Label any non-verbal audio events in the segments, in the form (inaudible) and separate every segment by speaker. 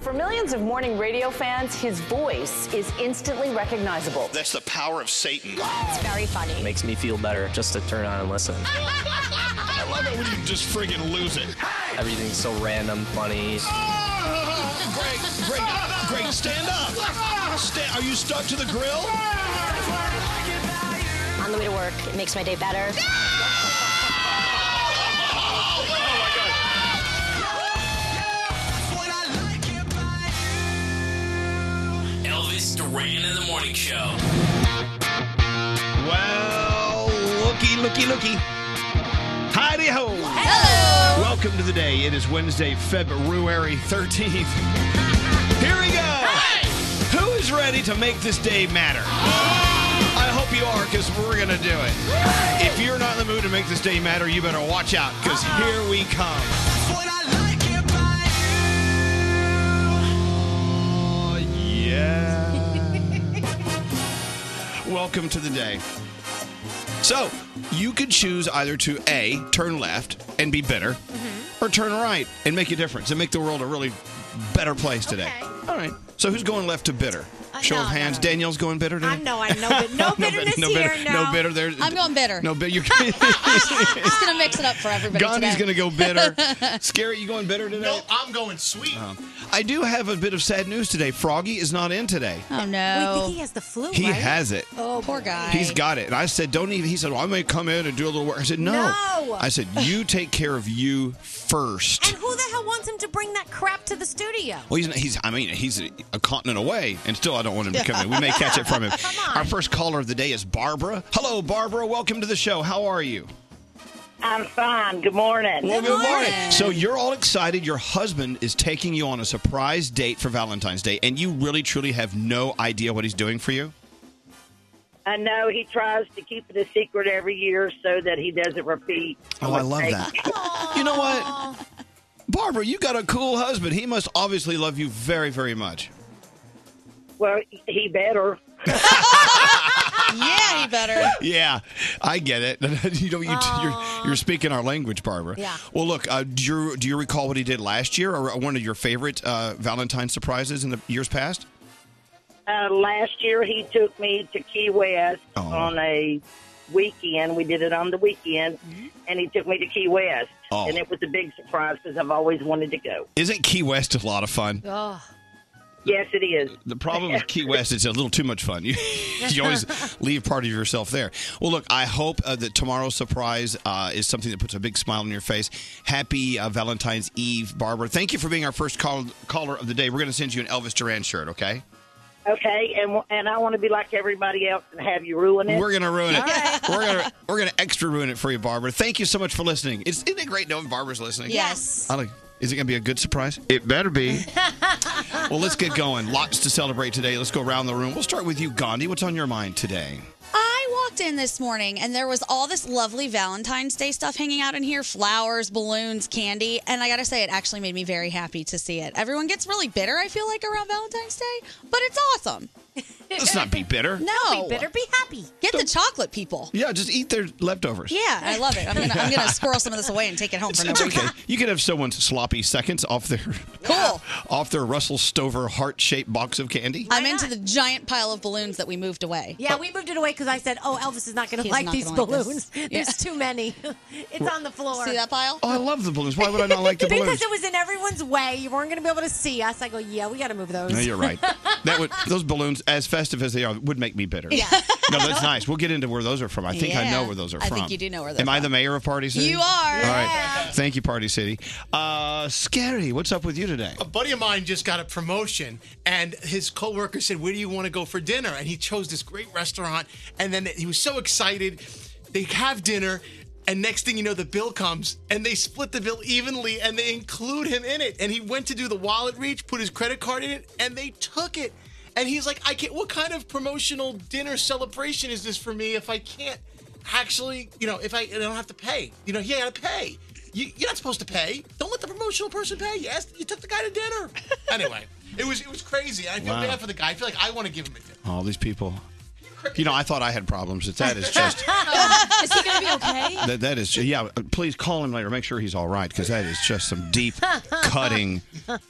Speaker 1: For millions of morning radio fans, his voice is instantly recognizable.
Speaker 2: That's the power of Satan.
Speaker 3: It's very funny.
Speaker 4: Makes me feel better just to turn on and listen.
Speaker 2: I love it when you just friggin' lose it.
Speaker 4: Everything's so random, funny.
Speaker 2: Greg, Greg, Greg, stand up. Stand, are you stuck to the grill?
Speaker 3: On the way to work, it makes my day better.
Speaker 5: Elvis Duran in the Morning Show.
Speaker 2: Well, looky, looky, looky. Heidi ho!
Speaker 3: Hello.
Speaker 2: Welcome to the day. It is Wednesday, February 13th. Here we go! Who is ready to make this day matter? I hope you are, because we're going to do it. If you're not in the mood to make this day matter, you better watch out, because here we come. Oh, yeah. Welcome to the day. So, you could choose either to A, turn left and be bitter,
Speaker 6: Mm-hmm.
Speaker 2: or turn right and make a difference and make the world a really better place today. All right. So, who's going left to bitter?
Speaker 6: Uh,
Speaker 2: Show of hands. Danielle's going bitter today?
Speaker 6: I know, I know,
Speaker 2: (laughs)
Speaker 6: but no
Speaker 2: bit-
Speaker 6: bitterness
Speaker 2: no
Speaker 6: here.
Speaker 2: bitter,
Speaker 6: no.
Speaker 2: No bitter there.
Speaker 7: I'm
Speaker 2: (laughs)
Speaker 7: going bitter.
Speaker 2: No bitter. You're
Speaker 6: (laughs)
Speaker 7: I'm just gonna mix it up for everybody.
Speaker 2: Gandhi's going
Speaker 7: today.
Speaker 2: to go bitter. Scary, you going bitter today? Oh,
Speaker 8: No, I'm going sweet.
Speaker 2: (laughs) I do have a bit of sad news today. Froggy is not in today.
Speaker 7: Oh
Speaker 6: Wait,
Speaker 7: no.
Speaker 6: he has the flu,
Speaker 2: He
Speaker 6: right?
Speaker 2: has it.
Speaker 7: Oh, poor guy.
Speaker 2: He's got it. And I said, don't even. He said, well, I may come in and do a little work. I said, no.
Speaker 6: No.
Speaker 2: I said, you take care of you first.
Speaker 6: And who the hell wants him to bring that crap to the studio?
Speaker 2: Well, he's, he's I mean, he's a continent away, and still I don't want him to come in. We may catch it
Speaker 6: (laughs)
Speaker 2: from him. Our first caller of the day is Barbara. Hello, Barbara. Welcome to the show. How are you?
Speaker 9: I'm fine. Good morning.
Speaker 2: well, good morning.
Speaker 7: morning.
Speaker 2: So you're all excited. Your husband is taking you on a surprise date for Valentine's Day, and you really, truly have no idea what he's doing for you?
Speaker 9: I know he tries to keep it a secret every year so that he doesn't repeat.
Speaker 2: Oh, I love that. You know what? Barbara, you got a cool husband. He must obviously love you very, very much.
Speaker 9: Well, he better.
Speaker 7: Ah, yeah, he
Speaker 2: (laughs)
Speaker 7: better.
Speaker 2: Yeah, I get it. (laughs) you know, you, you're, you're speaking our language, Barbara.
Speaker 6: Yeah.
Speaker 2: Well, look, uh, do, you, do you recall what he did last year or one of your favorite uh, Valentine's surprises in the years past?
Speaker 9: Uh, last year, he took me to Key West
Speaker 2: Oh.
Speaker 9: on a weekend. We did it on the weekend,
Speaker 2: Mm-hmm.
Speaker 9: and he took me to Key West.
Speaker 2: Oh.
Speaker 9: And it was a big surprise because I've always wanted to go.
Speaker 2: Isn't Key West a lot of fun?
Speaker 6: Oh,
Speaker 9: Yes, it is.
Speaker 2: The problem with Key West is it's a little too much fun. (laughs) You, you always leave part of yourself there. Well, look, I hope uh, that tomorrow's surprise uh, is something that puts a big smile on your face. Happy uh, Valentine's Eve, Barbara. Thank you for being our first call, caller of the day. We're going to send you an Elvis Duran shirt, okay?
Speaker 9: Okay, and and I want to be like everybody else and have you ruin it.
Speaker 2: We're going to ruin it. We're going to we're going to extra ruin it for you, Barbara. Thank you so much for listening. It's, isn't it great knowing Barbara's listening?
Speaker 7: Yes.
Speaker 2: I like- Is it going to be a good surprise? It better be. (laughs) well, let's get going. Lots to celebrate today. Let's go around the room. We'll start with you, Gandhi. What's on your mind today?
Speaker 7: I walked in this morning and there was all this lovely Valentine's Day stuff hanging out in here flowers, balloons, candy. And I got to say, it actually made me very happy to see it. Everyone gets really bitter, I feel like, around Valentine's Day, but it's awesome.
Speaker 2: Let's not be bitter.
Speaker 6: be
Speaker 7: No.
Speaker 6: bitter, be happy.
Speaker 7: Get the chocolate, people.
Speaker 2: Yeah, just eat their leftovers.
Speaker 7: Yeah, I love it. I'm going to I'm gonna squirrel some of this away and take it home for
Speaker 2: It's,
Speaker 7: no
Speaker 2: it's
Speaker 7: reason.
Speaker 2: okay. You could have someone's sloppy seconds off
Speaker 6: (laughs)
Speaker 2: their
Speaker 7: Cool.
Speaker 2: (laughs) off their Russell Stover heart shaped box of candy.
Speaker 7: I'm into the giant pile of balloons that we moved away.
Speaker 6: Yeah, we moved it away because I said, oh, Elvis is not going to
Speaker 7: He's
Speaker 6: like
Speaker 7: not
Speaker 6: these
Speaker 7: gonna like
Speaker 6: balloons. (laughs)
Speaker 7: this. Yeah.
Speaker 6: There's too many. (laughs) it's on the floor.
Speaker 7: See that pile?
Speaker 2: Oh, I love the balloons. Why would I not like the
Speaker 6: (laughs)
Speaker 2: balloons?
Speaker 6: Because it was in everyone's way. You weren't going to be able to see us. I go, yeah, we got to move those.
Speaker 2: No,
Speaker 6: (laughs)
Speaker 7: (laughs)
Speaker 2: you're right. That would those balloons, as festive as they are, would make me bitter. Yeah. (laughs) No, that's nice. We'll get into where those are from. I think I know
Speaker 7: Yeah.
Speaker 2: where those are
Speaker 7: I
Speaker 2: from.
Speaker 7: think you do know where they're
Speaker 2: Am I
Speaker 7: from.
Speaker 2: the mayor of Party City?
Speaker 7: You are.
Speaker 2: All right. Thank you, Party City. Uh, Scary, what's up with you today?
Speaker 8: A buddy of mine just got a promotion, and his coworker said, "Where do you want to go for dinner?" And he chose this great restaurant, and then he was so excited. They have dinner, and next thing you know, the bill comes, and they split the bill evenly, and they include him in it. And he went to do the wallet reach, put his credit card in it, and they took it. And he's like, "I can't. What kind of promotional dinner celebration is this for me if I can't actually, you know, if I, I don't have to pay? You know, he had to pay." You, you're not supposed to pay. Don't let the promotional person pay. Yes, you took the guy to dinner. anyway, it was it was crazy. I feel
Speaker 2: Wow.
Speaker 8: bad for the guy. I feel like I want to give him a dinner.
Speaker 2: All these people. You know, I thought I had problems. But that is
Speaker 7: (laughs)
Speaker 2: just
Speaker 6: Uh-huh.
Speaker 8: (laughs)
Speaker 6: Is he going to be okay?
Speaker 7: (laughs)
Speaker 2: that, that is yeah. Please call him later. Make sure he's all right because that is just some deep cutting,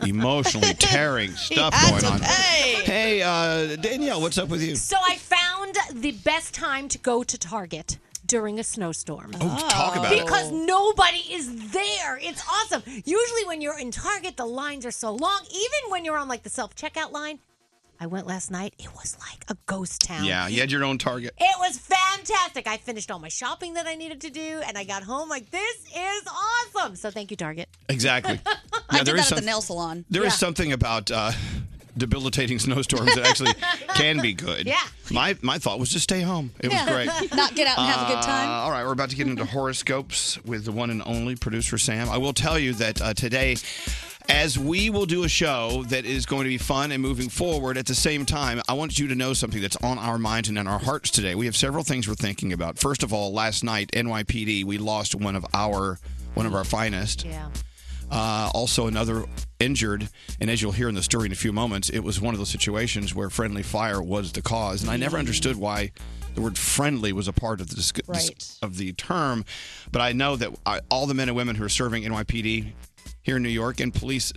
Speaker 2: emotionally tearing stuff
Speaker 6: had
Speaker 2: going
Speaker 6: to
Speaker 2: on.
Speaker 6: pay.
Speaker 2: Hey, uh, Danielle, what's up with you?
Speaker 6: So I found the best time to go to Target during a snowstorm.
Speaker 2: Oh, talk about it.
Speaker 6: Because nobody is there. It's awesome. Usually when you're in Target, the lines are so long. Even when you're on like the self-checkout line, I went last night. It was like a ghost
Speaker 2: (laughs)
Speaker 6: town.
Speaker 2: Yeah, you had your own target.
Speaker 6: It was fantastic. I finished all my shopping that I needed to do, and I got home like this is awesome. So thank you, Target.
Speaker 2: Exactly.
Speaker 7: (laughs) I
Speaker 2: Yeah,
Speaker 7: did that
Speaker 2: there is
Speaker 7: at
Speaker 2: some-
Speaker 7: the nail salon.
Speaker 2: There is something about uh, debilitating snowstorms that actually can be good.
Speaker 7: (laughs) Yeah.
Speaker 2: My my thought was just stay home. It
Speaker 7: Yeah.
Speaker 2: was great.
Speaker 7: (laughs) Not get out and have a good time.
Speaker 2: Uh, all right, we're about to get into horoscopes with the one and only producer Sam. I will tell you that uh, today. As we will do a show that is going to be fun and moving forward at the same time, I want you to know something that's on our minds and in our hearts today. We have several things we're thinking about. First of all, last night, NYPD, we lost one of our one of our finest.
Speaker 6: Yeah.
Speaker 2: Uh, also, another injured. And as you'll hear in the story in a few moments, it was one of those situations where friendly fire was the cause. And I never understood why the word friendly was a part of the dis- dis-
Speaker 10: Right.
Speaker 2: of the term. But I know that I, all the men and women who are serving NYPD here in New York and police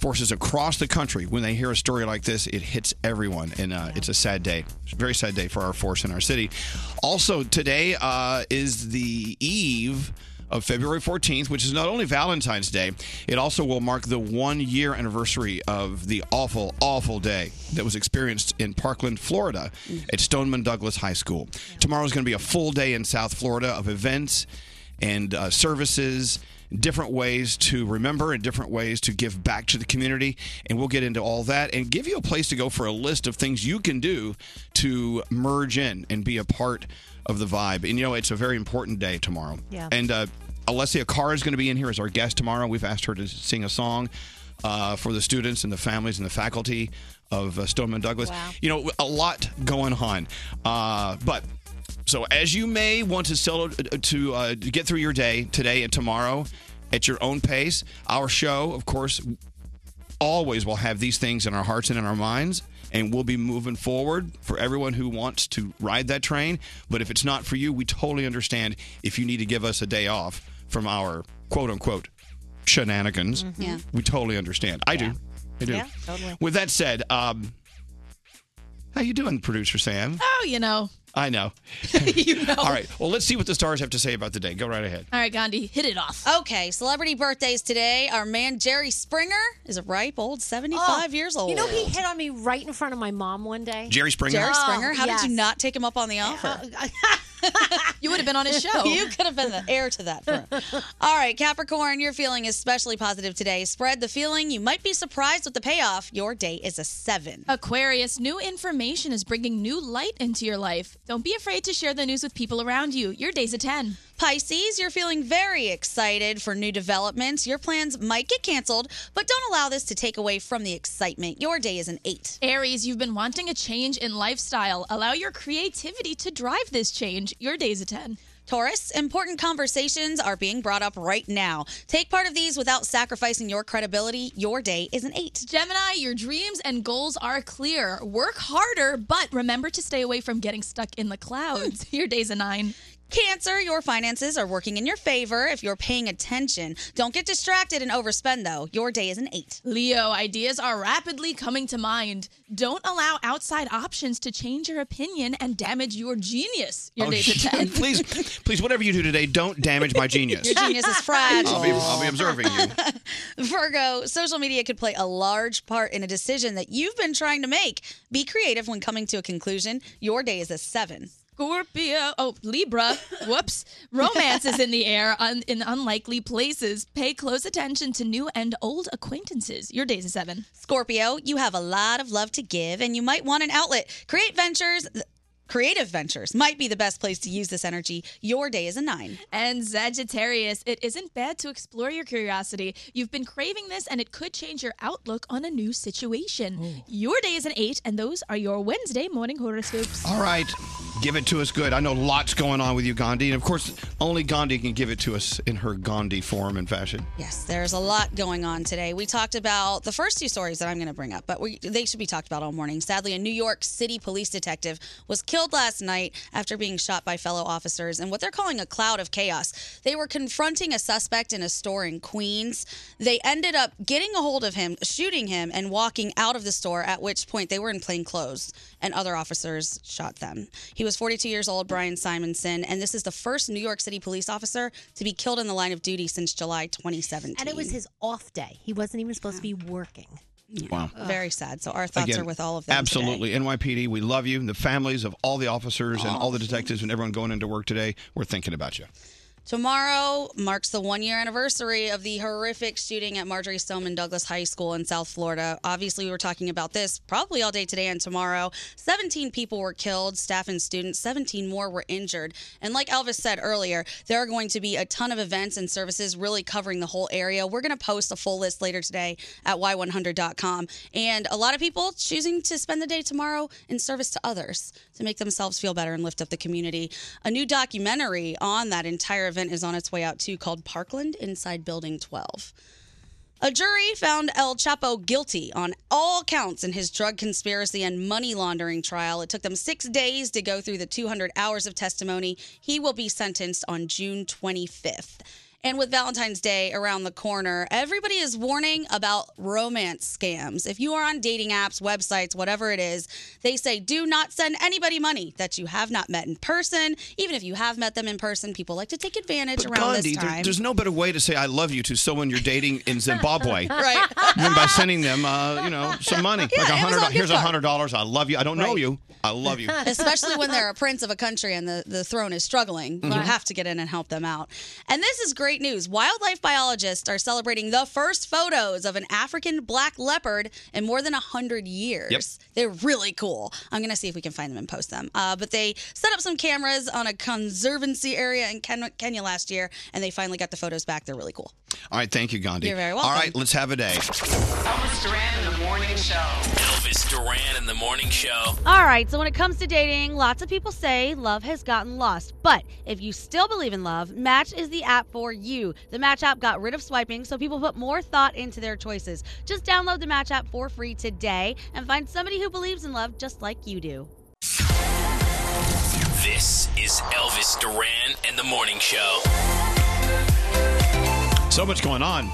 Speaker 2: forces across the country, when they hear a story like this, it hits everyone. And uh, it's a sad day. It's a very sad day for our force in our city. Also, today uh, is the eve of February 14th, which is not only Valentine's Day, it also will mark the one year anniversary of the awful, awful day that was experienced in Parkland, Florida at Stoneman Douglas High School. Tomorrow is going to be a full day in South Florida of events and uh, services, different ways to remember and different ways to give back to the community. And we'll get into all that and give you a place to go for a list of things you can do to merge in and be a part of the vibe. And you know, it's a very important day tomorrow.
Speaker 11: Yeah.
Speaker 2: And uh, Alessia Carr is going to be in here as our guest tomorrow. We've asked her to sing a song uh, for the students and the families and the faculty of uh, Stoneman Douglas. You know, a lot going on. Uh, but so as you may want to sell to uh, get through your day today and tomorrow at your own pace, our show, of course, always will have these things in our hearts and in our minds and we'll be moving forward for everyone who wants to ride that train but if it's not for you we totally understand if you need to give us a day off from our quote unquote shenanigans
Speaker 12: Mhm. Yeah.
Speaker 2: we totally understand i do i do
Speaker 12: Yeah, totally.
Speaker 2: with that said um how you doing
Speaker 12: (laughs)
Speaker 2: producer sam
Speaker 12: Oh, you know.
Speaker 2: i know
Speaker 12: you know.
Speaker 2: (laughs) all right well let's see what the stars have to say about the day go right ahead
Speaker 7: All right, Gandhi, hit it off. Okay, celebrity birthdays today. Our man Jerry Springer is a ripe old 75
Speaker 13: Oh,
Speaker 7: years old.
Speaker 6: Oh, You know, he hit on me right in front of my mom one day.
Speaker 2: Jerry Springer?
Speaker 7: Jerry Springer.
Speaker 6: Oh,
Speaker 7: How
Speaker 6: yes.
Speaker 7: did you not take him up on the offer? you would have been
Speaker 12: on his show.
Speaker 7: (laughs) you could have been the heir to that. throne. All right, Capricorn, your feeling is especially positive today. Spread the feeling. You might be surprised with the payoff. Your day is a seven.
Speaker 12: Aquarius, new information is bringing new light into your life. Don't be afraid to share the news with people around you. Your day's a 10.
Speaker 7: Pisces, you're feeling very excited for new developments. Your plans might get canceled, but don't allow this to take away from the excitement. Your day is an eight.
Speaker 12: Aries, you've been wanting a change in lifestyle. Allow your creativity to drive this change. Your day's a 10.
Speaker 7: Taurus, important conversations are being brought up right now. Take part of these without sacrificing your credibility. Your day is an eight.
Speaker 12: Gemini, your dreams and goals are clear. Work harder, but remember to stay away from getting stuck in the clouds. (laughs) Your day's a 9.
Speaker 7: Cancer, your finances are working in your favor if you're paying attention. Don't get distracted and overspend, though. Your day is an eight.
Speaker 12: Leo, ideas are rapidly coming to mind. Don't allow outside options to change your opinion and damage your genius. Your
Speaker 2: Oh,
Speaker 12: day's a 10.
Speaker 2: please please whatever you do today don't damage my genius
Speaker 7: Your (laughs) genius is fragile.
Speaker 2: I'll be, I'll be observing
Speaker 7: (laughs)
Speaker 2: you
Speaker 7: Virgo, social media could play a large part in a decision that you've been trying to make. Be creative when coming to a conclusion. Your day is a seven.
Speaker 12: Scorpio, oh, Libra, whoops. Romance is in the air un, in unlikely places. Pay close attention to new and old acquaintances. Your day's a seven.
Speaker 7: Scorpio, you have a lot of love to give and you might want an outlet. Create ventures. Creative ventures might be the best place to use this energy. Your day is a nine.
Speaker 12: And Sagittarius, it isn't bad to explore your curiosity. You've been craving this and it could change your outlook on a new situation. Your day is an eight, and those are your Wednesday morning horoscopes.
Speaker 2: All right. Give it to us good. I know lots going on with you, Gandhi. And of course, only Gandhi can give it to us in her Gandhi form and fashion.
Speaker 7: Yes, there's a lot going on today. We talked about the first two stories that I'm going to bring up, but we, they should be talked about all morning. Sadly, a New York City police detective was killed last night after being shot by fellow officers in what they're calling a cloud of chaos. They were confronting a suspect in a store in Queens. They ended up getting a hold of him, shooting him, and walking out of the store, at which point they were in plain clothes and other officers shot them. He was 42 years old, Brian Simonson, and this is the first New York City police officer to be killed in the line of duty since July 2017.
Speaker 6: And it was his off day. He wasn't even supposed to be working.
Speaker 2: Wow.
Speaker 7: Very sad. So our thoughts
Speaker 2: Again,
Speaker 7: are with all of them.
Speaker 2: Absolutely. NYPD, we love you. The families of all the officers and all the detectives and everyone going into work today, we're thinking about you.
Speaker 7: Tomorrow marks the one year anniversary of the horrific shooting at Marjorie Stoneman Douglas High School in South Florida. Obviously, we were talking about this probably all day today and tomorrow. 17 people were killed, staff and students, 17 more were injured. And like Elvis said earlier, there are going to be a ton of events and services really covering the whole area. We're going to post a full list later today at y100.com. And a lot of people choosing to spend the day tomorrow in service to others to make themselves feel better and lift up the community. A new documentary on that entire event is on its way out too called Parkland Inside Building 12. A jury found El Chapo guilty on all counts in his drug conspiracy and money laundering trial. It took them six days to go through the 200 hours of testimony. He will be sentenced on June 25th. And with Valentine's Day around the corner, everybody is warning about romance scams. If you are on dating apps, websites, whatever it is, they say do not send anybody money that you have not met in person. Even if you have met them in person, people like to take advantage around
Speaker 2: Gandhi,
Speaker 7: this
Speaker 2: there-
Speaker 7: time.
Speaker 2: there's no better way to say I love you to someone you're dating in
Speaker 7: (laughs)
Speaker 2: Zimbabwe
Speaker 7: Right.
Speaker 2: than by sending them, uh, you know, some money. like a hundred. do- Here's a hundred dollars. I love you. I don't know you. I love
Speaker 7: (laughs)
Speaker 2: (laughs) you.
Speaker 7: Especially when they're a prince of a country and the, the throne is struggling. You
Speaker 2: Mhm.
Speaker 7: have to get in and help them out. And this is great news. Wildlife biologists are celebrating the first photos of an African black leopard in more than 100 years.
Speaker 10: Yep.
Speaker 7: They're really cool. I'm going to see if we can find them and post them. Uh, but they set up some cameras on a conservancy area in Ken- Kenya last year, and they finally got the photos back. They're really cool.
Speaker 2: All right, thank you, Gandhi.
Speaker 7: You're very
Speaker 2: All
Speaker 7: welcome.
Speaker 2: right, let's have a day.
Speaker 5: Elvis Duran in the morning show. Elvis Duran in the morning show.
Speaker 11: All right, so when it comes to dating, lots of people say love has gotten lost. But if you still believe in love, Match is the app for you. The Match app got rid of swiping, so people put more thought into their choices. Just download the Match app for free today and find somebody who believes in love just like you do.
Speaker 5: This is Elvis Duran and the morning show.
Speaker 2: So much going on.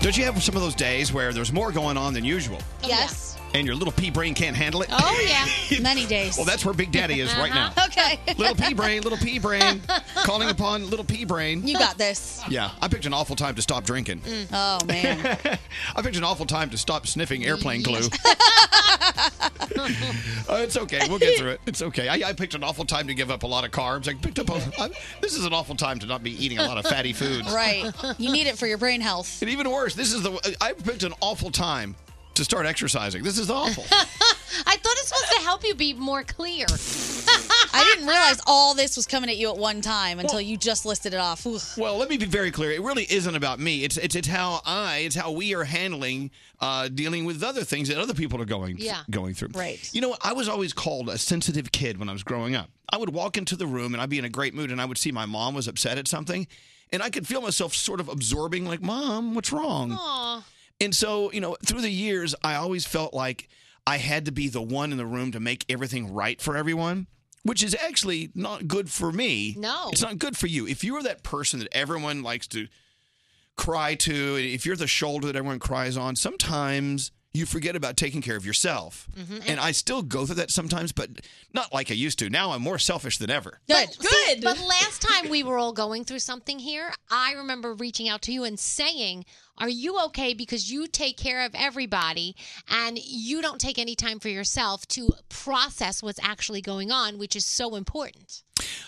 Speaker 2: Don't you have some of those days where there's more going on than usual,
Speaker 7: Oh, Yes.
Speaker 2: and your little pea brain can't handle it?
Speaker 7: Oh, Uh-huh. yeah. (laughs) Many days.
Speaker 2: (laughs) Well, that's where Big Daddy is right now.
Speaker 7: Okay.
Speaker 2: Little pea brain, little pea brain,
Speaker 7: (laughs)
Speaker 2: calling upon little pea brain.
Speaker 7: You got
Speaker 2: (laughs)
Speaker 7: this.
Speaker 2: Yeah, I picked an awful time to stop drinking.
Speaker 7: Oh, man.
Speaker 2: (laughs) I picked an awful time to stop sniffing airplane glue. (laughs) Uh, it's okay. We'll get through it. It's okay. I, I picked an awful time to give up a lot of carbs. I picked up. A, I, this is an awful time to not be eating a lot of fatty foods.
Speaker 7: Right. You need it for your brain health.
Speaker 2: And even worse, this is the. I picked an awful time to start exercising. This
Speaker 7: (laughs)
Speaker 2: is awful.
Speaker 13: I thought it's supposed to help you be more clear.
Speaker 7: I didn't realize all this was coming at you at one time until you just listed it off. Ooh.
Speaker 2: Well, let me be very clear. It really isn't about me. It's it's it's how I, it's how we are handling uh, dealing with other things that other people are going
Speaker 14: Yeah.
Speaker 2: going through.
Speaker 14: Right.
Speaker 2: You know, what? I was always called a sensitive kid when I was growing up. I would walk into the room and I'd be in a great mood and I would see my mom was upset at something, and I could feel myself sort of absorbing, like, "Mom, what's wrong?" And so, you know, through the years, I always felt like I had to be the one in the room to make everything right for everyone, which is actually not good for me.
Speaker 13: No.
Speaker 2: It's not good for you. If you are that person that everyone likes to cry to, and if you're the shoulder that everyone cries on, sometimes you forget about taking care of yourself.
Speaker 13: Mhm.
Speaker 2: And I still go through that sometimes, but not like I used to. Now I'm more selfish than ever.
Speaker 13: Good. Good. But last time we were all going through something here, I remember reaching out to you and saying, Are you okay? Because you take care of everybody and you don't take any time for yourself to process what's actually going on, which is so important.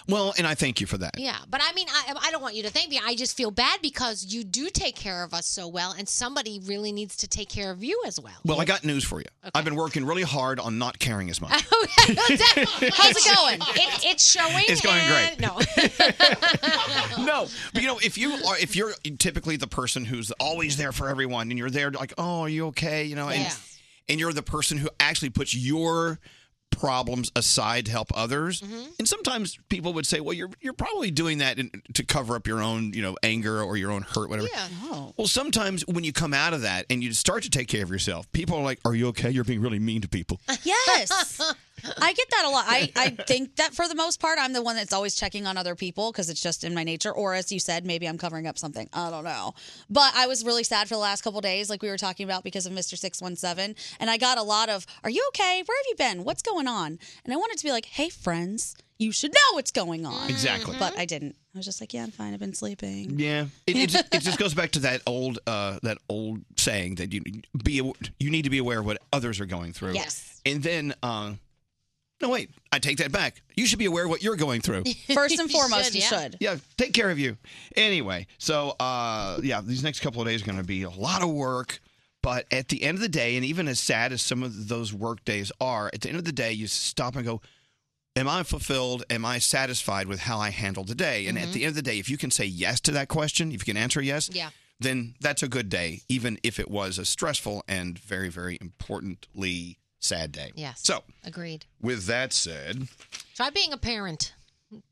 Speaker 2: Well, and I thank you for that.
Speaker 13: Yeah. But I mean, I, I don't want you to thank me. I just feel bad because you do take care of us so well, and somebody really needs to take care of you as well. (laughs)
Speaker 2: Well, I got news for you. I've been working really hard on not caring as much.
Speaker 13: How's it going? It, it's showing.
Speaker 2: It's going
Speaker 13: and-
Speaker 2: great.
Speaker 13: No.
Speaker 2: (laughs) no, but you know, if you are, if you're typically the person who's always there for everyone, and you're there like, oh, are you okay? You know, and and you're the person who actually puts your problems aside to help others. And sometimes people would say, "Well, you're you're probably doing that in, to cover up your own, you know, anger or your own hurt, whatever."
Speaker 10: Yeah.
Speaker 2: Well, sometimes when you come out of that and you start to take care of yourself, people are like, "Are you okay? You're being really mean to people."
Speaker 7: Yes.
Speaker 2: (laughs)
Speaker 7: I get that a lot. I, I think that for the most part, I'm the one that's always checking on other people because it's just in my nature. Or as you said, maybe I'm covering up something. I don't know. But I was really sad for the last couple days, like we were talking about, because of Mr. 617. And I got a lot of, Are you okay? Where have you been? What's going on? And I wanted to be like, Hey, friends, you should know what's going on.
Speaker 2: Mm-hmm. Exactly.
Speaker 7: But I didn't. I was just like, Yeah, I'm fine. I've been
Speaker 2: (laughs)
Speaker 7: sleeping.
Speaker 2: Yeah, it, it, just,
Speaker 7: (laughs)
Speaker 2: it just goes back to that old uh, that old saying that you be you need to be aware of what others are going through.
Speaker 7: Yes.
Speaker 2: and then uh, no wait, I take that back. You should be aware of what you're going through.
Speaker 7: (laughs) First and foremost, you should.
Speaker 2: Yeah, take care of you. Anyway, so uh, yeah, these next couple of days are going to be a lot of work. But at the end of the day, and even as sad as some of those work days are, at the end of the day, you stop and go, Am I fulfilled? Am I satisfied with how I handled the day? And
Speaker 7: Mm-hmm.
Speaker 2: at the end of the day, if you can say yes to that question, if you can answer yes,
Speaker 13: Yeah.
Speaker 2: then that's a good day, even if it was a stressful and very, very importantly sad day.
Speaker 13: Yes.
Speaker 2: So,
Speaker 13: Agreed.
Speaker 2: with that said,
Speaker 13: Try being a parent.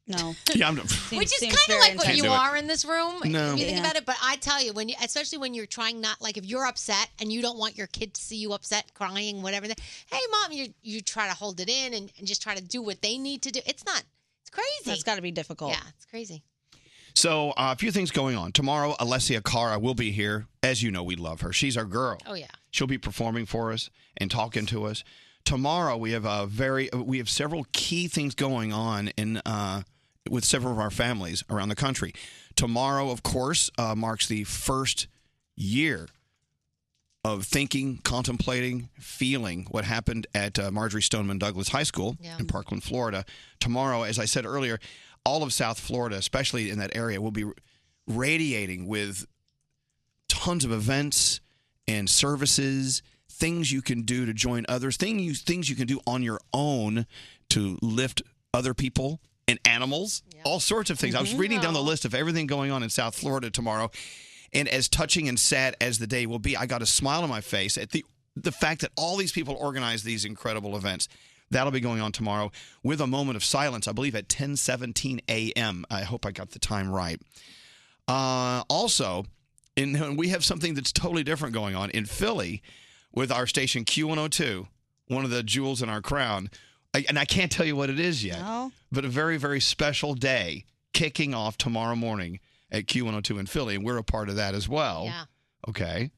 Speaker 7: No.
Speaker 2: yeah,
Speaker 13: (laughs)
Speaker 2: I'm.
Speaker 13: Which is kind of like what
Speaker 2: Can't
Speaker 13: you
Speaker 2: do it.
Speaker 13: are in this room.
Speaker 2: No.
Speaker 13: if You think
Speaker 2: Yeah.
Speaker 13: about it, but I tell you, when you, especially when you're trying not like if you're upset and you don't want your kid to see you upset, crying, whatever. that- Hey, mom, you you try to hold it in and, and just try to do what they need to do. It's not. It's crazy. That's got
Speaker 7: to be difficult.
Speaker 13: Yeah, it's crazy.
Speaker 2: So, uh, a few things going on. Tomorrow, Alessia Cara will be here. As you know, we love her. She's our girl.
Speaker 13: Oh yeah.
Speaker 2: She'll be performing for us and talking to us. Tomorrow, we have a very we have several key things going on in uh, with several of our families around the country. Tomorrow, of course, uh, marks the first year of thinking, contemplating, feeling what happened at uh, Marjorie Stoneman Douglas High School in Parkland, Florida. Tomorrow, as I said earlier, all of South Florida, especially in that area, will be radiating with tons of events and services, things you can do to join others, thing you, things you can do on your own to lift other people and animals, all sorts of things. I was
Speaker 14: Mhm.
Speaker 2: reading down the list of everything going on in South Florida tomorrow. And as touching and sad as the day will be, I got a smile on my face at the the fact that all these people organize these incredible events. That'll be going on tomorrow with a moment of silence, I believe at 10:17 a.m. I hope I got the time right. Uh, also, in, (laughs) we have something that's totally different going on in Philly with our station Q102, one of the jewels in our crown. I, and I can't tell you what it is yet, but a very, very special day kicking off tomorrow morning at Q102 in Philly. And we're a part of that as well.
Speaker 13: Yeah.
Speaker 2: Okay.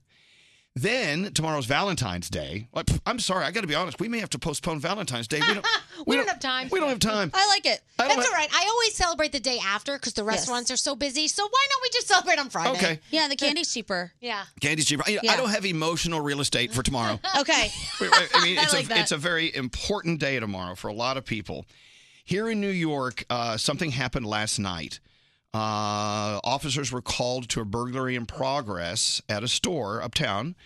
Speaker 2: Then tomorrow's Valentine's Day. Like, pff, I'm sorry, I got to be honest. We may have to postpone Valentine's Day. We don't, we
Speaker 13: We,
Speaker 2: don't,
Speaker 13: don't, have time.
Speaker 2: we don't have time.
Speaker 7: I like it.
Speaker 2: I don't
Speaker 13: That's
Speaker 2: have-
Speaker 13: all right. I always celebrate the day after because the restaurants are so busy. So why don't we just celebrate on Friday?
Speaker 2: Okay.
Speaker 7: Yeah, the candy's cheaper.
Speaker 13: Yeah.
Speaker 2: Candy's cheaper. I,
Speaker 7: Yeah.
Speaker 2: I don't have emotional real estate for tomorrow.
Speaker 7: Okay.
Speaker 2: Wait, wait, I
Speaker 7: (laughs)
Speaker 2: mean,
Speaker 7: I
Speaker 2: it's,
Speaker 7: like
Speaker 2: a,
Speaker 7: that.
Speaker 2: it's a very important day tomorrow for a lot of people. Here in New York, uh, something happened last night. Uh, officers were called to a burglary in progress at a store uptown,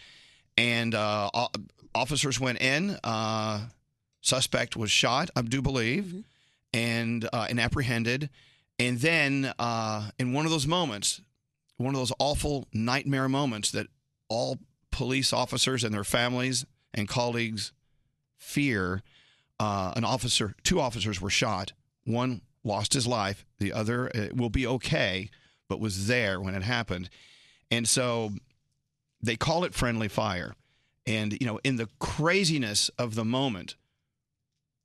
Speaker 2: and uh, o- officers went in. Uh, suspect was shot, I do believe, and uh, and apprehended. And then, uh, in one of those moments, one of those awful nightmare moments that all police officers and their families and colleagues fear. Uh, an officer, two officers were shot. One lost his life. The other uh, will be okay, but was there when it happened. And so they call it friendly fire. And, you know, in the craziness of the moment,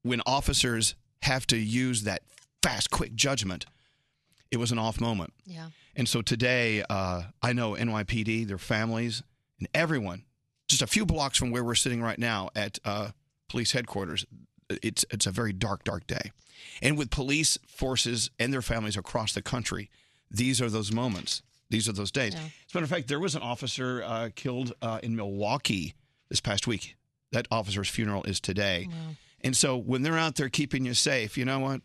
Speaker 2: when officers have to use that fast, quick judgment, it was an off moment.
Speaker 13: Yeah.
Speaker 2: And so today, uh, I know NYPD, their families, and everyone, just a few blocks from where we're sitting right now at uh, police headquarters, it's it's a very dark, dark day. And with police forces and their families across the country, these are those moments. These are those days.
Speaker 15: Yeah.
Speaker 2: As a matter of fact, there was an officer uh, killed uh, in Milwaukee this past week. That officer's funeral is today. And so when they're out there keeping you safe, you know what?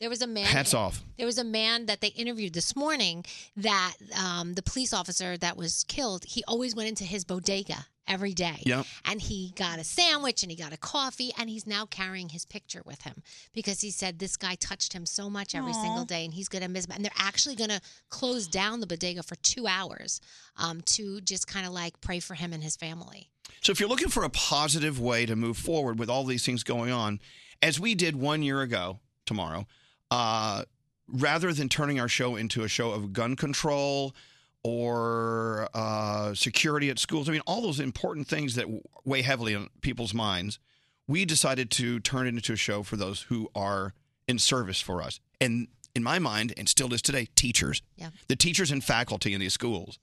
Speaker 13: There was a man.
Speaker 2: Hats off.
Speaker 13: There was a man that they interviewed this morning that um, the police officer that was killed, he always went into his bodega every day.
Speaker 10: Yep.
Speaker 13: And he got a sandwich and he got a coffee and he's now carrying his picture with him because he said this guy touched him so much every
Speaker 10: Aw.
Speaker 13: single day and he's going to miss him. And they're actually going to close down the bodega for two hours um, to just kind of like pray for him and his family.
Speaker 2: So if you're looking for a positive way to move forward with all these things going on, as we did one year ago tomorrow, uh, rather than turning our show into a show of gun control or uh, security at schools, I mean, all those important things that weigh heavily on people's minds, we decided to turn it into a show for those who are in service for us. And in my mind, and still is today, teachers.
Speaker 13: Yeah.
Speaker 2: The teachers and faculty in these schools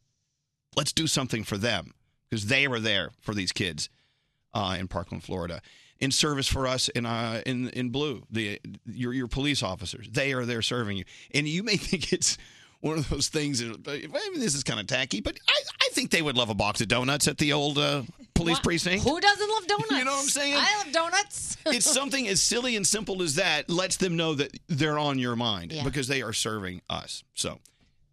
Speaker 2: let's do something for them because they were there for these kids uh, in Parkland, Florida, in service for us in uh, in in blue. The your your police officers, they are there serving you, and you may (laughs) think it's one of those things. That, I mean, this is kind of tacky, but I, I think they would love a box of donuts at the old uh, police precinct.
Speaker 13: Who doesn't love donuts?
Speaker 2: You know what I'm saying?
Speaker 13: I love donuts.
Speaker 2: it's (laughs) something as silly and simple as that lets them know that they're on your mind
Speaker 13: Yeah.
Speaker 2: because they are serving us. So,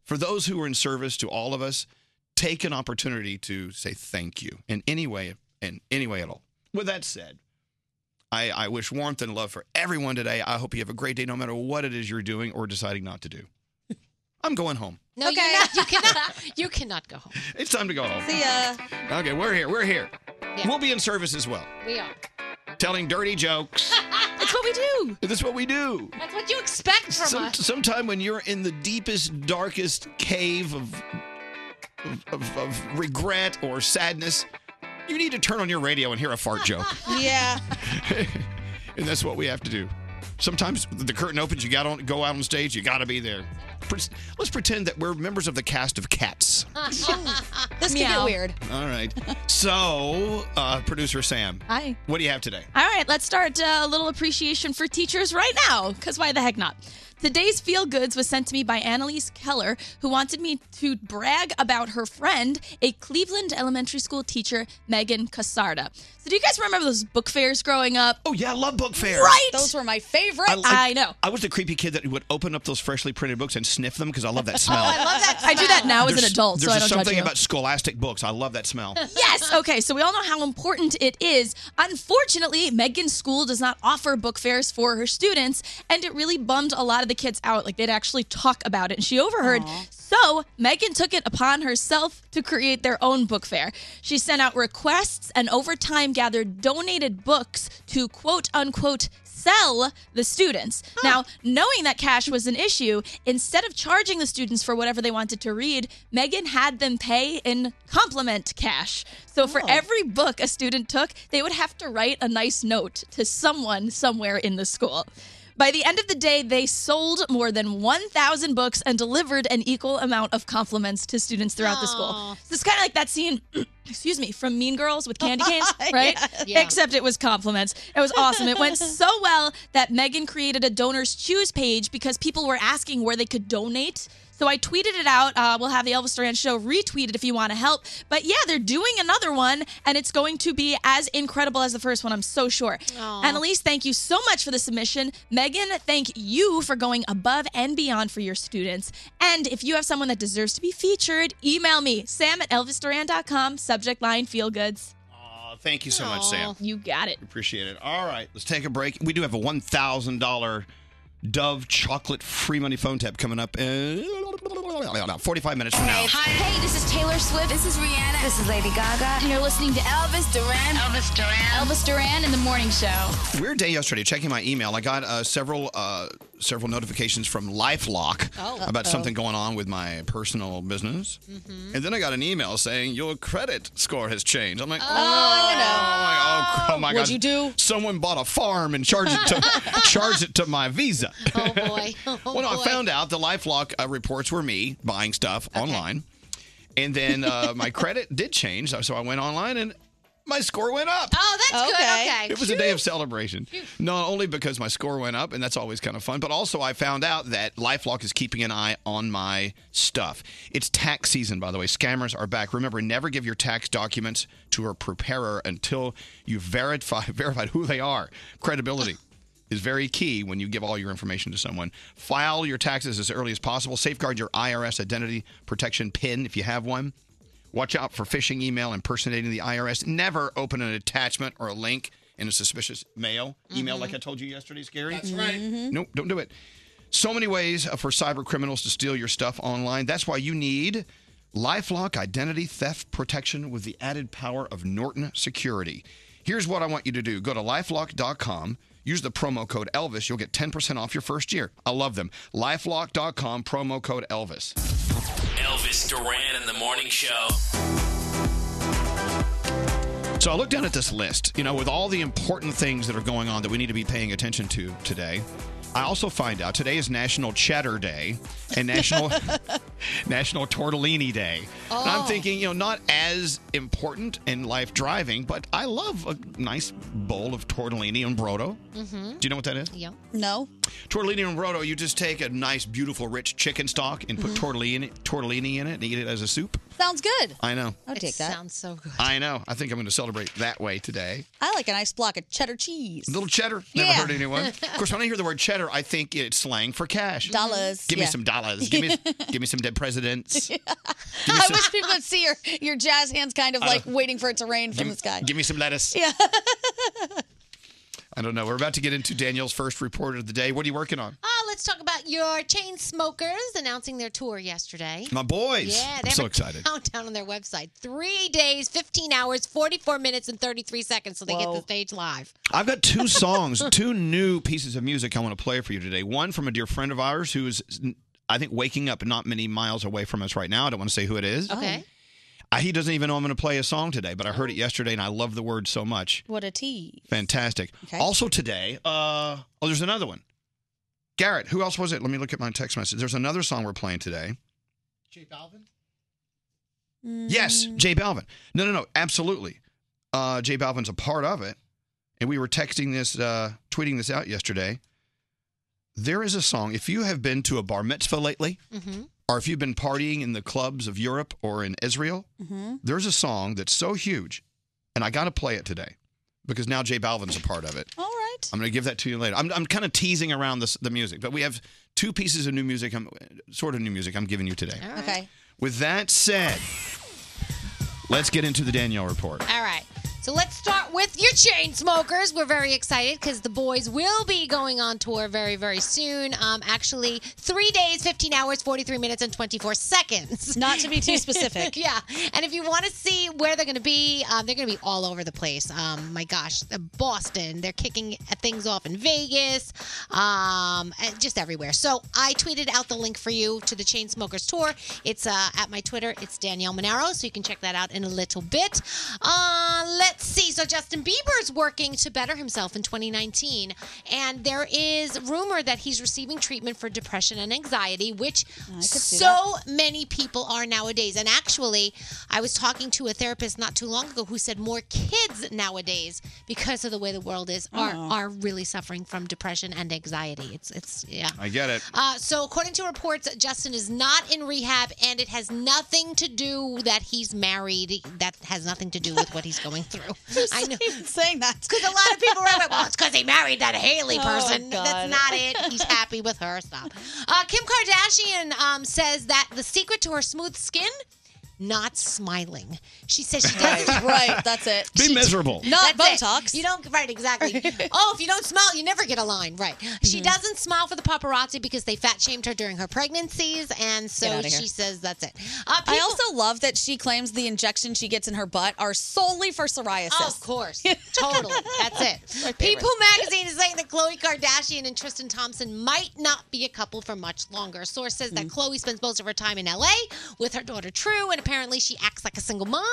Speaker 2: for those who are in service to all of us, take an opportunity to say thank you in any way, in any way at all. With that said, I, I wish warmth and love for everyone today. I hope you have a great day, no matter what it is you're doing or deciding not
Speaker 13: (laughs)
Speaker 2: to do. I'm going home.
Speaker 13: No, you're not, you
Speaker 7: (laughs)
Speaker 13: cannot. You cannot go home.
Speaker 2: It's time to go home.
Speaker 7: See ya.
Speaker 2: Okay, we're here. We're here. We'll be in service as well,
Speaker 13: We are. (laughs)
Speaker 2: telling dirty jokes.
Speaker 13: That's what we do.
Speaker 2: That's what we do.
Speaker 13: That's what you expect from
Speaker 2: Some,
Speaker 13: us.
Speaker 2: sometime when you're in the deepest, darkest cave of, of, of, of regret or sadness, you need to turn on your radio and hear a fart joke.
Speaker 7: Yeah.
Speaker 2: (laughs) and that's what we have to do. Sometimes the curtain opens, you got on, go out on stage, you got to be there. Pre- Let's pretend that we're members of the cast of Cats.
Speaker 7: this could get
Speaker 11: Meow.
Speaker 7: weird.
Speaker 2: All right. So, uh, producer Sam,
Speaker 12: Hi.
Speaker 2: what do you have today?
Speaker 12: All right, let's start uh, a little appreciation for teachers right now, because why the heck not? Today's Feel Goods was sent to me by Annalise Keller, who wanted me to brag about her friend, a Cleveland elementary school teacher, Megan Casarda. So, do you guys remember those book fairs growing up?
Speaker 2: Oh, yeah, I love book fairs.
Speaker 12: Right?
Speaker 7: Those were my favorite.
Speaker 12: I know.
Speaker 2: I was the creepy kid that would open up those freshly printed books and sniff them because Oh, I
Speaker 12: (laughs)
Speaker 2: love that smell.
Speaker 12: that. I do that now as an
Speaker 2: There's-
Speaker 12: adult,
Speaker 2: There's
Speaker 12: so I don't judge
Speaker 2: something
Speaker 12: you.
Speaker 2: about scholastic books. I love
Speaker 12: (laughs)
Speaker 2: that smell.
Speaker 12: yes. Okay. So we all know how important it is. Unfortunately, Megan's school does not offer book fairs for her students, and it really bummed a lot of the kids out. Like they'd actually talk about it, and she overheard. So Megan took it upon herself to create their own book fair. She sent out requests and over time gathered donated books to quote unquote sell the students. Now, knowing that cash was an issue, instead of charging the students for whatever they wanted to read, Megan had them pay in compliment cash. So
Speaker 7: Oh.
Speaker 12: for every book a student took, they would have to write a nice note to someone somewhere in the school. By the end of the day, they sold more than 1,000 books and delivered an equal amount of compliments to students throughout the
Speaker 7: Aw.
Speaker 12: school. So it's kind of like that scene, (clears throat) excuse me, from Mean Girls with candy canes,
Speaker 7: (laughs)
Speaker 12: right?
Speaker 7: Yes. Yeah.
Speaker 12: Except it was compliments. It was awesome. It went so well that Megan created a donors choose page because people were asking where they could donate. So I tweeted it out. Uh, we'll have the Elvis Duran Show retweet it if you want to help. But yeah, they're doing another one, and it's going to be as incredible as the first one. I'm so sure.
Speaker 7: Aw.
Speaker 12: Annalise, thank you so much for the submission. Megan, thank you for going above and beyond for your students. And if you have someone that deserves to be featured, email me, sam at elvisduran.com, subject line feel goods.
Speaker 2: Aw, Uh, thank you so much, Sam.
Speaker 12: You got it.
Speaker 2: Appreciate it. All right, let's take a break. We do have a one thousand dollar Dove chocolate free money phone tap coming up in forty five minutes from now.
Speaker 14: Hi. Hey, this is Taylor Swift. This is Rihanna. This is Lady Gaga. And you're listening to Elvis Duran. Elvis Duran. Elvis Duran in the morning show.
Speaker 2: Weird day yesterday. Checking my email, I got uh, several uh, several notifications from LifeLock
Speaker 14: Oh.
Speaker 2: about
Speaker 14: Uh-oh.
Speaker 2: something going on with my personal business,
Speaker 12: Mm-hmm.
Speaker 2: and then I got an email saying your credit score has changed. I'm like,
Speaker 7: Oh, no.
Speaker 2: Oh, oh my
Speaker 7: What'd
Speaker 2: god!
Speaker 7: you
Speaker 2: do? Someone bought a farm and charged
Speaker 13: (laughs)
Speaker 2: it to charged it to my Visa.
Speaker 13: Oh boy. Oh,
Speaker 2: (laughs) well, no,
Speaker 13: boy.
Speaker 2: I found out the LifeLock uh, reports were me buying stuff online, and then uh, my credit did change. So I went online and my score went up.
Speaker 13: Oh, that's good. Okay.
Speaker 2: It was a day of celebration. Not only because my score went up, and that's always kind of fun, but also I found out that Lifelock is keeping an eye on my stuff. It's tax season, by the way. Scammers are back. Remember, never give your tax documents to a preparer until you've verify, verified (laughs) who they are. Credibility. Is very key when you give all your information to someone. File your taxes as early as possible. Safeguard your IRS identity protection PIN if you have one. Watch out for phishing email impersonating the IRS. Never open an attachment or a link in a suspicious mail email like I
Speaker 1: Mm-hmm.
Speaker 2: told you yesterday, Scary.
Speaker 8: That's right.
Speaker 14: Mm-hmm.
Speaker 8: Mhm.
Speaker 2: Nope, don't do it. So many ways uh, for cyber criminals to steal your stuff online. That's why you need Lifelock identity theft protection with the added power of Norton Security. Here's what I want you to do go to lifelock.com. Use the promo code Elvis. You'll get 10% off your first year. I love them. Lifelock.com, promo code Elvis.
Speaker 5: Elvis Duran and the Morning Show.
Speaker 2: So I looked down at this list, you know, with all the important things that are going on that we need to be paying attention to today. I also find out today is National Cheddar Day
Speaker 16: (laughs)
Speaker 2: and (laughs) National National Tortellini Day. And I'm
Speaker 10: Oh.
Speaker 2: thinking, you know, not as important in life driving, but I love a nice bowl of tortellini and brodo.
Speaker 7: Mm-hmm.
Speaker 2: Do you know what that is?
Speaker 7: Yeah. No.
Speaker 2: Tortellini and brodo, you just take a nice, beautiful, rich chicken stock and put
Speaker 7: Mhm.
Speaker 2: tortellini, tortellini in it and eat it as a soup.
Speaker 7: Sounds good.
Speaker 2: I know.
Speaker 7: I'll take that.
Speaker 13: Sounds so good.
Speaker 2: I know. I think I'm going to celebrate that way today.
Speaker 7: I like a nice block of cheddar cheese.
Speaker 2: (laughs) Little cheddar. Never
Speaker 7: Yeah. (laughs)
Speaker 2: heard anyone. Of course, when I hear the word cheddar, I think it's slang for cash.
Speaker 7: Dollars,
Speaker 2: Give me
Speaker 7: yeah. (laughs)
Speaker 2: some dollars. Give me, give me some dead presidents.
Speaker 7: I wish people would see your, your jazz hands kind of
Speaker 2: I
Speaker 7: like
Speaker 2: don't-
Speaker 7: waiting for it to rain
Speaker 2: Give
Speaker 7: from
Speaker 2: me-
Speaker 7: the sky.
Speaker 2: Give me some lettuce.
Speaker 7: Yeah.
Speaker 2: (laughs) I don't know. We're about to get into Daniel's first report of the day. What are you working on?
Speaker 13: Oh, let's talk about your chain smokers announcing their tour yesterday.
Speaker 2: My boys.
Speaker 13: Yeah, they
Speaker 2: I'm
Speaker 13: have
Speaker 2: so
Speaker 13: a
Speaker 2: excited.
Speaker 13: Countdown on their website: three days, fifteen hours, forty-four minutes, and thirty-three seconds. So they get the stage live.
Speaker 2: I've
Speaker 7: (laughs)
Speaker 2: got two songs, two new pieces of music I want to play for you today. One from a dear friend of ours who is, I think, waking up not many miles away from us right now. I don't want to say who it
Speaker 14: Oh.
Speaker 2: is.
Speaker 7: Okay.
Speaker 2: Uh, he doesn't even know I'm going to play a song today, but I heard it yesterday and I love the word so much.
Speaker 7: What a tea.
Speaker 2: Fantastic.
Speaker 7: Okay.
Speaker 2: Also today, uh, oh, there's another one. Garrett, who else was it? Let me look at my text message. There's another song we're playing today.
Speaker 8: Jay Balvin?
Speaker 6: Mm.
Speaker 2: Yes,
Speaker 13: Mm.
Speaker 2: Jay Balvin. No, no, no, absolutely. Uh, Jay Balvin's a part of it, and we were texting this, uh, tweeting this out yesterday. There is a song. If you have been to a bar mitzvah lately,
Speaker 13: Mm-hmm.
Speaker 2: or if you've been partying in the clubs of Europe or in Israel,
Speaker 1: (laughs)
Speaker 13: Mm-hmm.
Speaker 2: there's a song that's so huge, and I got to play it today because now Jay Balvin's a part of it.
Speaker 7: All right.
Speaker 2: I'm going to give that to you later. I'm, I'm kind of teasing around this, the music, but we have two pieces of new music, I'm, sort of new music I'm giving you today.
Speaker 7: Okay.
Speaker 2: With that said, let's get into the Danielle report.
Speaker 13: All right. So let's start with your chain smokers. We're very excited because the boys will be going on tour very, very soon. Um, actually, three days, 15 hours, 43 minutes, and 24 seconds.
Speaker 7: Not
Speaker 13: (laughs)
Speaker 7: to be too specific.
Speaker 13: yeah. And if you want to see where they're going to be, um, they're going to be all over the place. Um, my gosh, uh, Boston. They're kicking things off in Vegas, um, and just everywhere. So I tweeted out the link for you to the chain smokers tour. It's uh, at my Twitter. It's Danielle Monaro. So you can check that out in a little bit. Uh, let's see. So Justin Bieber's working to better himself in 2019, and there is rumor that he's receiving treatment for depression and anxiety, which
Speaker 7: could see
Speaker 13: so many people are nowadays. And actually, I was talking to a therapist not too long ago who said more kids nowadays, because of the way the world is, are
Speaker 2: Oh.
Speaker 13: are really suffering from depression and anxiety. It's it's yeah.
Speaker 2: I get it.
Speaker 13: Uh, so, according to reports, Justin is not in rehab, and it has nothing to do that he's married. That has nothing to do with what he's going
Speaker 7: (laughs)
Speaker 13: through. I know
Speaker 7: saying
Speaker 13: (laughs)
Speaker 7: that
Speaker 13: because a lot of people are like, "Well, it's because he married that Haley
Speaker 7: Oh,
Speaker 13: person."
Speaker 7: God.
Speaker 13: That's not it. He's happy with her. Stop. Uh, Kim Kardashian um, says that the secret to her smooth skin. Not smiling. She says she doesn't.
Speaker 7: right, that's it.
Speaker 2: Be miserable.
Speaker 7: Not
Speaker 13: (laughs) That's it. You don't right
Speaker 7: (laughs)
Speaker 13: exactly. oh, if you don't smile, you never get a line. Right.
Speaker 7: Mm.
Speaker 13: She doesn't smile for the paparazzi because they fat shamed her during her pregnancies, and
Speaker 7: Get
Speaker 13: so
Speaker 7: outta here.
Speaker 13: she says that's it. Uh,
Speaker 7: I also love that she claims the injections she gets in her butt are solely for psoriasis.
Speaker 13: of course. Totally. That's
Speaker 7: (laughs)
Speaker 13: it. People magazine is saying that Khloe Kardashian and Tristan Thompson might not be a couple for much longer. A source says that Khloe spends most of her time in LA with her daughter True, and apparently she acts like a single mom.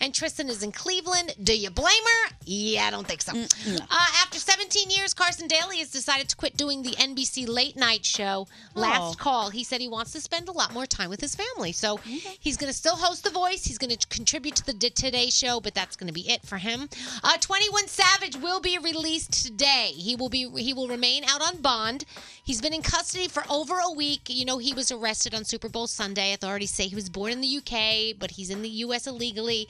Speaker 13: And Tristan is in Cleveland. Do you blame her? Yeah, I don't think so. Uh, after 17 years, Carson Daly has decided to quit doing the NBC late night show. Last
Speaker 7: Oh.
Speaker 13: call. He said he wants to spend a lot more time with his family. So he's going to still host The Voice. He's going to contribute to the D- Today Show, but that's going to be it for him. Uh, 21 Savage will be released today. He will be he will remain out on bond. He's been in custody for over a week. You know he was arrested on Super Bowl Sunday. Authorities say he was born in the UK, but he's in the US illegally.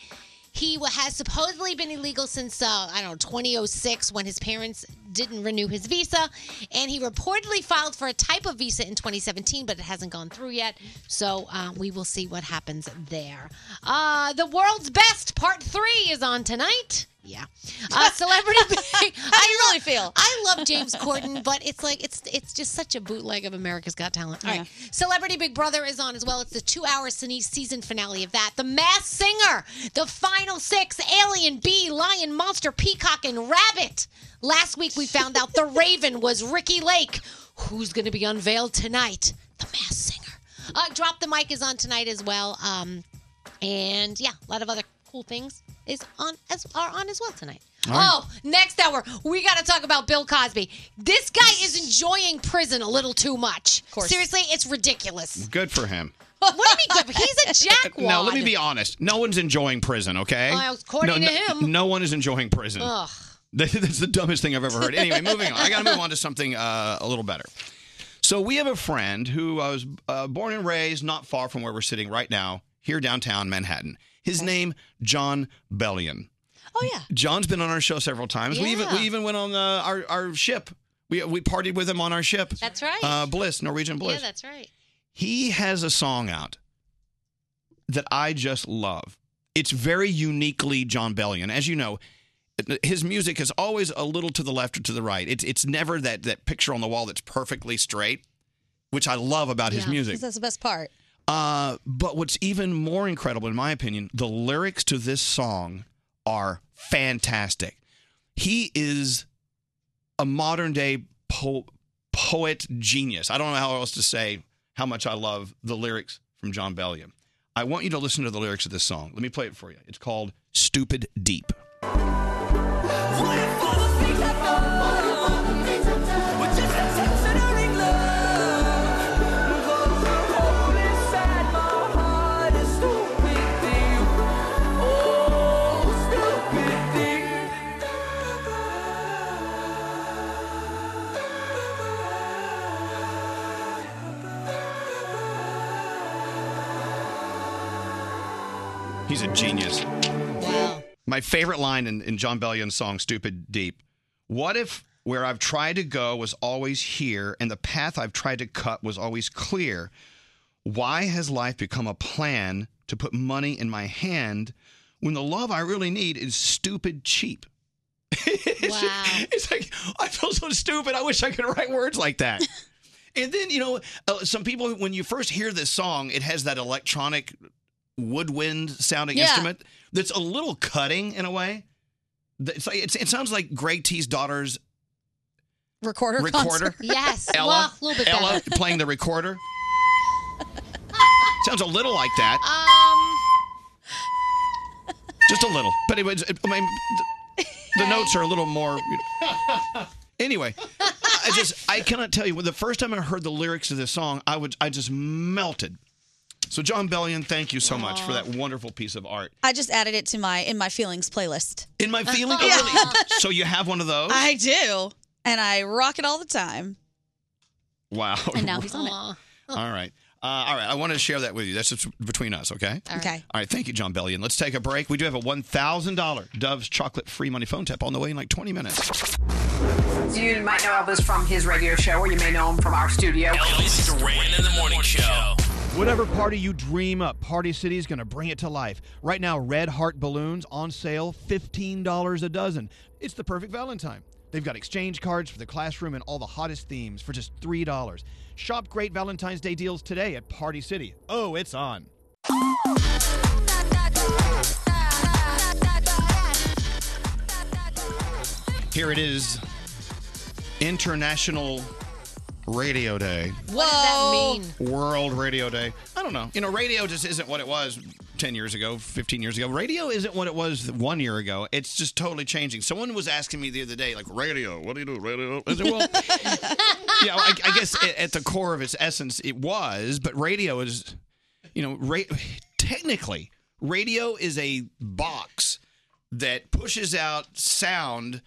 Speaker 13: He wa- has supposedly been illegal since, uh, I don't know, 2006 when his parents didn't renew his visa. And he reportedly filed for a type of visa in 2017, but it hasn't gone through yet. So um, we will see what happens there. Uh, the World's Best Part 3 is on tonight. Yeah. Uh, (laughs) celebrity bang. How do you really feel? I love James Corden, but it's like it's it's just such a bootleg of America's Got Talent. All right, Celebrity Big Brother is on as well. It's the two-hour cine- season finale of that. The Mass Singer, the final six: Alien, Bee, Lion, Monster, Peacock, and Rabbit. Last week we found out the Raven was Ricky Lake, who's going to be unveiled tonight. The Mass Singer. Uh, Drop the Mic is on tonight as well. Um, and yeah, a lot of other cool things is on as are on as well tonight.
Speaker 10: All right.
Speaker 13: Oh, next hour we got to talk about Bill Cosby. This guy is enjoying prison a little too much. Seriously, it's
Speaker 2: (laughs)
Speaker 13: ridiculous.
Speaker 2: Good for him.
Speaker 13: what do you mean? good? He's a jackwad.
Speaker 2: Now, let me be honest. No one's enjoying prison, okay?
Speaker 13: Oh, according
Speaker 2: no,
Speaker 13: to
Speaker 2: no-
Speaker 13: him.
Speaker 2: No one is enjoying prison.
Speaker 13: Ugh.
Speaker 2: That- (laughs) That's the dumbest thing I've ever heard. Anyway, moving on. I got to move on to something uh, a little better. So we have a friend who I was uh, born and raised not far from where we're sitting right now, here downtown Manhattan. His name John Bellion.
Speaker 7: Oh yeah.
Speaker 2: John's been on our show several times. We even
Speaker 7: Yeah.
Speaker 2: we even went on the, our our ship. We we partied with him on our ship.
Speaker 13: That's right.
Speaker 2: Uh, Bliss, Norwegian Bliss.
Speaker 13: Yeah, that's right.
Speaker 2: He has a song out that I just love. It's very uniquely John Bellion. As you know, his music is always a little to the left or to the right. It's it's never that that picture on the wall that's perfectly straight, which I love about his music.
Speaker 7: That's the best part.
Speaker 2: Uh, but what's even more incredible, in my opinion, the lyrics to this song are fantastic. He is a modern day po- poet genius. I don't know how else to say how much I love the lyrics from John Bellion. I want you to listen to the lyrics of this song. Let me play it for you. It's called Stupid Deep.
Speaker 17: Um,
Speaker 2: He's a genius. My favorite line in, in John Bellion's song, Stupid Deep. What if where I've tried to go was always here and the path I've tried to cut was always clear? Why has life become a plan to put money in my hand when the love I really need is stupid cheap? (laughs) it's, like, I feel so stupid. I wish I could write words
Speaker 13: (laughs)
Speaker 2: like that. and then, you know, uh, some people, when you first hear this song, it has that electronic woodwind sounding
Speaker 15: Yeah.
Speaker 2: instrument that's a little cutting in a way. That- It's like, it's, it sounds like Greg T's daughter's
Speaker 7: Recorder.
Speaker 2: recorder.
Speaker 7: concert.
Speaker 13: (laughs) Yes. well, a
Speaker 2: Ella,
Speaker 13: little bit
Speaker 2: Ella
Speaker 13: better.
Speaker 2: playing the
Speaker 13: (laughs)
Speaker 2: recorder. sounds a little like that.
Speaker 13: Um,
Speaker 2: just a little. But it was, I mean, th- the notes are a little more. you know. Anyway, I just I cannot tell you. When the first time I heard the lyrics of this song, I would I just melted. So John Bellion, thank you so much for that wonderful piece of art.
Speaker 7: I just added it to my in my feelings playlist.
Speaker 2: In my feeling, oh,
Speaker 7: Uh, Yeah.
Speaker 2: really? So you have one of those?
Speaker 7: I do, and I rock it all the time.
Speaker 2: wow.
Speaker 7: And
Speaker 2: (laughs)
Speaker 7: now he's on it.
Speaker 2: All right. Uh, all right, I wanted to share that with you. That's just between us, okay?
Speaker 7: All right. Okay.
Speaker 2: All right, thank you, John Bellion. Let's take a break. We do have a $1,000 Dove's chocolate free money phone tap on the way in like 20 minutes.
Speaker 17: You might know Elvis from his radio show, or you may know him from our studio.
Speaker 5: Elvis Duran in the morning show.
Speaker 2: Whatever party you dream up, Party City is going to bring it to life. Right now, Red Heart balloons on sale, $15 a dozen. It's the perfect Valentine. They've got exchange cards for the classroom and all the hottest themes for just $3. Shop great Valentine's Day deals today at Party City. Oh, it's on. Here it is International Radio Day.
Speaker 13: what does that mean?
Speaker 2: World Radio Day. I don't know. You know, radio just isn't what it was 10 years ago, 15 years ago. Radio isn't what it was one year ago. It's just totally changing. Someone was asking me the other day, like, radio, what do you do, radio? I said, well, yeah, I, I guess a- at the core of its essence, it was, but radio is, you know, ra- technically, radio is a box that pushes out sound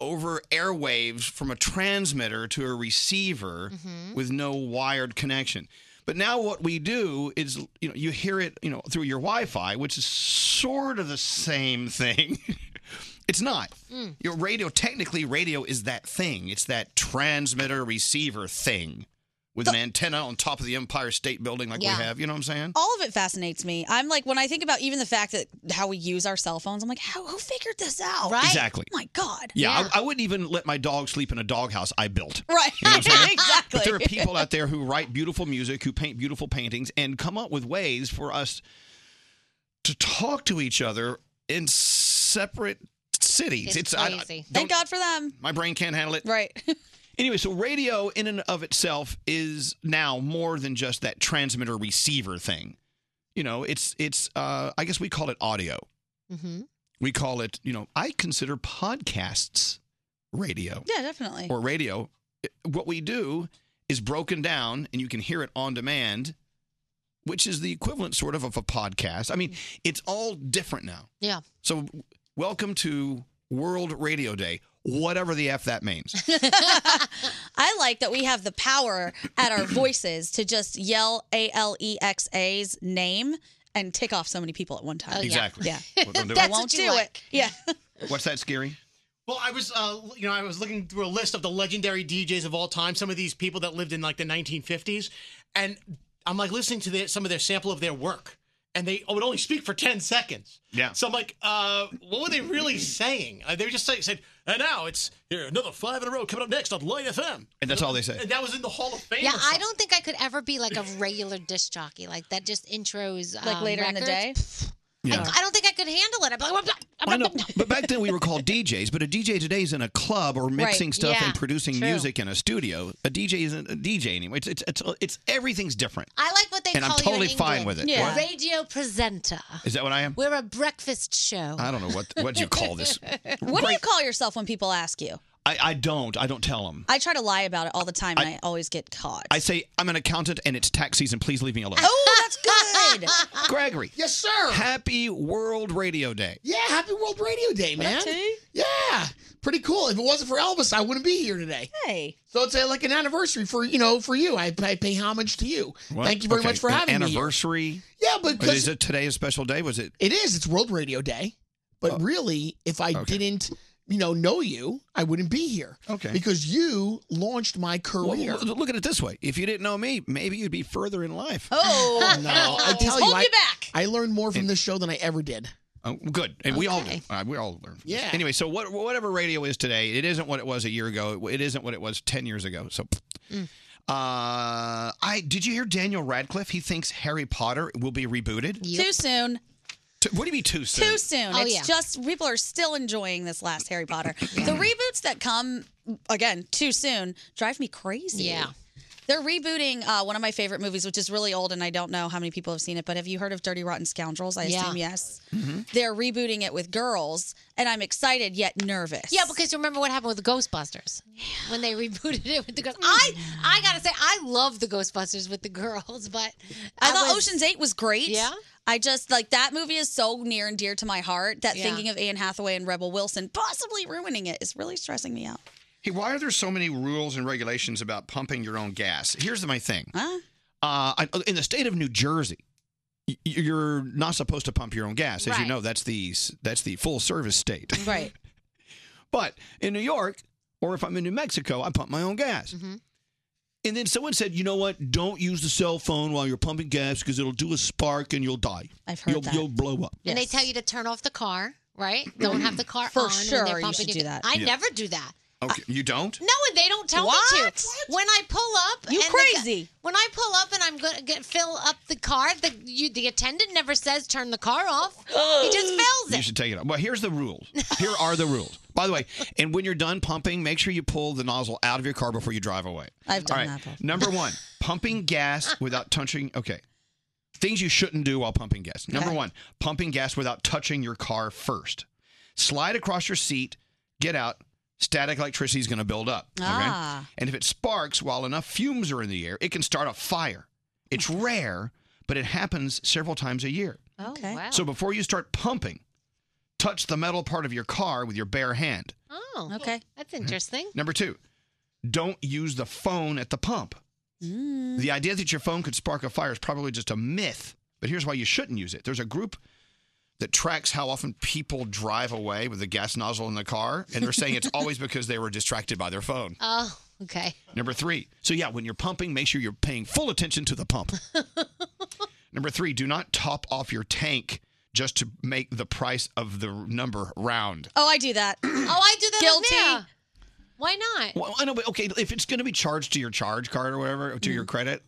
Speaker 2: over airwaves from a transmitter to a receiver with no wired connection. But now what we do is, you know, you hear it, you know, through your Wi-Fi, which is sort of the same thing. (laughs) it's not.
Speaker 10: Mm.
Speaker 2: Your radio, technically, radio is that thing. It's that transmitter receiver thing with an antenna on top of the Empire State Building, like
Speaker 7: Yeah. Oh,
Speaker 2: we have. You know what I'm saying?
Speaker 7: All of it fascinates me. I'm like, when I think about even the fact that how we use our cell phones, I'm like, how, who figured this out? Right?
Speaker 2: Exactly.
Speaker 7: Oh my God.
Speaker 2: Yeah, I, I wouldn't even let my dog sleep in a doghouse I built.
Speaker 7: Right.
Speaker 2: You know what I'm saying?
Speaker 7: (laughs) exactly.
Speaker 2: But there are people out there who write beautiful music, who paint beautiful paintings, and come up with ways for us to talk to each other in separate cities. I- I
Speaker 7: Thank God for them.
Speaker 2: my brain can't handle it.
Speaker 7: Right. (laughs)
Speaker 2: anyway, so radio in and of itself is now more than just that transmitter receiver thing. You know, it's it's uh I guess we call it audio.
Speaker 13: Mm-hmm.
Speaker 2: We call it, you know, I consider podcasts radio
Speaker 7: Yeah, definitely.
Speaker 2: or radio. What we do is broken down and you can hear it on demand, which is the equivalent sort of of a podcast. I mean, it's all different now.
Speaker 13: Mm-hmm. Yeah.
Speaker 2: So, welcome to World Radio Day, whatever the F that means.
Speaker 13: (laughs)
Speaker 7: I like that we have the power at our voices to just yell A L E X A's name and tick off so many people at one time.
Speaker 2: Oh, yeah. Exactly. (laughs)
Speaker 7: Yeah.
Speaker 2: Well, don't do it.
Speaker 7: I won't do it. Yeah.
Speaker 2: What's that, Scary?
Speaker 8: Well, I was, uh, you know, I was looking through a list of the legendary DJs of all time. Some of these people that lived in like the 1950s, and I'm like listening to the, some of their sample of their work, and they would only speak for 10 seconds.
Speaker 2: Yeah.
Speaker 8: So I'm like, uh, what were they really saying? Uh, they were just say, said, and now it's here another five in a row coming up next on Light FM.
Speaker 2: And that's all they say.
Speaker 8: And that was in the Hall of Fame.
Speaker 13: Yeah,
Speaker 8: or
Speaker 13: I
Speaker 8: something.
Speaker 13: don't think I could ever be like a regular disc jockey. Like that just intros.
Speaker 7: Like
Speaker 13: um,
Speaker 7: later in the day?
Speaker 13: records.
Speaker 2: Yeah.
Speaker 13: I don't think I could handle it. I'd be like,
Speaker 2: I know, but back then we
Speaker 13: (laughs)
Speaker 2: were called DJs. But a DJ today is in a club or mixing
Speaker 13: Right,
Speaker 2: stuff
Speaker 13: yeah,
Speaker 2: and producing
Speaker 13: true.
Speaker 2: music in a studio. A DJ isn't a DJ anymore. It's it's it's, it's everything's different.
Speaker 13: I like what they
Speaker 2: And I'm
Speaker 13: call you
Speaker 2: totally
Speaker 13: in
Speaker 2: fine
Speaker 13: England.
Speaker 2: with it. Yeah. What?
Speaker 13: Radio presenter.
Speaker 2: Is that what I am?
Speaker 13: We're a breakfast show.
Speaker 2: I don't know what what you
Speaker 13: (laughs)
Speaker 2: call (laughs) this.
Speaker 7: What do you call yourself when people ask you?
Speaker 2: I, I don't. I don't tell them.
Speaker 7: I try to lie about it all the time and
Speaker 2: I-
Speaker 7: I, always get caught.
Speaker 2: I say I'm an accountant and it's tax season. Please leave me alone.
Speaker 7: Oh, that's good.
Speaker 2: (laughs) Gregory.
Speaker 15: Yes, sir.
Speaker 2: Happy World Radio Day.
Speaker 15: Yeah, happy World Radio Day,
Speaker 2: What up,
Speaker 15: man.
Speaker 2: T?
Speaker 15: Yeah, pretty cool. If it wasn't for Elvis, I wouldn't be here today.
Speaker 7: Hey.
Speaker 15: So it's uh like an anniversary for you know for you. I, I pay homage to you.
Speaker 2: What?
Speaker 15: Thank you very
Speaker 2: Okay,
Speaker 15: much for
Speaker 2: an
Speaker 15: having me. here.
Speaker 2: anniversary.
Speaker 15: Yeah, but 'cause-
Speaker 2: is it today a special day? Was it?
Speaker 15: It is. It's World Radio Day. But
Speaker 2: Oh.
Speaker 15: really, if I didn't you know know you, I wouldn't be here.
Speaker 2: Okay.
Speaker 15: Because you launched my career.
Speaker 2: Well, look at it this way: if you didn't know me, maybe you'd be further in life. (laughs)
Speaker 15: Oh no! I
Speaker 2: He's
Speaker 15: tell you,
Speaker 2: holding
Speaker 15: I,
Speaker 2: you back.
Speaker 15: I learned more from this show than I ever did.
Speaker 2: Oh, good, and we all do. Uh, we all learn. From this.
Speaker 15: Yeah.
Speaker 2: Anyway, so what, whatever radio is today, it isn't what it was a year ago. It isn't what it was ten years ago. So, uh, I did you hear Daniel Radcliffe? He thinks Harry Potter will be rebooted.
Speaker 7: Too soon.
Speaker 2: T- what do you mean too soon?
Speaker 7: Too soon.
Speaker 2: Oh,
Speaker 7: it's
Speaker 2: yeah.
Speaker 7: just people are still enjoying this last
Speaker 13: (laughs)
Speaker 7: Harry Potter. The reboots that come again too soon drive me crazy.
Speaker 13: Yeah.
Speaker 7: They're rebooting uh, one of my favorite movies, which is really old, and I don't know how many people have seen it. But have you heard of Dirty Rotten Scoundrels? I
Speaker 13: Yeah.
Speaker 7: assume yes. They're rebooting it with girls, and I'm excited yet nervous.
Speaker 13: Yeah, because remember what happened with the Ghostbusters when they (laughs) rebooted it with the girls. I I gotta say I love the Ghostbusters with the girls, (laughs) but
Speaker 7: I, thought oh, Ocean's Eight was great.
Speaker 13: Yeah?
Speaker 7: I just like that movie is so near and dear to my heart that
Speaker 13: Yeah.
Speaker 7: thinking of Anne Hathaway and Rebel Wilson possibly ruining it is really stressing me out.
Speaker 2: Hey, why are there so many rules and regulations about pumping your own gas? Here's my thing.
Speaker 7: Huh?
Speaker 2: Uh, I- in the state of New Jersey, y- you're not supposed to pump your own gas, as you
Speaker 7: Right.
Speaker 2: know. That's the s- that's the full service state.
Speaker 7: (laughs) Right.
Speaker 2: (laughs) but in New York, or if I'm in New Mexico, I pump my own gas.
Speaker 7: Mm-hmm.
Speaker 2: And then someone said, you know what? Don't use the cell phone while you're pumping gas because it'll do a spark and you'll die.
Speaker 7: I've heard
Speaker 2: you'll,
Speaker 7: that.
Speaker 2: You'll blow up.
Speaker 13: And they tell you to turn off the car, right? Don't have the car
Speaker 7: For
Speaker 13: on when
Speaker 7: sure,
Speaker 13: they're
Speaker 7: you
Speaker 13: pumping
Speaker 7: should
Speaker 13: your-
Speaker 7: do that.
Speaker 13: I
Speaker 2: Yeah.
Speaker 13: never do that.
Speaker 2: Okay, you don't.
Speaker 13: No, and they don't tell me to.
Speaker 7: What?
Speaker 13: When I pull up, and
Speaker 7: You
Speaker 13: the gu-
Speaker 7: crazy.
Speaker 13: when I pull up and I'm gonna get, fill up the car, the you, the attendant never says turn the car off.
Speaker 2: Oh.
Speaker 13: he just fills
Speaker 2: You
Speaker 13: it.
Speaker 2: should take it off. Well, here's the rules. Here are the rules. By the way, and when you're done pumping, make sure you pull the nozzle out of your car before you drive away.
Speaker 7: I've done
Speaker 2: All
Speaker 7: that before. (laughs)
Speaker 2: Number one, pumping gas without touching. Okay. Things you shouldn't do while pumping gas. Number
Speaker 16: Okay.
Speaker 2: one, pumping gas without touching your car first. Slide across your seat, get out. Static electricity is going to build up. Okay?
Speaker 16: Ah.
Speaker 2: And if it sparks while enough fumes are in the air, it can start a fire. It's rare, but it happens several times a year.
Speaker 7: Okay.
Speaker 2: So before you start pumping, touch the metal part of your car with your bare hand.
Speaker 13: Oh,
Speaker 7: okay,
Speaker 13: that's interesting.
Speaker 2: Number two, don't use the phone at the pump.
Speaker 7: Mm.
Speaker 2: The idea that your phone could spark a fire is probably just a myth, but here's why you shouldn't use it. There's a group that tracks how often people drive away with the gas nozzle in the car, and they're saying it's always because they were distracted by their phone.
Speaker 13: Oh, okay.
Speaker 2: Number three. So, yeah, when you're pumping, make sure you're paying full attention to
Speaker 7: (laughs)
Speaker 2: the pump. Number three, do not top off your tank just to make the price of the number round.
Speaker 7: Oh, I do that. oh, I
Speaker 13: do that.
Speaker 7: Guilty.
Speaker 13: Why not?
Speaker 2: Well, I know, but okay, if it's going to be charged to your charge card or whatever, to your
Speaker 7: Mm-hmm.
Speaker 2: credit,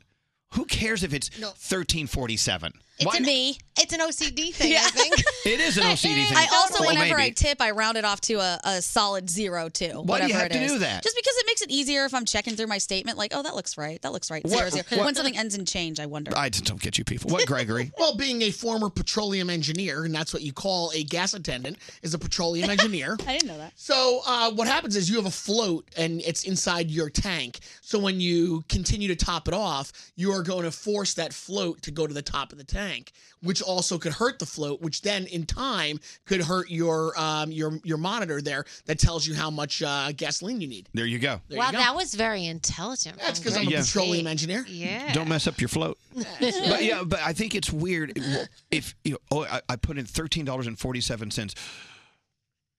Speaker 2: who cares if it's
Speaker 13: No.
Speaker 2: 1347?
Speaker 7: It's
Speaker 2: Why
Speaker 7: a
Speaker 2: not?
Speaker 7: me.
Speaker 13: It's an
Speaker 7: (laughs)
Speaker 13: OCD thing, I think.
Speaker 2: It is an OCD thing.
Speaker 7: I also,
Speaker 2: Well,
Speaker 7: whenever
Speaker 2: maybe.
Speaker 7: I tip, I round it off to a, a solid zero too.
Speaker 2: Why do
Speaker 7: whatever
Speaker 2: you have
Speaker 7: it
Speaker 2: to
Speaker 7: is.
Speaker 2: do that?
Speaker 7: Just because it makes it easier if I'm checking through my statement, like, oh, that looks right. That looks right.
Speaker 15: What-
Speaker 7: Zero, zero.
Speaker 15: what-
Speaker 7: When something ends in change, I wonder.
Speaker 2: I just don't get you people.
Speaker 7: (laughs)
Speaker 2: What, Gregory?
Speaker 15: Well, being a former petroleum engineer, and that's what you call a gas attendant, is a petroleum
Speaker 2: (laughs)
Speaker 15: engineer.
Speaker 7: I didn't know that.
Speaker 15: So uh, what happens is you have a float, and it's inside your tank. So when you continue to top it off, you are going to force that float to go to the top of the tank, which also could hurt the float, which then in time could hurt your um, your your monitor there that tells you how much uh, gasoline you need.
Speaker 2: There you go.
Speaker 15: There
Speaker 13: wow,
Speaker 15: you go.
Speaker 13: that was very intelligent.
Speaker 15: That's because I'm a
Speaker 2: Yeah.
Speaker 15: petroleum engineer.
Speaker 13: Yeah. (laughs)
Speaker 2: Don't mess up your float. but yeah, but I think it's weird if you know, oh I, I put in thirteen dollars and forty seven cents.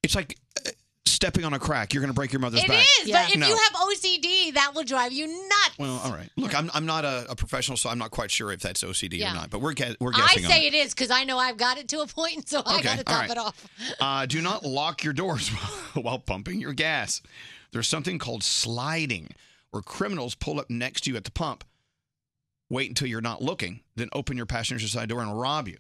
Speaker 2: It's like uh, stepping on a crack. You're going to break your mother's
Speaker 13: It
Speaker 2: back.
Speaker 13: is, but if
Speaker 2: No.
Speaker 13: you have OCD, that will drive you nuts.
Speaker 2: well, all right. Look, I'm I'm not a, a professional, so I'm not quite sure if that's OCD
Speaker 13: Yeah.
Speaker 2: or not. But we're gu- we're
Speaker 13: I
Speaker 2: guessing.
Speaker 13: say it is because I know I've got it to a point, and so I
Speaker 2: Okay,
Speaker 13: got to
Speaker 2: all
Speaker 13: top
Speaker 2: right.
Speaker 13: it off.
Speaker 2: on it. Uh, do not lock your doors (laughs) while pumping your gas. There's something called sliding, where criminals pull up next to you at the pump, wait until you're not looking, then open your passenger side door and rob you.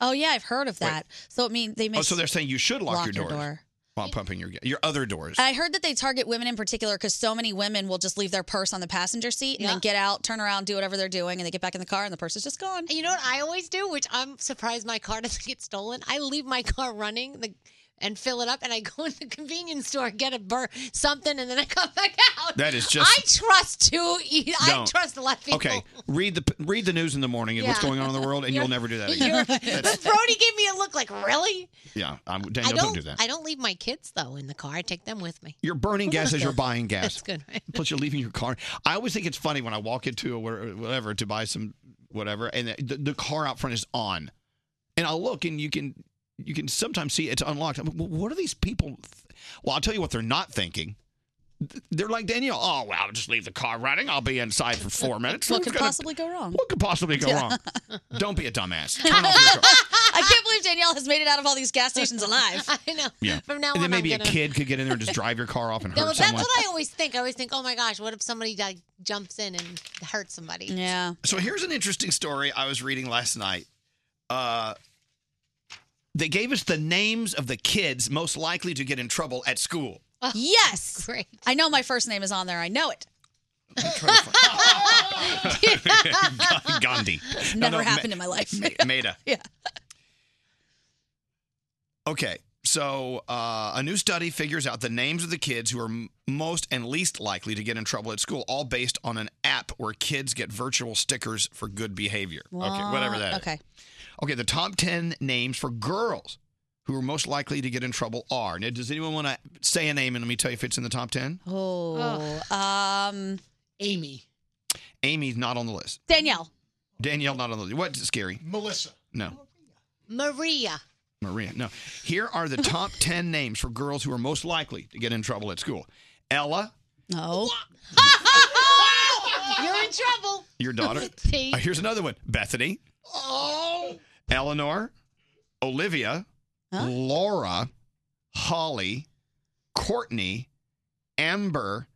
Speaker 7: Oh. yeah, I've heard of that. So it means they make.
Speaker 2: Oh, so they're saying you should lock,
Speaker 7: lock
Speaker 2: your
Speaker 7: your
Speaker 2: doors
Speaker 7: door.
Speaker 2: while pumping your your other doors.
Speaker 7: And I heard that they target women in particular because so many women will just leave their purse on the passenger seat and then get out, turn around, do whatever they're doing, and they get back in the car and the purse is just gone.
Speaker 13: And you know what I always do, which I'm surprised my car (laughs) doesn't get stolen. I leave my car running the, and fill it up, and I go in the convenience store, get a bur- something, and then I come back out.
Speaker 2: That is just-
Speaker 13: I trust to eat. I
Speaker 2: Don't.
Speaker 13: trust a lot of people.
Speaker 2: Okay, read the read the news in the morning and what's
Speaker 13: Yeah.
Speaker 2: going on in the world, and you'll never do that
Speaker 13: (laughs) You're-
Speaker 2: again. That's-
Speaker 13: but Brody gave me a look like, really?
Speaker 2: yeah, I'm, Daniel,
Speaker 13: I
Speaker 2: don't, do that.
Speaker 13: I don't leave my kids though in the car. I take them with me. (laughs)
Speaker 2: You're burning gas as you're buying gas.
Speaker 13: That's good. Right?
Speaker 2: Plus, you're leaving your car. I always think it's funny when I walk into a where- whatever to buy some whatever, and the, the car out front is on, and I'll look, and you can you can sometimes see it's unlocked. I'm like, well, what are these people? Th-? Well, I'll tell you what they're not thinking. Th- They're like Danielle. Oh well, I'll just leave the car running. I'll be inside for four minutes.
Speaker 7: What
Speaker 2: Who's
Speaker 7: could
Speaker 2: gonna-
Speaker 7: possibly go wrong?
Speaker 2: What could possibly go
Speaker 7: Yeah.
Speaker 2: wrong?
Speaker 7: (laughs)
Speaker 2: Don't be a dumbass.
Speaker 7: I can't believe Danielle has made it out of all these gas stations alive.
Speaker 13: (laughs)
Speaker 2: (laughs)
Speaker 13: I know.
Speaker 2: Yeah.
Speaker 13: From now
Speaker 2: and
Speaker 13: on,
Speaker 2: then maybe
Speaker 13: I'm
Speaker 2: a
Speaker 13: gonna-
Speaker 2: kid could get in there and just drive your car off
Speaker 13: (laughs)
Speaker 2: and
Speaker 13: No,
Speaker 2: hurt
Speaker 13: that's
Speaker 2: someone.
Speaker 13: what I always think. I always think, oh my gosh, what if somebody like jumps in and hurts somebody?
Speaker 7: Yeah.
Speaker 2: So here's an interesting story I was reading last night. Uh, they gave us the names of the kids most likely to get in trouble
Speaker 7: (laughs)
Speaker 2: at school. (laughs)
Speaker 7: yes. Great. I know my first name is on there. I know it.
Speaker 2: Gandhi.
Speaker 7: Never happened in my
Speaker 1: (laughs)
Speaker 7: life.
Speaker 2: Ma- Maida.
Speaker 7: Yeah.
Speaker 2: Okay. So uh, a new study figures out the names of the kids who are m- most and least likely to get in trouble at school, all based on an app where kids get virtual stickers for good behavior. Okay, whatever that is.
Speaker 7: Okay.
Speaker 2: Okay, the top 10 names for girls who are most likely to get in trouble are. Now, does anyone want to say a name and let me tell you if it's in the top 10?
Speaker 7: Oh, um,
Speaker 15: Amy.
Speaker 2: Amy's not on the list.
Speaker 7: Danielle.
Speaker 2: Danielle, not on the list. What's scary?
Speaker 15: Melissa.
Speaker 2: No.
Speaker 13: Maria.
Speaker 2: Maria. No. Here are
Speaker 7: (laughs)
Speaker 2: the top 10 names for girls who are most likely to get in trouble at school Ella,
Speaker 7: No.
Speaker 13: You're in trouble.
Speaker 2: your daughter.
Speaker 13: T.
Speaker 2: Uh, here's another one Bethany,
Speaker 13: Oh.
Speaker 2: Eleanor, Olivia, Laura, Holly, Courtney, Amber,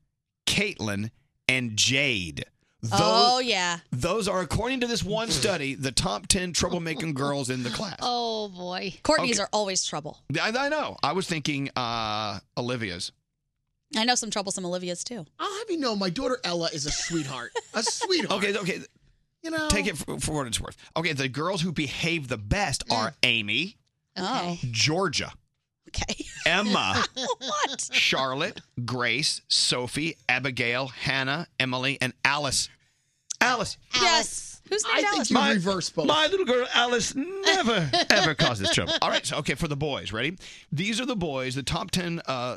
Speaker 2: Caitlin, and Jade. Tho-
Speaker 7: oh, yeah.
Speaker 2: Those are, according to this one study, the top 10 troublemaking girls in the class.
Speaker 13: Oh boy.
Speaker 7: Courtney's
Speaker 2: Okay.
Speaker 7: are always trouble.
Speaker 2: I, I know. I was thinking uh, Olivia's.
Speaker 7: I know some troublesome Olivia's too.
Speaker 15: I'll have you know, my daughter Ella is a sweetheart. A sweetheart.
Speaker 2: Okay, okay.
Speaker 15: You know,
Speaker 2: Take it for, for what it's worth. Okay, the girls who behave the best
Speaker 15: Mm.
Speaker 2: are Amy,
Speaker 7: Oh.
Speaker 2: Georgia, okay.
Speaker 1: (laughs)
Speaker 2: Emma,
Speaker 7: (laughs) what?
Speaker 2: Charlotte, Grace, Sophie, Abigail, Hannah, Emily, and Alice. Alice.
Speaker 7: Yes. Who's named
Speaker 15: I think
Speaker 7: Alice?
Speaker 15: you reverse both.
Speaker 2: My little girl Alice never ever causes trouble. All right, so okay for the boys, ready? These (laughs) are the boys, the top ten uh,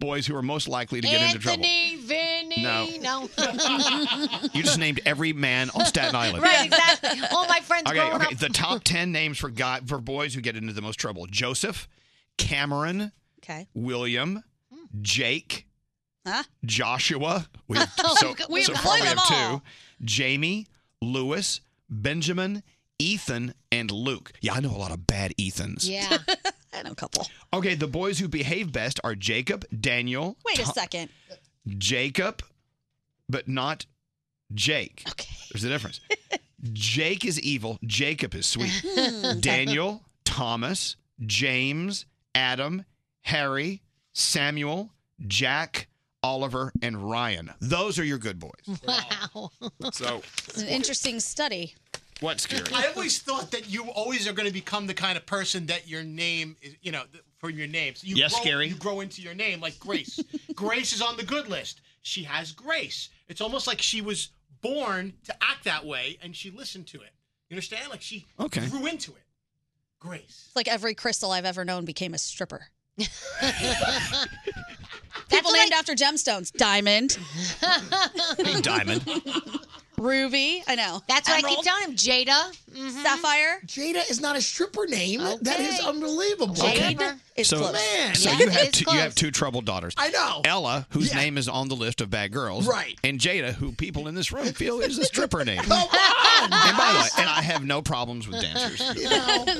Speaker 2: boys who are most likely to get into trouble.
Speaker 13: Anthony, Vinny,
Speaker 2: No. (laughs)
Speaker 13: No.
Speaker 2: You just named every man on Staten Island.
Speaker 13: Right, exactly. All my friends
Speaker 2: Okay,
Speaker 13: growing
Speaker 2: okay.
Speaker 13: up.
Speaker 7: (laughs)
Speaker 2: The top ten names for guy for boys who get into the most trouble: Joseph, Cameron,
Speaker 7: Okay.
Speaker 2: William, Jake,
Speaker 7: Huh?
Speaker 2: Joshua.
Speaker 7: (laughs)
Speaker 2: We have,
Speaker 7: Oh,
Speaker 2: so,
Speaker 7: g- we've
Speaker 2: so
Speaker 7: got
Speaker 2: far we
Speaker 7: them
Speaker 2: have
Speaker 7: all.
Speaker 2: two. Jamie, Lewis, Benjamin, Ethan, and Luke. Yeah, I know a lot of bad Ethans.
Speaker 7: Yeah. I know a couple.
Speaker 2: Okay, the boys who behave best are Jacob, Daniel,
Speaker 7: Wait a
Speaker 2: Tom-
Speaker 7: second.
Speaker 2: Jacob, but not Jake. Okay. There's a difference. Jake is evil. Jacob is sweet.
Speaker 7: Hmm.
Speaker 2: Daniel, Thomas, James, Adam, Harry, Samuel, Jack, Oliver, and Ryan. Those are your good boys.
Speaker 7: Wow.
Speaker 2: So,
Speaker 7: It's an interesting study.
Speaker 2: what's scary?
Speaker 8: I always thought that you always are going to become the kind of person that your name is, you know, th- for your name. So you
Speaker 2: Yes,
Speaker 8: grow,
Speaker 2: Gary?
Speaker 8: You grow into your name like
Speaker 2: (laughs)
Speaker 8: Grace. Grace is on the good list. She has grace. It's almost like she was born to act that way and she listened to it. You understand? Like she
Speaker 2: Okay.
Speaker 8: grew into it. Grace.
Speaker 7: It's like every crystal I've ever known became
Speaker 13: (laughs)
Speaker 7: a stripper. People named after
Speaker 13: (laughs)
Speaker 7: gemstones. Diamond.
Speaker 2: Diamond.
Speaker 7: Ruby. I know.
Speaker 13: That's why I keep telling him. Jada. Mm-hmm.
Speaker 7: Sapphire.
Speaker 15: Jada is not a stripper name. That is unbelievable.
Speaker 2: Jade
Speaker 7: is
Speaker 2: so,
Speaker 15: Man.
Speaker 2: so you have two, you have two troubled daughters.
Speaker 15: I know.
Speaker 2: Ella, whose name is on the list of bad girls,
Speaker 15: Right. Oh,
Speaker 2: And Jada, who people in this room feel is a
Speaker 15: (laughs)
Speaker 2: stripper name.
Speaker 15: Come on.
Speaker 7: (laughs)
Speaker 2: And by the way, and I have no problems
Speaker 15: (laughs)
Speaker 2: with dancers.
Speaker 7: (laughs)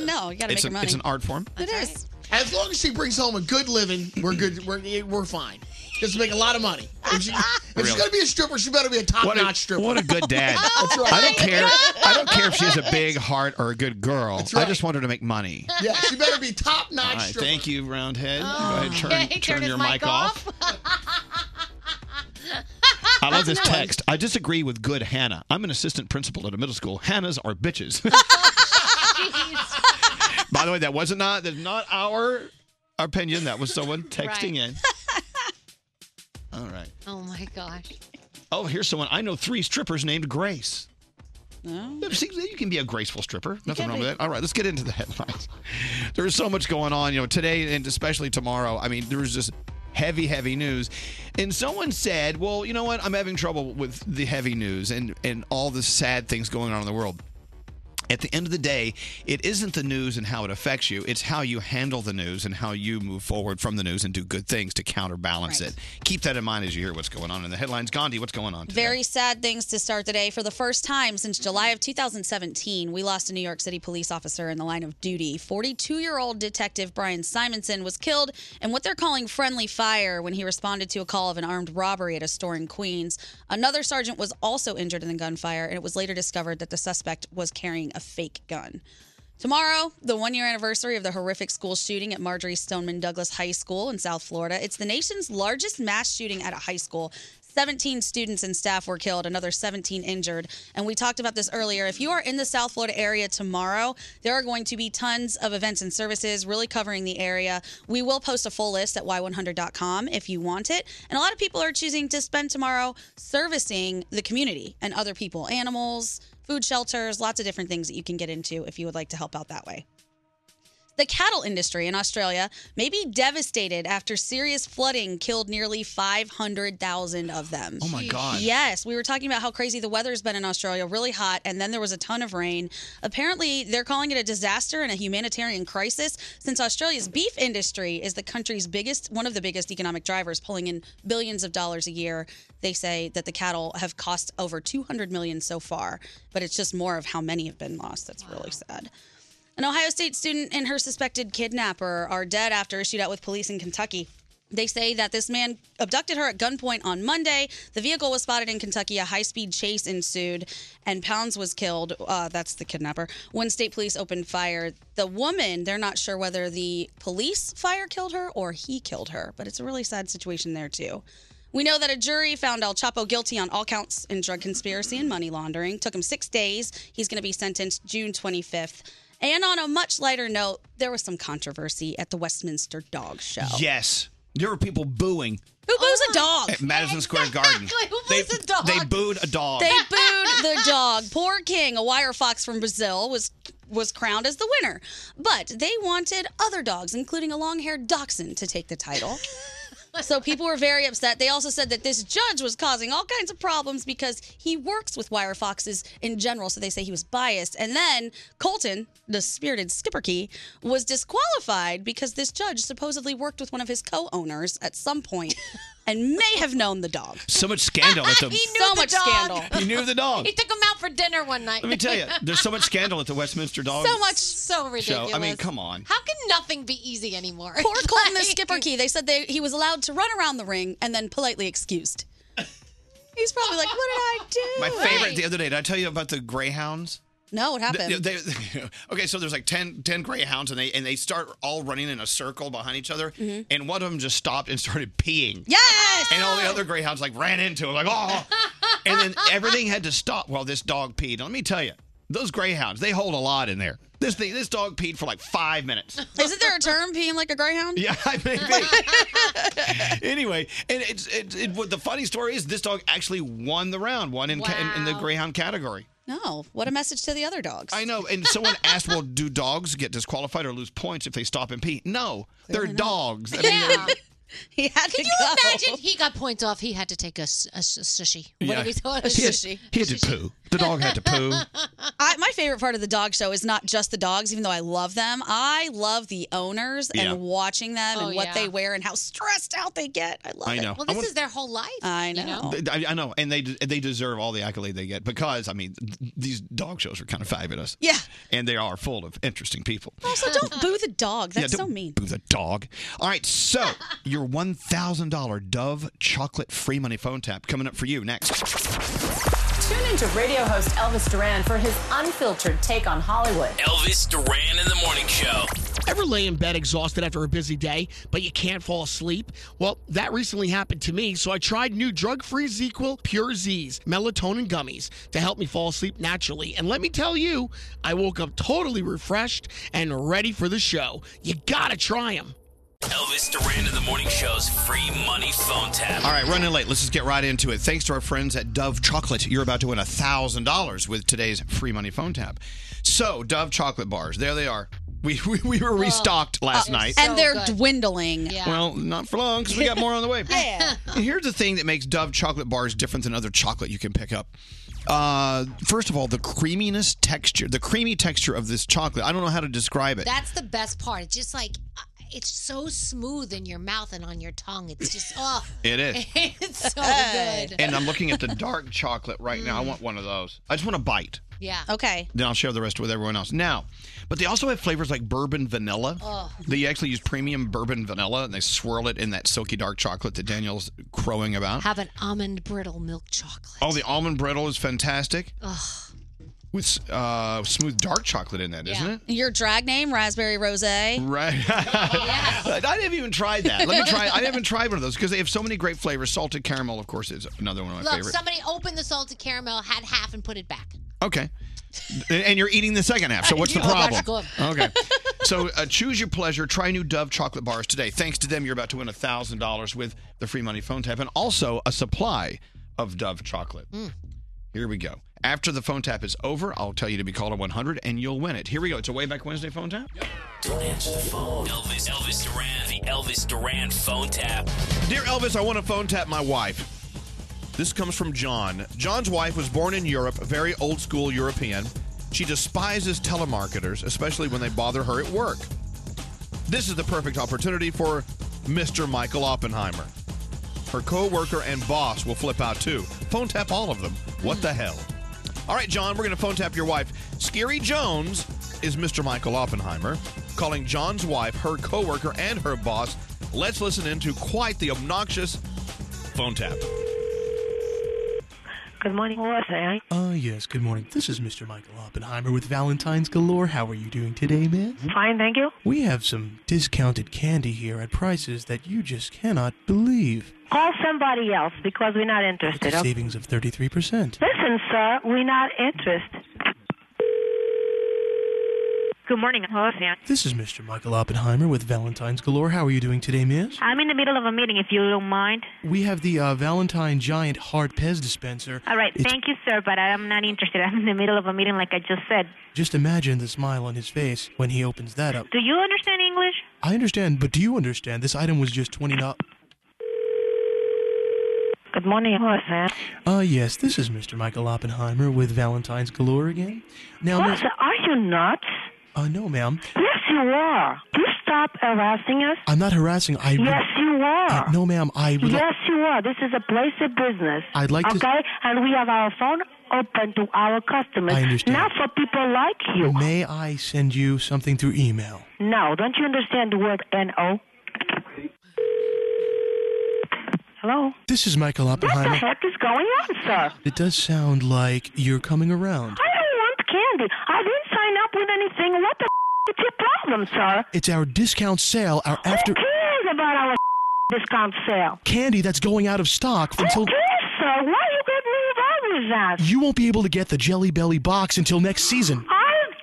Speaker 7: no, you gotta make
Speaker 2: it's,
Speaker 7: your
Speaker 2: an,
Speaker 7: money.
Speaker 2: it's an art form.
Speaker 7: It is.
Speaker 15: As long as she brings home a good living, we're good. We're, we're fine. Just make a lot of money. If, she, if she's
Speaker 2: Really?
Speaker 15: gonna be a stripper, she better be a
Speaker 2: What a,
Speaker 15: top-notch stripper.
Speaker 2: what a
Speaker 15: (laughs)
Speaker 2: good dad.
Speaker 15: That's right.
Speaker 2: I don't care. I
Speaker 15: (laughs)
Speaker 2: don't care if she has a big heart or a good girl. I just want her to make money.
Speaker 15: Yeah, she better
Speaker 8: (laughs)
Speaker 15: be top-notch.
Speaker 2: All right,
Speaker 15: stripper.
Speaker 2: thank you, Roundhead. Go ahead, turn,
Speaker 15: Oh. (laughs) Okay,
Speaker 2: turn
Speaker 15: turn his
Speaker 2: your
Speaker 15: mic
Speaker 2: off.
Speaker 15: (laughs)
Speaker 2: I love this
Speaker 15: That's nice.
Speaker 2: text. I disagree with good Hannah. I'm an assistant principal at a middle school. Hannahs
Speaker 15: (laughs)
Speaker 2: are bitches. By the way, that wasn't not that's not our opinion. That was someone
Speaker 15: (laughs)
Speaker 2: texting in. All right.
Speaker 13: Oh my gosh.
Speaker 2: Oh, here's someone. I know three strippers named Grace.
Speaker 7: No.
Speaker 2: See, Oh. You can be a graceful stripper. Nothing wrong with that. All right, let's get into the headlines. (laughs) There's so much going on, you know, today and especially tomorrow. I mean, there was just heavy, heavy news. And someone said, well, you know what? I'm having trouble with the heavy news and, and all the sad things going on in the world. At the end of the day, it isn't the news and how it affects you. It's how you handle the news and how you move forward from the news and do good things to counterbalance it. Keep that in mind as you hear what's going on in the headlines. Gandhi, what's going on?
Speaker 7: Very sad things to start the day. For the first time since July of 2017, we lost a New York City police officer in the line of duty. 42 year old Detective Brian Simonson was killed in what they're calling friendly fire when he responded to a call of an armed robbery at a store in Queens. Another sergeant was also injured in the gunfire, and it was later discovered that the suspect was carrying a fake gun. Tomorrow, the one year anniversary of the horrific school shooting at Marjorie Stoneman Douglas High School in South Florida. It's the nation's largest mass shooting at a high school. 17 students and staff were killed, another 17 injured. And we talked about this earlier. If you are in the South Florida area tomorrow, there are going to be tons of events and services really covering the area. We will post a full list at y100.com if you want it. And a lot of people are choosing to spend tomorrow servicing the community and other people, animals, food shelters, lots of different things that you can get into if you would like to help out that way. The cattle industry in Australia may be devastated after serious flooding killed nearly 500,000 of them.
Speaker 2: Oh, my God.
Speaker 7: Yes, we were talking about how crazy the weather's been in Australia, really hot, and then there was a ton of rain. Apparently, they're calling it a disaster and a humanitarian crisis since Australia's beef industry is the country's biggest, one of the biggest economic drivers, pulling in billions of dollars a year. They say that the cattle have cost over 200 million so far, but it's just more of how many have been lost. That's really sad. An Ohio State student and her suspected kidnapper are dead after a shootout with police in Kentucky. They say that this man abducted her at gunpoint on Monday. The vehicle was spotted in Kentucky. A high speed chase ensued, and Pounds was killed. Uh, that's the kidnapper. When state police opened fire, the woman, they're not sure whether the police fire killed her or he killed her, but it's a really sad situation there, too. We know that a jury found El Chapo guilty on all counts in drug conspiracy and money laundering. Took him six days. He's going to be sentenced June 25th. And on a much lighter note, there was some controversy at the Westminster Dog Show.
Speaker 2: Yes. There were people booing
Speaker 7: Who boos a dog?
Speaker 2: at Madison Square
Speaker 7: (laughs)
Speaker 2: Garden.
Speaker 7: Who
Speaker 2: They,
Speaker 7: boos a dog?
Speaker 2: they booed a dog.
Speaker 7: They booed the dog. Poor King, a wire fox from Brazil, was was crowned as the winner. But they wanted other dogs, including a long-haired dachshund, to take the title. So people were very upset. They also said that this judge was causing all kinds of problems because he works with wire foxes in general. So they say he was biased. And then Colton, the spirited skipperkey, was disqualified because this judge supposedly worked with one of his co-owners at some point and may have known the dog.
Speaker 2: So much scandal at
Speaker 7: (laughs)
Speaker 2: the.
Speaker 7: He knew So the much
Speaker 13: (laughs)
Speaker 7: dog. scandal.
Speaker 2: He knew the dog.
Speaker 13: He took him out for dinner one night.
Speaker 2: Let me tell you, there's so much scandal at the Westminster
Speaker 13: (laughs)
Speaker 2: Dog
Speaker 13: so much, so ridiculous.
Speaker 2: Show. I mean, come on.
Speaker 13: How can nothing be easy anymore? (laughs)
Speaker 7: Poor Colton the skipper key. They said they, he was allowed to run around the ring and then politely excused. He's probably like, "What did I do?"
Speaker 2: My favorite the other day. Did I tell you about the greyhounds?
Speaker 7: No, what happened?
Speaker 2: They- they- (laughs) okay, so there's like 10, 10 greyhounds, and they and they start all running in a circle behind each other,
Speaker 7: Mhm.
Speaker 2: and one of them just stopped and started peeing.
Speaker 7: Yes.
Speaker 2: And all the other greyhounds like ran into him, like
Speaker 7: (laughs)
Speaker 2: oh, and then everything had to stop while this dog peed. Let me tell you, those greyhounds they hold a lot in there. This thing, this dog peed for like five minutes. (laughs)
Speaker 7: Isn't there a term peeing like a greyhound?
Speaker 2: Yeah, I mean,
Speaker 7: (laughs)
Speaker 2: anyway, and it's it, it, what the funny story is this dog actually won the round, won in, ca- in, in the greyhound category.
Speaker 7: No. What a message to the other dogs.
Speaker 2: I know. And someone asked, "Well, do dogs get disqualified or lose points if they stop and pee?" No, they're dogs.
Speaker 7: (laughs)
Speaker 2: I mean, they're-
Speaker 7: He had
Speaker 13: Could
Speaker 7: to
Speaker 13: you
Speaker 7: go.
Speaker 13: imagine? He got points off. He had to take a, s- a s- sushi. What do we call it?
Speaker 2: He had- He had to poo. The dog had
Speaker 7: (laughs)
Speaker 2: to poo.
Speaker 7: I, my favorite part of the dog show is not just the dogs, even though I love them. I love the owners
Speaker 2: Yeah.
Speaker 7: and watching them
Speaker 13: Oh,
Speaker 7: and what
Speaker 13: yeah.
Speaker 7: they wear and how stressed out they get. I love
Speaker 2: I
Speaker 7: it.
Speaker 2: know. Well, this I wanna- is
Speaker 13: their whole life.
Speaker 7: I know.
Speaker 2: I, I know, and they they deserve all the accolade they get because I mean th- these dog shows are kind of fabulous.
Speaker 7: Yeah.
Speaker 2: and they are full of interesting people.
Speaker 7: Also, don't boo the dog.
Speaker 2: Yeah,
Speaker 7: That's so
Speaker 2: don't
Speaker 7: mean.
Speaker 2: Boo the dog. All right,
Speaker 7: (laughs)
Speaker 2: so your one thousand dollar Dove chocolate free money phone tap coming up for you next.
Speaker 1: Tune in to radio host Elvis Duran for his unfiltered take on Hollywood.
Speaker 5: Elvis Duran in the morning show.
Speaker 15: Ever lay in bed exhausted after a busy day, but you can't fall asleep? Well, that recently happened to me, so I tried new drug free ZQL Pure Z's melatonin gummies to help me fall asleep naturally. And let me tell you, I woke up totally refreshed and ready for the show. You gotta try them.
Speaker 5: Elvis Duran in the morning show's free money phone tap.
Speaker 2: All right, running late. Let's just get right into it. Thanks to our friends at Dove Chocolate, you're about to win $1,000 with today's free money phone tap. So, Dove Chocolate Bars, there they are. (laughs) We, we, we were restocked last night.
Speaker 7: Oh, and they're dwindling.
Speaker 2: Well, not for long because we got more on the way.
Speaker 7: yeah.
Speaker 2: Here's the thing that makes Dove chocolate bars different than other chocolate you can pick up. Uh, first of all, the creaminess texture, the creamy texture of this chocolate. I don't know how to describe it.
Speaker 13: That's the best part. It's just like uh, it's so smooth in your mouth and on your tongue. It's
Speaker 2: (laughs)
Speaker 13: just oh,
Speaker 2: It is.
Speaker 13: (laughs) it's so good.
Speaker 2: And I'm looking at the dark chocolate right now. I want one of those. I just want a bite.
Speaker 13: Yeah.
Speaker 7: Okay.
Speaker 2: Then I'll share the rest with everyone else. Now, but they also have flavors like bourbon vanilla.
Speaker 7: Oh.
Speaker 2: They actually use premium bourbon vanilla and they swirl it in that silky dark chocolate that Daniel's crowing about.
Speaker 13: Have an almond brittle milk chocolate.
Speaker 2: Oh, the almond brittle is fantastic
Speaker 13: Oh,
Speaker 2: with uh, smooth dark chocolate in that, not it?
Speaker 7: Your drag name, Raspberry Rose.
Speaker 2: Right. (laughs) I haven't even tried that. Let me try. I haven't tried one of those because they have so many great flavors. Salted caramel, of course, is another one of my
Speaker 13: look!
Speaker 2: favorites.
Speaker 13: Somebody opened the salted caramel, had half, and put it back.
Speaker 2: Okay. And you're eating the second half. So what's the
Speaker 13: Oh, that's
Speaker 2: problem? Okay. So uh, choose your pleasure. Try new Dove chocolate bars today. Thanks to them, you're about to win thousand dollars with the free money phone tap and also a supply of Dove chocolate. Here we go. After the phone tap is over, I'll tell you to be caller 100 and you'll win it. Here we go. It's a way back Wednesday phone tap.
Speaker 5: Don't answer the phone. Elvis, Elvis Duran, the Elvis Duran phone tap.
Speaker 10: Dear Elvis, I want to phone tap my wife. This comes from John. John's wife was born in Europe, very old school European. She despises telemarketers, especially when they bother her at work. This is the perfect opportunity for Mr. Michael Oppenheimer. Her co worker and boss will flip out too. Phone tap all of them. What the hell? All right, John, we're going to phone tap your wife. Scary Jones is Mr. Michael Oppenheimer, calling John's wife, her co worker, and her boss. Let's listen into quite the obnoxious phone tap.
Speaker 16: Good morning, Melissa.
Speaker 8: Uh, yes, good morning. This is Mr. Michael Oppenheimer with Valentine's Galore. How are you doing today, man?
Speaker 16: Fine, thank you.
Speaker 8: We have some discounted candy here at prices that you just cannot believe.
Speaker 16: Call somebody else because we're not interested. okay?
Speaker 8: Savings of 33%.
Speaker 16: Listen, sir, we're not interested. Good morning, Melissa.
Speaker 8: This is Mr. Michael Oppenheimer with Valentine's Galore. How are you doing today, miss?
Speaker 16: I'm in the middle of a meeting, if you don't mind.
Speaker 8: We have the uh, Valentine Giant Hard Pez dispenser.
Speaker 16: All right,
Speaker 8: It's-
Speaker 16: thank you, sir, but I'm
Speaker 6: (laughs)
Speaker 16: not interested. I'm in the middle of a meeting, like I just said.
Speaker 8: Just imagine the smile on his face when he opens that up.
Speaker 16: Do you understand English?
Speaker 8: I understand, but do you understand? This item was just $20.
Speaker 16: Good morning, RFM.
Speaker 18: Uh, yes, this is Mr. Michael Oppenheimer with Valentine's Galore again. Now,
Speaker 16: What?
Speaker 18: miss-
Speaker 16: Are you nuts?
Speaker 18: uh, no, ma'am.
Speaker 16: Yes, you are. You stop harassing us.
Speaker 18: I'm not harassing. I
Speaker 16: yes, you are.
Speaker 18: Uh, no, ma'am. I would.
Speaker 16: yes, you are. This is a place of business.
Speaker 18: I'd like to-
Speaker 16: okay? and we have our phone open to our customers.
Speaker 18: I understand.
Speaker 16: Not for people like you.
Speaker 18: May I send you something through email?
Speaker 16: No, don't you understand the word N-O? Hello?
Speaker 18: This is Michael
Speaker 16: Oh. What the
Speaker 18: Oppenheimer.
Speaker 16: heck is going on, sir?
Speaker 18: It does sound like you're coming around.
Speaker 16: I don't want candy. I didn't sign up with anything. What the
Speaker 6: (laughs)
Speaker 16: is your problem, sir?
Speaker 18: It's our discount sale, our after
Speaker 16: Who cares about our (laughs) discount sale?
Speaker 18: candy that's going out of stock until.
Speaker 16: Yes, sir. Why you get move on with that?
Speaker 18: You won't be able to get the Jelly Belly box until next season.
Speaker 16: I don't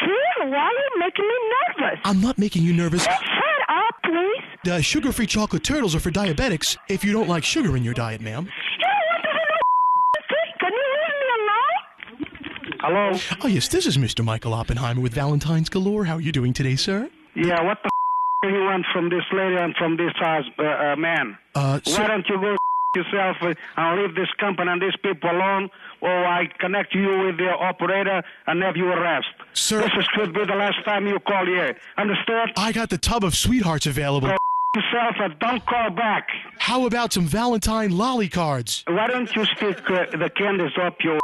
Speaker 16: care. Why are you making me nervous?
Speaker 18: I'm not making you nervous.
Speaker 16: Shut up, please.
Speaker 18: The sugar free chocolate turtles are for diabetics if you don't like sugar in your diet, ma'am.
Speaker 16: You want to know thing? Can you leave me alone?
Speaker 18: Hello? Oh, yes, this is Mr. Michael Oppenheimer with Valentine's Galore. How are you doing today, sir?
Speaker 19: Yeah, what the f- you want from this lady and from this hus- uh, uh, man?
Speaker 18: Uh,
Speaker 19: Why don't you go f- yourself uh, and leave this company and these people alone, or I connect you with the operator and have you arrest.
Speaker 18: Sir-
Speaker 19: This is could be the last time you call here. Understand?
Speaker 18: I got the tub of sweethearts available.
Speaker 19: yourself and don't call back.
Speaker 18: How about some Valentine lolly cards?
Speaker 19: Why don't you stick uh, the candies up your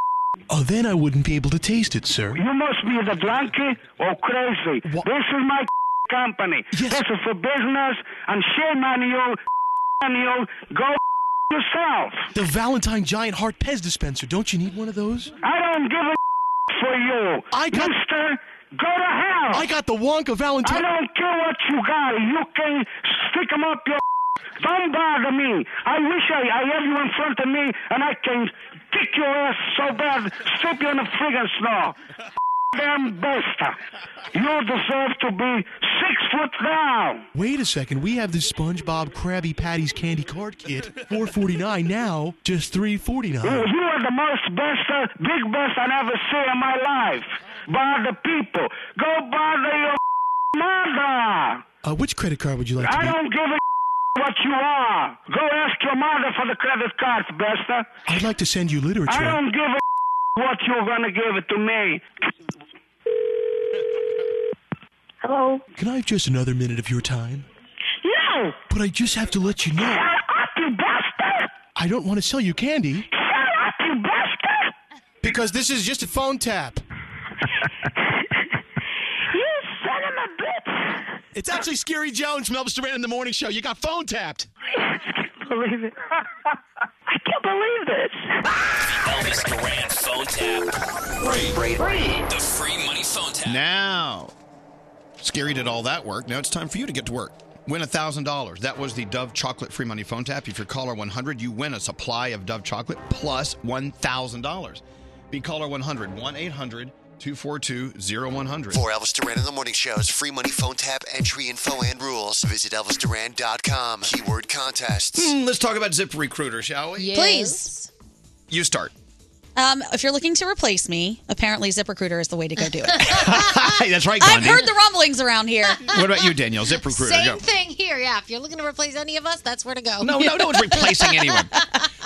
Speaker 18: Oh, then I wouldn't be able to taste it, sir.
Speaker 19: You must be the drunkie or crazy. This is my (laughs) company. This is for business, and shame on you, (laughs) on you. Go (laughs) yourself.
Speaker 18: The Valentine Giant Heart Pez dispenser. Don't you need one of those?
Speaker 19: I don't give a for you.
Speaker 18: I got,
Speaker 19: Mister, go to hell.
Speaker 18: I got the Wonka
Speaker 19: I
Speaker 18: Valentine.
Speaker 19: don't care what you got. You can stick 'em up your. (laughs) Don't bother me. I wish I, I have you in front of me and I can kick your ass so bad, strip you in the friggin' snow. (laughs) Damn bastard. You deserve to be six foot down.
Speaker 18: Wait a second. We have the SpongeBob Krabby Patty's candy card kit, four forty nine now, just three forty
Speaker 19: You
Speaker 18: nine.
Speaker 19: you are the most best, uh, big best I ever see in my life. Bother people. Go bother your (laughs) mother.
Speaker 18: Uh, which credit card would you like to
Speaker 19: I
Speaker 18: be?
Speaker 19: don't give a (laughs) what you are. Go ask your mother for the credit card, bastard.
Speaker 18: I'd like to send you
Speaker 19: I
Speaker 18: literature.
Speaker 19: don't give a (laughs) what you're gonna give it to me.
Speaker 18: Hello. Can I have just another minute of your time?
Speaker 19: No.
Speaker 18: But I just have to let you know. Shut
Speaker 19: up, you bastard!
Speaker 18: I don't want to sell you candy.
Speaker 19: Shut up, you bastard!
Speaker 18: Because this is just a
Speaker 19: (laughs)
Speaker 18: phone tap.
Speaker 19: You son of a bitch!
Speaker 2: It's actually Scary Jones from Elvis Duran in the Morning Show. You got phone tapped.
Speaker 19: Believe it. (laughs) I can't believe this.
Speaker 5: Elvis Duran phone tap. Free. Free. The free money phone tap.
Speaker 2: Now, Scary did all that work. Now it's time for you to get to work. Win $1,000. That was the Dove Chocolate Free Money Phone Tap. If you're caller 100, you win a supply of Dove Chocolate plus $1,000. Be caller 100, 1 800 242 0100.
Speaker 20: For Elvis Duran in the Morning Show's free money phone tap entry info and rules, visit ElvisDuran.com. Keyword contest.
Speaker 2: Hmm, let's talk about Zip Recruiter, shall we?
Speaker 7: Please.
Speaker 2: You start. (laughs)
Speaker 7: Um, if you're looking to replace me, apparently ZipRecruiter is the way to go do it.
Speaker 2: That's right,
Speaker 7: I've
Speaker 2: Gandhi.
Speaker 7: heard the rumblings
Speaker 6: (laughs)
Speaker 7: around here.
Speaker 2: What about you, Danielle? Zip Recruiter.
Speaker 6: Same
Speaker 2: go.
Speaker 6: thing here. Yeah, if you're looking to replace any of us, that's where to go.
Speaker 2: No, no, no one's
Speaker 13: (laughs)
Speaker 2: replacing anyone.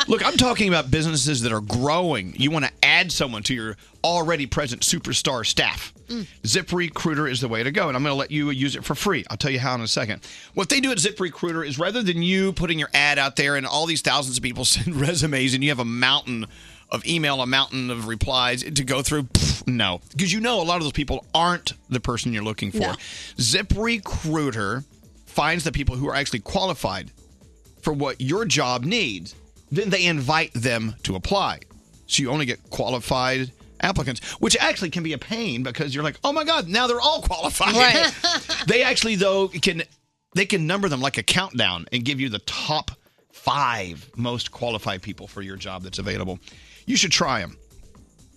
Speaker 2: Look, I'm talking about businesses that are growing. You want to add someone to your already present superstar staff.
Speaker 21: Mm.
Speaker 2: ZipRecruiter is the way to go, and I'm going to let you use it for free. I'll tell you how in a second. What they do at ZipRecruiter is rather than you putting your ad out there and all these thousands of people (laughs) send resumes and you have a mountain of email, a mountain of replies to go through, pff, no. Because you know a lot of those people aren't the person you're looking for.
Speaker 22: No.
Speaker 2: ZipRecruiter finds the people who are actually qualified for what your job needs, then they invite them to apply. So you only get qualified applicants, which actually can be a pain because you're like, oh my God, now they're all qualified.
Speaker 23: Right.
Speaker 2: (laughs) they actually though can they can number them like a countdown and give you the top five most qualified people for your job that's available. You should try them.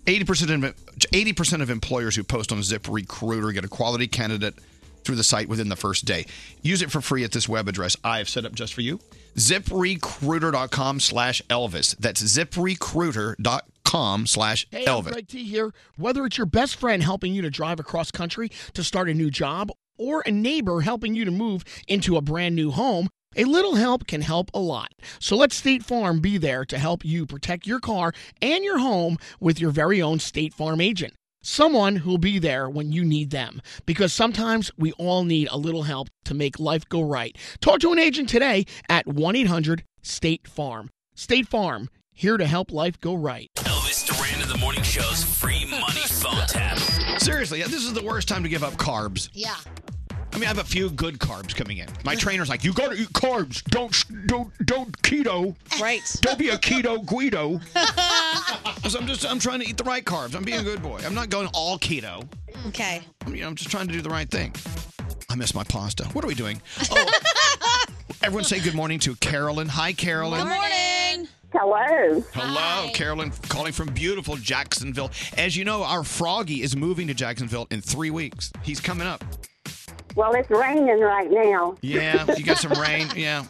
Speaker 2: 80% of 80% of employers who post on Zip Recruiter get a quality candidate through the site within the first day. Use it for free at this web address I have set up just for you. ZipRecruiter.com slash Elvis. That's ZipRecruiter.com slash
Speaker 15: Hey, I'm
Speaker 2: Elvis.
Speaker 15: Greg T here. Whether it's your best friend helping you to drive across country to start a new job or a neighbor helping you to move into a brand new home, A little help can help a lot. So let State Farm be there to help you protect your car and your home with your very own State Farm agent. Someone who'll be there when you need them. Because sometimes we all need a little help to make life go right. Talk to an agent today at 1 800 State Farm. State Farm, here to help life go right.
Speaker 5: Elvis Duran in the morning show's free money phone tap.
Speaker 2: Seriously, this is the worst time to give up carbs.
Speaker 13: Yeah.
Speaker 2: I mean, I have a few good carbs coming in. My trainer's like, "You got to eat carbs. Don't, don't, don't keto.
Speaker 7: Right.
Speaker 2: (laughs) Don't be a keto Guido." (laughs) so I'm just, I'm trying to eat the right carbs. I'm being a good boy. I'm not going all keto.
Speaker 7: Okay.
Speaker 2: I'm, you know, I'm just trying to do the right thing. I miss my pasta. What are we doing? Oh, everyone say good morning to Carolyn. Hi, Carolyn.
Speaker 7: morning.
Speaker 2: Hello. Hello, Carolyn, calling from beautiful Jacksonville. As you know, our Froggy is moving to Jacksonville in three weeks. He's coming up.
Speaker 16: Well, it's raining right now.
Speaker 2: Yeah, you got some rain. Yeah.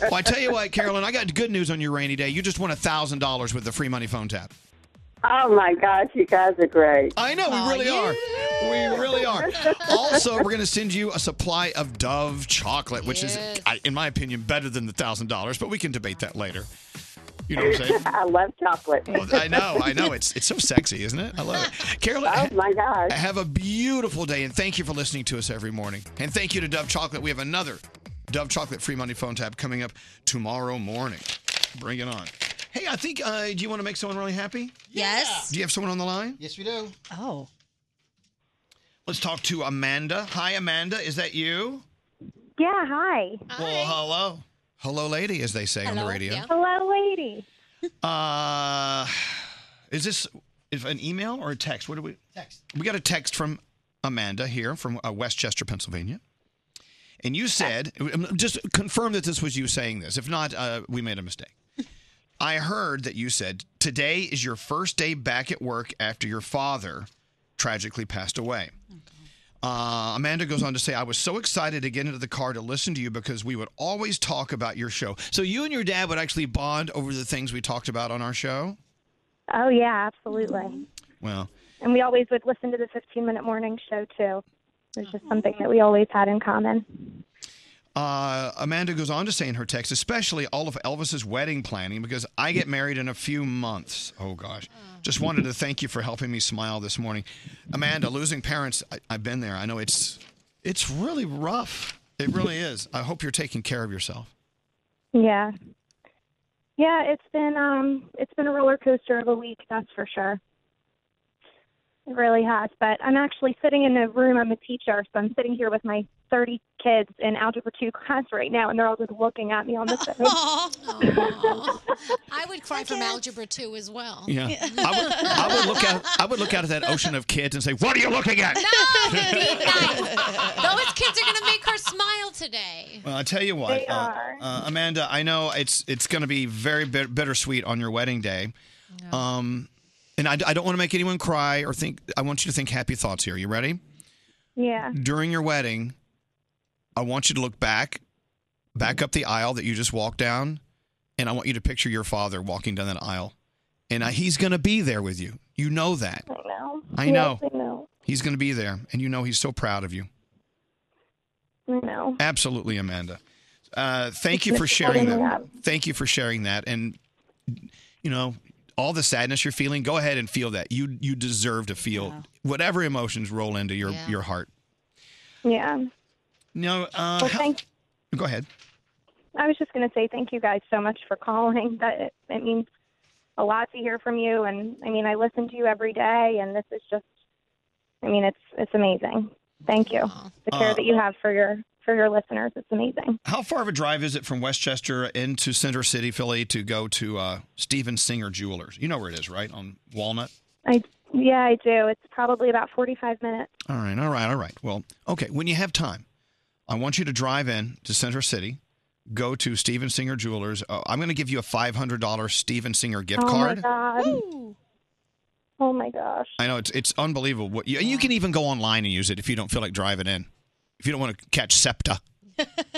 Speaker 2: Well, I tell you what, Carolyn, I got good news on your rainy day. You just won thousand dollars with the free money phone tap.
Speaker 16: Oh my gosh, you guys are great.
Speaker 2: I know, we really are. We really are. Also, we're going to send you a supply of Dove chocolate, which is, I- in my opinion, better than the thousand dollars. But we can debate that later. You know what I'm saying?
Speaker 16: (laughs)
Speaker 2: Oh,
Speaker 16: I love chocolate.
Speaker 2: I know, I know. It's it's so sexy, isn't it? I love it. Carolyn, oh
Speaker 16: my gosh.
Speaker 2: have a beautiful day, and thank you for listening to us every morning. And thank you to Dove Chocolate. We have another Dove Chocolate free money phone tab coming up tomorrow morning. Bring it on. Hey, I think. Uh, do you want to make someone really happy?
Speaker 7: Yes.
Speaker 2: Do you have someone on the line?
Speaker 21: Yes, we do.
Speaker 7: Oh.
Speaker 2: Let's talk to Amanda. Hi, Amanda. Is that you?
Speaker 22: Yeah, hi.
Speaker 2: Well, hello. Hello, lady, as they say on the radio.
Speaker 22: Hello, lady.
Speaker 2: Uh, is this if an email or a text? What do we text? We got a text from Amanda here from uh, Westchester, Pennsylvania, and you said um, just confirm that this was you saying this. If not, uh, we made a mistake. I heard that you said today is your first day back at work after your father tragically passed away. Uh, Amanda goes on to say, I was so excited to get into the car to listen to you because we would always talk about your show. So you and your dad would actually bond over the things we talked about on our show?
Speaker 22: Oh, yeah, absolutely.
Speaker 2: Well,
Speaker 22: And we always would listen to the 15 minute morning show, too. It was just something that we always had in common.
Speaker 2: uh, Amanda goes on to say in her text, especially all of Elvis's wedding planning because I get married in a few months. Oh, gosh. Just wanted to thank you for helping me smile this morning. Amanda, losing parents, I, I've been there. I know it's it's really rough. It really is. I hope you're taking care of yourself.
Speaker 22: Yeah. Yeah, it's been um it's been a roller coaster of a week, that's for sure. It really has. But I'm actually sitting in a room, I'm a teacher, so I'm sitting here with my thirty kids in algebra two class right now and they're all just looking at me on the phone.
Speaker 13: I would cry from algebra two as well.
Speaker 2: Yeah. I would, I
Speaker 13: (laughs)
Speaker 2: would look out. I would look out at that ocean of kids and say, "What are you looking at?" (laughs)
Speaker 13: Those kids are gonna make her smile today.
Speaker 2: Well, I tell you what,
Speaker 13: They
Speaker 2: uh,
Speaker 13: are.
Speaker 2: Uh, Amanda. I know it's it's going to be very bit, bittersweet on your wedding day, um, and I, I don't want to make anyone cry or think. I want you to think happy thoughts here. You ready?
Speaker 22: yeah.
Speaker 2: During your wedding, I want you to look back, back up the aisle that you just walked down, and I want you to picture your father walking down that aisle, and uh, he's going to be there with you. You know that.
Speaker 22: I know.
Speaker 2: I
Speaker 22: Yes,
Speaker 2: know.
Speaker 22: I know.
Speaker 2: He's going to be there, and you know he's so proud of you.
Speaker 22: I know.
Speaker 2: Absolutely, Amanda. Uh, thank you for sharing that. Thank you for sharing that. And you know, all the sadness you're feeling, go ahead and feel that. You you deserve to feel whatever emotions roll into your your heart.
Speaker 22: Yeah.
Speaker 2: No, uh,
Speaker 22: Well,
Speaker 2: how-
Speaker 22: thank-
Speaker 2: go ahead.
Speaker 22: I was just going to say thank you guys so much for calling. That it, it means a lot to hear from you, and I mean I listen to you every day, and this is just, I mean it's it's amazing. Thank you. The care
Speaker 2: Uh,
Speaker 22: that you have for your for your listeners, it's amazing.
Speaker 2: How far of a drive is it from Westchester into Center City, Philly, to go to uh, Stephen Singer Jewelers? You know where it is, right? On Walnut.
Speaker 22: I yeah I do. It's probably about forty five minutes.
Speaker 2: All right, all right, all right. Well, okay, when you have time, I want you to drive in to Center City, go to Steven Singer Jewelers. Uh, I'm going to give you a $500 Steven Singer gift
Speaker 22: oh
Speaker 2: card.
Speaker 22: my god. Oh my gosh.
Speaker 2: I know it's it's unbelievable. What you, you can even go online and use it if you don't feel like driving in. If you don't want to catch septa,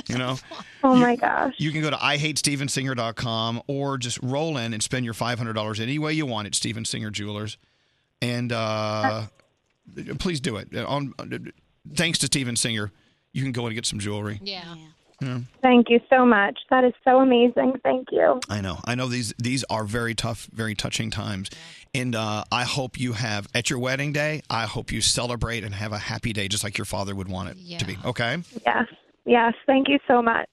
Speaker 2: you know.
Speaker 22: Oh my gosh.
Speaker 2: You can go to ihatestevensinger.com or just roll in and spend your $500 any way you want at Steven Singer Jewelers. And uh, please do it. On thanks to Steven Singer, you can go and get some jewelry.
Speaker 13: Yeah.
Speaker 22: Thank you so much. That is so amazing. Thank you.
Speaker 2: I know. I know these these are very tough, very touching times. And uh, I hope you have at your wedding day, I hope you celebrate and have a happy day just like your father would want it to be. Okay?
Speaker 22: Yes. Yes. Thank you so much.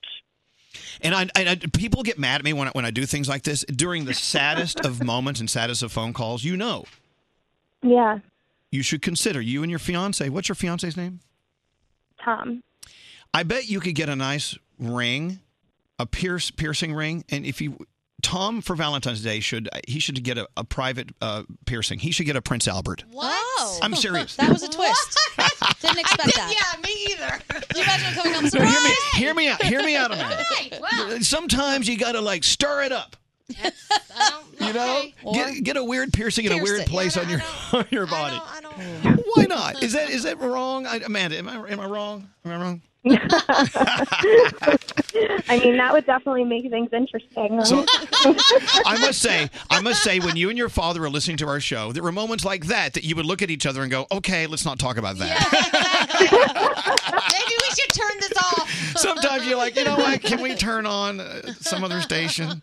Speaker 2: And I, I, I people get mad at me when I, when I do things like this during the saddest of moments and saddest of phone calls. You know,
Speaker 22: Yeah.
Speaker 2: you should consider you and your fiance. What's your fiance's name?
Speaker 22: Tom.
Speaker 2: I bet you could get a nice ring, a pierce piercing ring, and if you Tom for Valentine's Day should he should get a, a private uh, piercing. He should get a Prince Albert.
Speaker 7: What?
Speaker 2: I'm serious.
Speaker 7: Oh. That was
Speaker 6: (laughs)
Speaker 7: a twist. Didn't expect that.
Speaker 6: Yeah, me either.
Speaker 7: Can you imagine coming home
Speaker 2: Hear
Speaker 7: surprise?
Speaker 2: me, hear me out. Hear me out a
Speaker 10: (laughs)
Speaker 2: minute. Sometimes you got to like stir it up. you know, get, get a weird piercing in a
Speaker 10: Pierce
Speaker 2: weird
Speaker 10: it.
Speaker 2: place on your (laughs) on your body. Why not? Is that
Speaker 10: (laughs)
Speaker 2: is that wrong? I, Amanda, am I am I wrong? Am I wrong?
Speaker 22: (laughs) I mean, that would definitely make things interesting.
Speaker 2: So- I must say, I must say, when you and your father were listening to our show, there were moments like that that you would look at each other and go, "Okay, let's not talk about that."
Speaker 6: Maybe we should turn this off.
Speaker 2: Sometimes you're like, you know what? Can we turn on uh, some other station?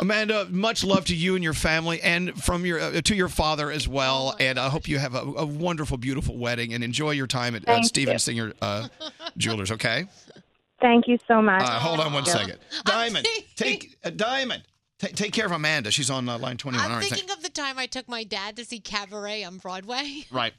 Speaker 2: Amanda, much love to you and your family, and from your uh, to your father as well. and I hope you have a, a wonderful, beautiful wedding, and enjoy your time at uh,
Speaker 22: Thank
Speaker 2: Steven
Speaker 22: you.
Speaker 2: Singer uh, Jewelers. Okay.
Speaker 22: (laughs) Thank you so much.
Speaker 2: Uh, hold on one
Speaker 22: Yeah.
Speaker 13: (laughs)
Speaker 2: second. Diamond, take uh, Diamond. ta- take care of Amanda. She's on uh, line 21. All
Speaker 13: I'm
Speaker 2: right, thank-
Speaker 13: thinking of the time I took my dad to see Cabaret on Broadway. (laughs)
Speaker 2: right.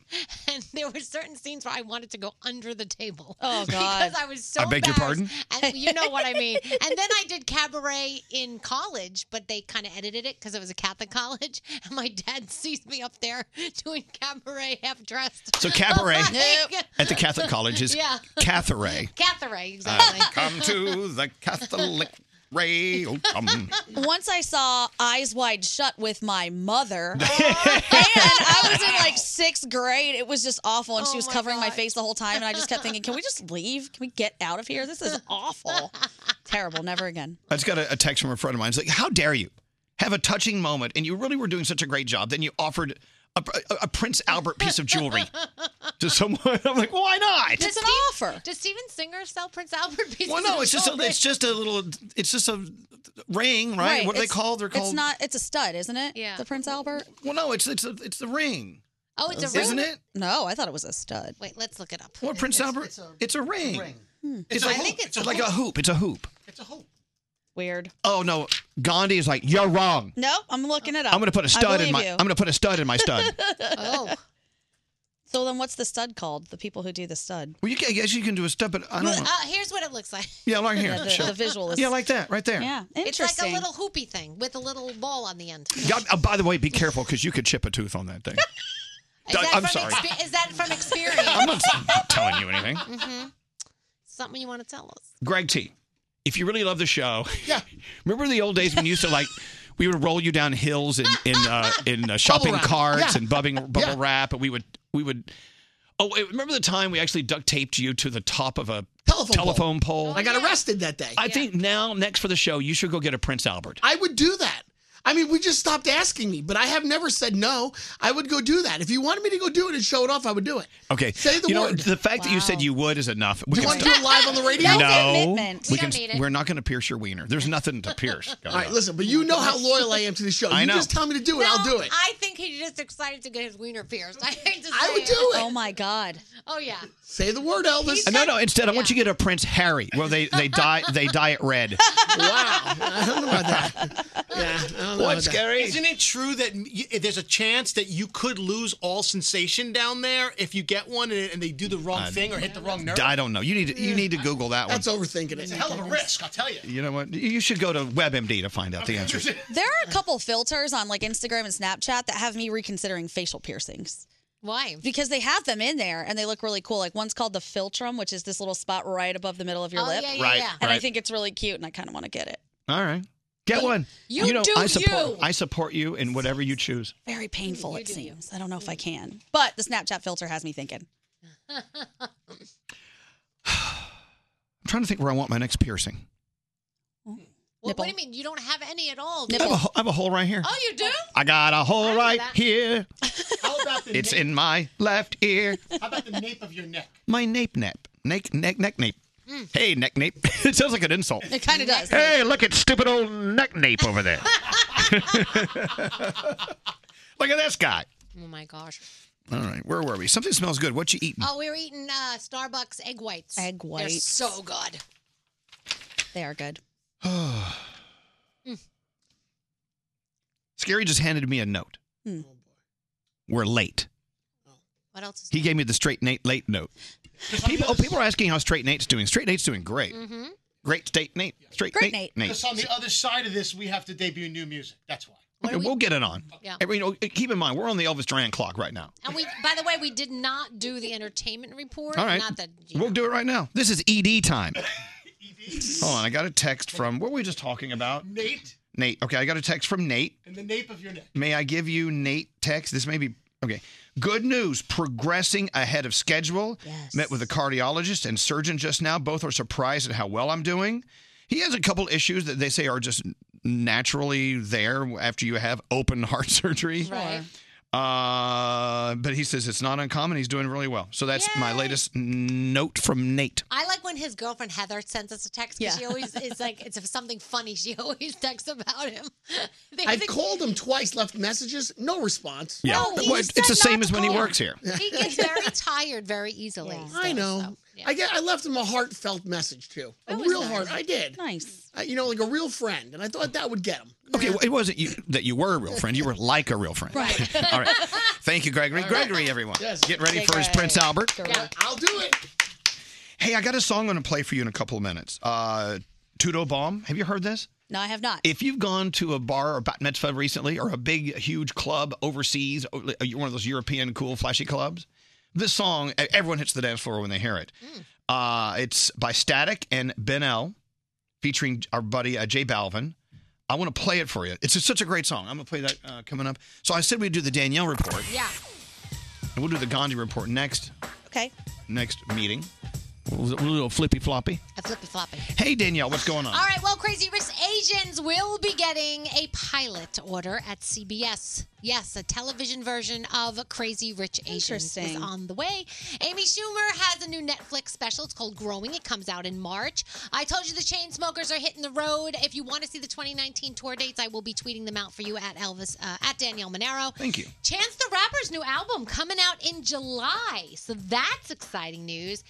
Speaker 13: And there were certain scenes where I wanted to go under the table.
Speaker 7: Oh,
Speaker 13: (laughs)
Speaker 2: God.
Speaker 13: Because I was so.
Speaker 2: I beg your
Speaker 13: embarrassed.
Speaker 2: pardon?
Speaker 13: And you know what I mean. And then I did cabaret in college, but they kind of edited it because it was a Catholic (laughs) college. And my dad sees me up there doing cabaret half dressed.
Speaker 2: So
Speaker 13: (laughs)
Speaker 2: cabaret
Speaker 13: Like-
Speaker 2: at the Catholic college
Speaker 13: (laughs)
Speaker 2: is
Speaker 13: yeah. (laughs)
Speaker 2: Catharay.
Speaker 13: Cabaret,
Speaker 2: Uh,
Speaker 13: exactly.
Speaker 2: come to the Catholic ray. Oh, come.
Speaker 7: Once I saw Eyes Wide Shut with my
Speaker 2: (laughs)
Speaker 7: mother, and I was in like sixth grade. It was just awful,
Speaker 13: Oh
Speaker 7: and she was covering my face the whole time, and I just kept thinking, "Can we just leave? Can we get out of here? This is
Speaker 13: (laughs)
Speaker 7: awful, terrible. Never again."
Speaker 2: I just got a, a text from a friend of mine. It's like, how dare you have a touching moment and you really were doing such a great job. Then you offered a, a- a Prince Albert piece of jewelry
Speaker 13: (laughs)
Speaker 2: to someone. (laughs) I'm like, why not?
Speaker 13: Does Steve-
Speaker 7: offer.
Speaker 13: Does Steven Singer sell Prince Albert pieces?
Speaker 2: Well, no,
Speaker 13: of
Speaker 2: it's just a,
Speaker 13: jewelry?
Speaker 2: it's just a little, it's just a ring, right? What are they
Speaker 7: it's-
Speaker 2: called? They're called.
Speaker 7: It's not. It's a stud, isn't it? Yeah. The Prince Albert.
Speaker 2: Well, no, it's it's a, it's the ring.
Speaker 13: Oh, it's a
Speaker 2: Isn't
Speaker 13: ring.
Speaker 2: Isn't it?
Speaker 7: No, I thought it was a (laughs) stud.
Speaker 13: Wait, let's look it up.
Speaker 2: Well, Prince Albert, it's a, ring.
Speaker 7: Hmm.
Speaker 2: It's, a,
Speaker 13: I
Speaker 2: hoop.
Speaker 13: think it's
Speaker 2: it's,
Speaker 13: a
Speaker 2: like a hoop. It's a hoop.
Speaker 7: Weird.
Speaker 2: Oh no, Gandhi is like, you're wrong.
Speaker 7: Nope, I'm looking it up.
Speaker 2: I'm gonna put a
Speaker 7: I
Speaker 2: stud in
Speaker 7: believe
Speaker 2: my.
Speaker 7: you.
Speaker 2: I'm gonna put a stud in
Speaker 7: (laughs)
Speaker 2: my stud.
Speaker 13: (laughs)
Speaker 7: oh. So then, what's the stud called? The people who do the stud.
Speaker 2: well, you can, I guess you can do a stud, but I don't. know.
Speaker 13: Uh, here's what it looks like. (laughs)
Speaker 2: Yeah, right here.
Speaker 7: Yeah, the-
Speaker 2: Sure.
Speaker 7: the visual is-
Speaker 2: Yeah, like that, right there.
Speaker 13: It's like a little hoopy thing with a little ball on the end.
Speaker 2: God, oh, by the way, be careful because you could chip a tooth on that thing.
Speaker 13: Is
Speaker 2: Di-
Speaker 13: that
Speaker 2: I'm
Speaker 13: from
Speaker 2: sorry.
Speaker 13: expe- is that
Speaker 2: (laughs)
Speaker 13: from experience?
Speaker 2: I'm not I'm not telling you anything.
Speaker 13: hmm Something you want to tell us?
Speaker 2: Greg T, if you really love the show, (laughs)
Speaker 13: Yeah.
Speaker 2: remember the old days when you used to like. We would roll you down hills in in uh, in uh, shopping
Speaker 10: wrap.
Speaker 2: carts
Speaker 10: Yeah.
Speaker 2: and bubbing, bubble wrap, and we would we would. Oh, wait, remember the time we actually duct taped you to the top of a
Speaker 15: Telephone pole.
Speaker 2: telephone pole?
Speaker 15: I got arrested that day.
Speaker 2: I think now next for the show you should go get a Prince Albert.
Speaker 15: I would do that. I mean, we just stopped asking me, but I have never said no. I would go do that. If you wanted me to go do it and show it off, I would do it.
Speaker 2: Okay.
Speaker 15: Say the
Speaker 2: you
Speaker 15: word.
Speaker 2: Know, the fact that you said you would is enough.
Speaker 15: Do you want to do it live on
Speaker 13: (laughs)
Speaker 15: the radio?
Speaker 2: No. We can, We're not going to pierce your wiener. There's nothing to pierce.
Speaker 15: All right, listen, but you know how loyal I am to the show.
Speaker 2: I
Speaker 15: you
Speaker 2: know.
Speaker 15: just tell me to do it, I'll do it.
Speaker 13: I think he's just excited to get his wiener pierced. (laughs) I hate to say
Speaker 15: I would
Speaker 13: it.
Speaker 15: do it.
Speaker 7: Oh my god.
Speaker 13: Oh yeah.
Speaker 15: Say the word, Elvis.
Speaker 2: Uh, no, no. Instead, I want you to get a Prince Harry. Well, they they dye they dye
Speaker 15: (laughs)
Speaker 2: it red.
Speaker 15: wow. I don't know
Speaker 2: (laughs)
Speaker 15: about that. Yeah. I don't know about that.
Speaker 8: Isn't it true that y there's a chance that you could lose all sensation down there if you get one and, and they do the wrong
Speaker 9: Uh,
Speaker 2: I-
Speaker 8: thing or hit the wrong nerve?
Speaker 2: I don't know. You need to, you need to Google that one.
Speaker 15: That's overthinking it.
Speaker 8: It's a hell of a risk, I'll tell you.
Speaker 2: You know what? You should go to WebMD to find out the answers.
Speaker 7: There are a couple filters on like Instagram and Snapchat that have me reconsidering facial piercings.
Speaker 13: Why?
Speaker 7: Because they have them in there and they look really cool. Like one's called the philtrum, which is this little spot right above the middle of your
Speaker 13: Oh,
Speaker 7: lip.
Speaker 13: yeah, yeah, Right, yeah.
Speaker 7: And I
Speaker 2: right.
Speaker 7: think it's really cute and I kind of want to get it.
Speaker 2: All right, get one.
Speaker 7: you
Speaker 2: know,
Speaker 7: do
Speaker 2: I
Speaker 7: you.
Speaker 2: support I support you in whatever you choose.
Speaker 7: Very painful, it seems. I don't know if I can. But the Snapchat filter has me thinking.
Speaker 2: I'm trying to think where I want my next piercing.
Speaker 13: Well, what do you mean? You don't have any at all?
Speaker 2: I have, a, ho- I have a hole right here.
Speaker 13: Oh, you do?
Speaker 2: I got a hole right
Speaker 13: that.
Speaker 2: here.
Speaker 8: How about the
Speaker 2: It's
Speaker 8: nape?
Speaker 2: in my left ear.
Speaker 8: How about the nape of your neck?
Speaker 2: My nape nap. Nape, neck, neck, nape. Hey, neck nape. (laughs) it sounds like an insult.
Speaker 7: It kind of does.
Speaker 2: Hey, look at stupid old neck nape over (laughs) there. look at this guy.
Speaker 13: Oh my gosh.
Speaker 2: All right, where were we? Something smells good. What you eating? (sighs)
Speaker 13: Oh, we were eating uh, Starbucks egg whites. Egg They're
Speaker 7: whites.
Speaker 13: so good.
Speaker 7: They are good.
Speaker 2: Scary just handed me a note.
Speaker 7: Hmm.
Speaker 2: We're late.
Speaker 13: What else is
Speaker 2: He gave me the straight Nate late note. People, oh, people are asking how straight Nate's doing. Straight Nate's doing great.
Speaker 8: Mm-hmm.
Speaker 2: Great state Nate. Straight Nate.
Speaker 8: Because on the other side of this, we have to debut new music. That's why.
Speaker 2: Okay, we'll get it on.
Speaker 13: Yeah.
Speaker 2: And, you know, keep in mind, we're on the Elvis Duran clock right now.
Speaker 13: And we, by the way, we did not do the entertainment report.
Speaker 2: All right.
Speaker 13: Not that.
Speaker 2: We'll do it right now. This is
Speaker 8: (laughs)
Speaker 2: ED time.
Speaker 8: E
Speaker 2: Hold on. I got a text from, what were we just talking about?
Speaker 8: Nate
Speaker 2: Nate. Okay, I got a text from Nate.
Speaker 8: and the nape of your
Speaker 9: (laughs)
Speaker 8: neck.
Speaker 2: May I give you Nate text? This may be okay. Good news, progressing ahead of schedule. Met with a cardiologist and surgeon just now. Both are surprised at how well I'm doing. He has a couple issues that they say are just naturally there after you have open heart (laughs) surgery.
Speaker 4: Right.
Speaker 2: Uh, but he says it's not uncommon. He's doing really well. So that's my latest n- note from Nate.
Speaker 13: I like when his girlfriend Heather sends us a text because
Speaker 15: Yeah.
Speaker 13: she always is like it's something funny. She (laughs) always texts about him. They-
Speaker 15: I've
Speaker 13: they-
Speaker 15: called him twice, left messages, no response.
Speaker 2: Yeah.
Speaker 13: No, he
Speaker 2: Well, it's
Speaker 13: said
Speaker 2: the
Speaker 13: not
Speaker 2: same
Speaker 13: to
Speaker 2: as when he
Speaker 13: call.
Speaker 2: works here.
Speaker 13: He gets
Speaker 15: (laughs)
Speaker 13: very tired very easily.
Speaker 15: I
Speaker 13: so-
Speaker 15: know.
Speaker 13: so, yeah.
Speaker 15: I get. I left him a heartfelt message too. A real heart. I did.
Speaker 7: Nice.
Speaker 15: I, you know, like a real friend, and I thought that would get him.
Speaker 2: Okay, well, it wasn't you that you were a real friend. You were like a real friend.
Speaker 15: Right.
Speaker 2: (laughs) All right. Thank
Speaker 15: (laughs)
Speaker 2: you, Gregory. Gregory, everyone.
Speaker 15: Yes.
Speaker 2: Get ready
Speaker 15: Yay,
Speaker 2: for his
Speaker 15: Greg.
Speaker 2: Prince Albert.
Speaker 15: Yeah, I'll do it.
Speaker 2: Hey, I got a song I'm going to play for you in a couple of minutes. Uh, Tudo Bomb. Have you heard this?
Speaker 7: No, I have not.
Speaker 2: If you've gone to a bar or bat mitzvah recently or a big, huge club overseas, or like one of those European cool, flashy clubs, this song, e, everyone hits the dance floor when they hear it. Uh, it's by Static and Ben L, featuring our buddy uh, Jay Balvin. I want to play it for you. It's just such a great song. I'm going to play that uh, coming up. So I said we'd do the Danielle report,
Speaker 7: Yeah.
Speaker 2: and we'll do the Gandhi report next
Speaker 7: Okay.
Speaker 2: next meeting. We'll, we'll do a flippy floppy.
Speaker 13: A flippy floppy.
Speaker 2: Hey, Danielle, what's going on?
Speaker 13: All right, well, Crazy Rich Asians will be getting a pilot order at CBS. Yes, a television version of Crazy Rich Asians is
Speaker 7: Interesting.
Speaker 13: on the way. Amy Schumer has a new Netflix special. It's called Growing. It comes out in March. I told you the chain smokers are hitting the road. If you want to see the 2019 tour dates, I will be tweeting them out for you at Elvis uh, at Danielle Monero.
Speaker 2: Thank you.
Speaker 13: Chance the Rapper's new album coming out in July. So that's exciting news.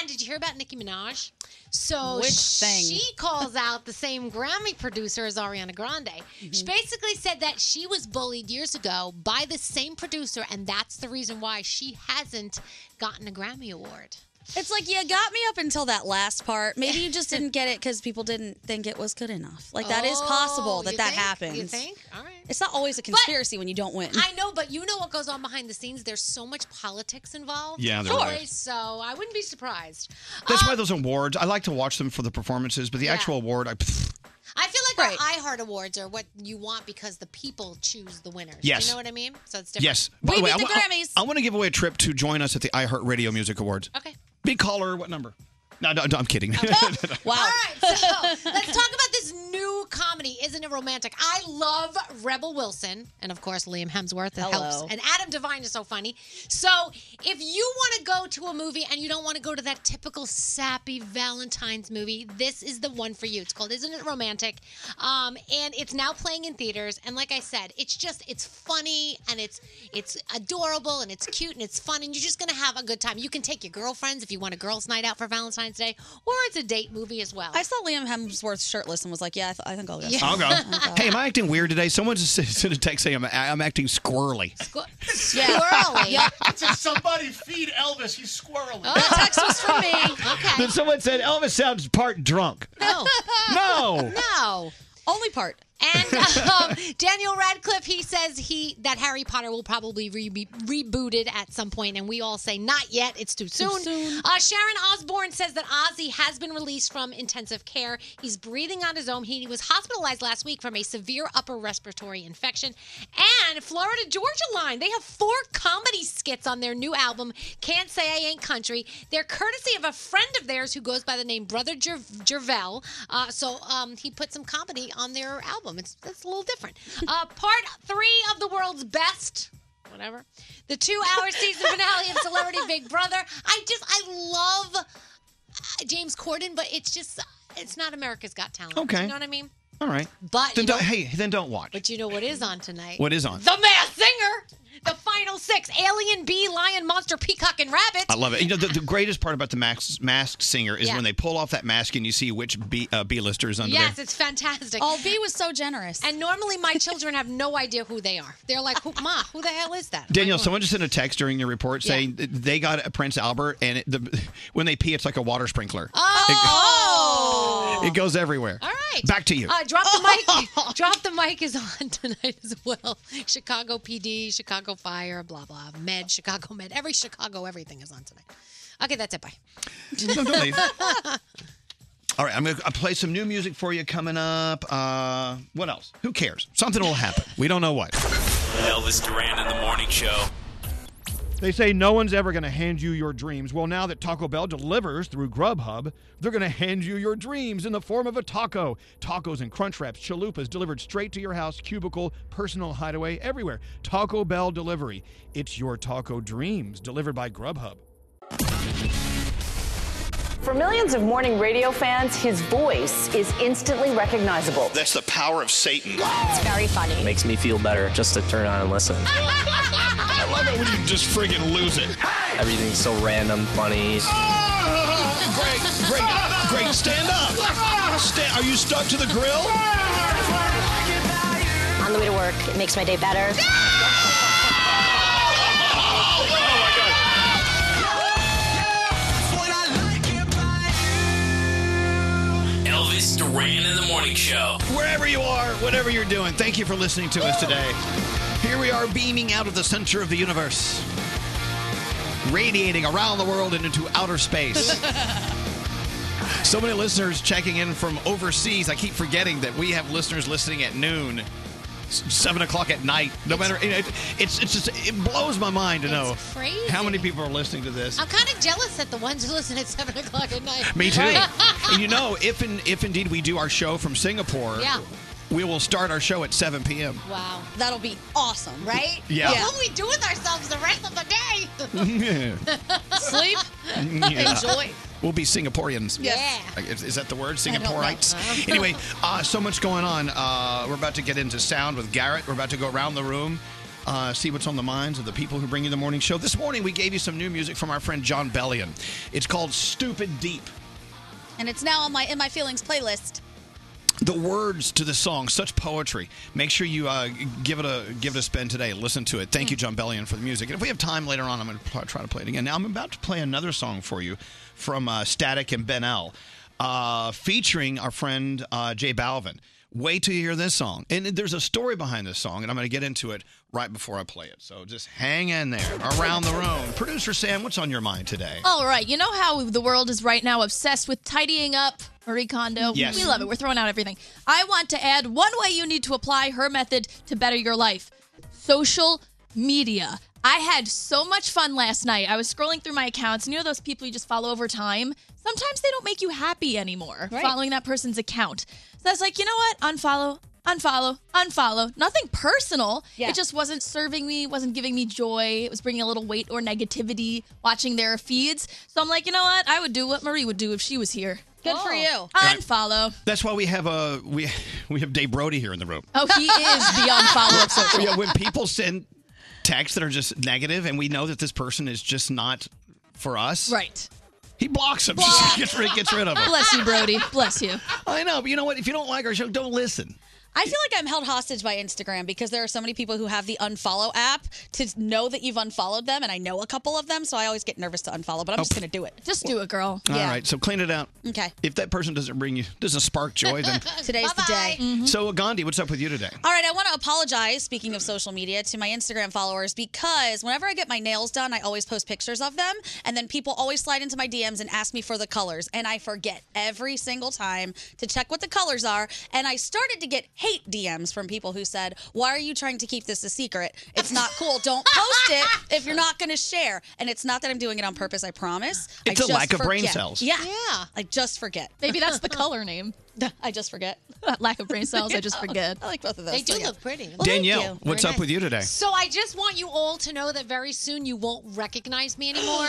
Speaker 13: And did you hear about Nicki Minaj? So
Speaker 7: Which thing?
Speaker 13: she calls out the same Grammy producer as Ariana Grande.
Speaker 7: Mm-hmm.
Speaker 13: She basically said that she was bullied years ago by the same producer, and that's the reason why she hasn't gotten a Grammy Award.
Speaker 7: It's like you got me up until that last part. Maybe
Speaker 13: (laughs)
Speaker 7: you just didn't get it because people didn't think it was good enough. Like that is
Speaker 13: Oh,
Speaker 7: possible that
Speaker 13: you
Speaker 7: that
Speaker 13: think? You
Speaker 7: happens.
Speaker 13: think? All right.
Speaker 7: It's not always a conspiracy when you don't win.
Speaker 13: I know, but you know what goes on behind the scenes. There's so much politics involved.
Speaker 2: Yeah, there Sure. is.
Speaker 13: So I wouldn't be surprised.
Speaker 2: That's
Speaker 13: uh,
Speaker 2: why those awards, I like to watch them for the performances, but the actual award, I,
Speaker 13: I feel like our iHeart Awards are what you want because the people choose the winners.
Speaker 2: Yes.
Speaker 13: You know what I mean? So it's different.
Speaker 2: yes. By the way, I, wa- I, want to give away a trip to join us at the iHeartRadio Music Awards.
Speaker 13: Okay.
Speaker 2: Big caller, what number? No, no, no I'm kidding. (laughs)
Speaker 13: Wow. All right, so oh, let's talk about this new comedy. Isn't it romantic? I love Rebel Wilson, and of course Liam Hemsworth. It
Speaker 7: Hello.
Speaker 13: helps. And Adam Devine is so funny. So if you want to go to a movie and you don't want to go to that typical sappy Valentine's movie, this is the one for you. It's called Isn't It Romantic? Um, and it's now playing in theaters. And like I said, it's just it's funny and it's it's adorable and it's cute and it's fun and you're just gonna have a good time. You can take your girlfriends if you want a girls' night out for Valentine's Day, or it's a date movie as well.
Speaker 7: I saw Liam Hemsworth shirtless and was like, "Yeah, I, th- I think I'll go." Oh
Speaker 2: I'll
Speaker 7: (laughs)
Speaker 2: go. hey, am I acting weird today? Someone just (laughs) sent a text saying I'm, I'm acting squirrely.
Speaker 13: Squirrely.
Speaker 9: (laughs)
Speaker 8: It says somebody feed Elvis. He's squirrely.
Speaker 1: Oh,
Speaker 13: that text was from me. Okay.
Speaker 2: Then someone said Elvis sounds part drunk.
Speaker 13: No.
Speaker 2: No.
Speaker 13: No.
Speaker 7: Only part.
Speaker 13: And (laughs) um, Daniel Radcliffe, he says he that Harry Potter will probably re- be rebooted at some point, and we all say not yet; it's too soon.
Speaker 7: soon.
Speaker 13: Uh, Sharon Osbourne says that Ozzy has been released from intensive care. He's breathing on his own. He was hospitalized last week from a severe upper respiratory infection. And Florida Georgia Line, they have four comedy skits on their new album. Can't say I ain't country. They're courtesy of a friend of theirs who goes by the name Brother Jer- Jervell. Uh, so um, he put some comedy on their album. It's, it's a little different. Uh, part three of the world's best whatever. The two hour season finale of Celebrity Big Brother. I just, I love. uh, James Corden, but it's just it's not America's Got Talent.
Speaker 2: Okay.
Speaker 13: you know what I mean.
Speaker 2: All right.
Speaker 13: But
Speaker 2: then
Speaker 13: you
Speaker 2: don't,
Speaker 13: know-
Speaker 2: hey, then don't watch.
Speaker 13: But you know what is on tonight?
Speaker 2: What is on?
Speaker 13: The Masked Singer, the final six: alien, bee, lion, monster, peacock, and rabbit.
Speaker 2: I love it. You know, the, the greatest part about the mask, masked singer is
Speaker 13: Yeah.
Speaker 2: when they pull off that mask and you see which B uh, B-lister is under
Speaker 13: yes,
Speaker 2: there.
Speaker 13: it's fantastic. Oh, B was so generous. And normally my children have no idea who they are. They're like, who, Ma, who the hell is that?
Speaker 2: Daniel, someone just sent a text during your report saying that they got a Prince Albert, and it, the, when they pee, it's like a water sprinkler.
Speaker 13: Oh.
Speaker 2: It goes everywhere.
Speaker 13: All right.
Speaker 2: Back to you.
Speaker 13: Uh, drop the
Speaker 2: (laughs)
Speaker 13: mic. drop the mic is on tonight as well. Chicago PD, Chicago Fire, blah blah. Med, Chicago Med. Every Chicago, everything is on tonight. Okay, that's it. Bye.
Speaker 2: No, don't leave. All right, I'm going to play some new music for you coming up. Uh, what else? Who cares? Something will happen. We don't know what.
Speaker 5: Elvis Duran in the morning show.
Speaker 4: They say no one's ever going to hand you your dreams. Well, now that Taco Bell delivers through Grubhub, they're going to hand you your dreams in the form of a taco. Tacos and crunch wraps, chalupas delivered straight to your house, cubicle, personal hideaway, everywhere. Taco Bell delivery. It's your taco dreams delivered by Grubhub.
Speaker 1: For millions of morning radio fans, his voice is instantly recognizable.
Speaker 2: That's the power of Satan.
Speaker 1: It's very funny.
Speaker 2: (laughs)
Speaker 21: Makes me feel better just to turn on and listen.
Speaker 2: I love it when you just friggin' lose it.
Speaker 21: Everything's so random, funny.
Speaker 2: Great, great, great. Stand up. Stand, are you stuck to the grill? Oh,
Speaker 3: On the way to work, it makes my day better.
Speaker 2: oh
Speaker 5: Elvis Duran in the morning show.
Speaker 2: Wherever you are, whatever you're doing, thank you for listening to us today. Here we are beaming out of the center of the universe, radiating around the world and into
Speaker 13: (laughs)
Speaker 2: outer space. so many listeners checking in from overseas. I keep forgetting that we have listeners listening at noon. s- Seven o'clock at night. No matter, you know, it- it's it's just it blows my mind to know
Speaker 13: crazy.
Speaker 2: how many people are listening to this.
Speaker 13: I'm kind of jealous that the ones who listen at seven o'clock at night. (laughs)
Speaker 2: Me too. and you know, if in, if indeed we do our show from Singapore,
Speaker 13: Yeah.
Speaker 2: we will start our show at 7 p.m.
Speaker 13: Wow.
Speaker 7: That'll be awesome, right?
Speaker 2: Yeah.
Speaker 13: What will we do with ourselves the rest of the
Speaker 2: (laughs)
Speaker 13: day? (laughs) Sleep.
Speaker 2: Yeah. We'll be Singaporeans.
Speaker 13: Yes.
Speaker 2: Like, Is, is that the word?
Speaker 13: I don't know. Uh-huh.
Speaker 2: Singaporeites. anyway, uh, so much going on. Uh, we're about to get into sound with Garrett. We're about to go around the room, uh, see what's on the minds of the people who bring you the morning show. This morning, we gave you some new music from our friend John Bellion. It's called Stupid Deep.
Speaker 7: And it's now on my in my feelings playlist.
Speaker 2: the words to the song such poetry make sure you uh, give it a give it a spin today listen to it thank you john bellion for the music and if we have time later on i'm going to pl- try to play it again now i'm about to play another song for you from uh, static and ben l uh, featuring our friend uh, jay balvin wait till you hear this song and there's a story behind this song and i'm going to get into it right before i play it so just hang in there around the room producer sam what's on your mind today
Speaker 12: All right, you know how the world is right now obsessed with tidying up Marie Kondo?
Speaker 2: Yes.
Speaker 12: We love it. We're throwing out everything. I want to add one way you need to apply her method to better your life social media. I had so much fun last night. I was scrolling through my accounts, and you know those people you just follow over time? Sometimes they don't make you happy anymore following that person's account. So I was like, you know what? Unfollow, unfollow, unfollow. Nothing personal.
Speaker 7: Yeah.
Speaker 12: It just wasn't serving me, wasn't giving me joy. It was bringing a little weight or negativity watching their feeds. So I'm like, you know what? I would do what Marie would do if she was here. Oh.
Speaker 7: Good for you.
Speaker 12: Unfollow.
Speaker 2: that's why we have a we (laughs) we have dave brody here in the room
Speaker 12: Oh, he is beyond follow up social.
Speaker 2: Yeah, when people send texts that are just negative and we know that this person is just not for us.
Speaker 12: Right.
Speaker 2: He blocks them. (laughs) Just gets, rid- gets rid
Speaker 13: (laughs)
Speaker 2: of them.
Speaker 12: Bless you, Brody. Bless you.
Speaker 2: I know, but you know what? If you don't like our show, don't listen.
Speaker 7: I feel like I'm held hostage by Instagram because there are so many people who have the unfollow app to know that you've unfollowed them, and I know a couple of them, so I always get nervous to unfollow, but I'm
Speaker 2: Oh,
Speaker 7: just going to do it.
Speaker 12: Just do it, girl.
Speaker 2: All right, so clean it out.
Speaker 7: Okay.
Speaker 2: If that person doesn't bring you, doesn't spark
Speaker 13: (laughs)
Speaker 2: joy, then.
Speaker 7: Today's the day.
Speaker 13: Mm-hmm.
Speaker 2: Mm-hmm. So, Gandhi, what's up with you today?
Speaker 7: All right, I want to apologize, speaking of social media, to my Instagram followers because whenever I get my nails done, I always post pictures of them. And then people always slide into my DMs and ask me for the colors. And I forget every single time to check what the colors are. And I started to get hate DMs from people who said, Why are you trying to keep this a secret? It's not cool. Don't post it if you're not going to share. And it's not that I'm doing it on purpose, I promise. I
Speaker 2: It's a
Speaker 7: just
Speaker 2: lack of brain
Speaker 7: forget.
Speaker 2: cells.
Speaker 7: Yeah. Yeah. I just forget.
Speaker 12: Maybe that's
Speaker 7: (laughs)
Speaker 12: the color name.
Speaker 7: I just forget.
Speaker 12: (laughs) Lack of brain cells.
Speaker 7: (laughs)
Speaker 12: I just forget.
Speaker 7: I like both of those.
Speaker 13: They do
Speaker 7: so yeah.
Speaker 13: look pretty.
Speaker 2: Danielle, what's up with you today?
Speaker 7: (gasps)
Speaker 13: So I just want you all to know that very soon you won't recognize me anymore.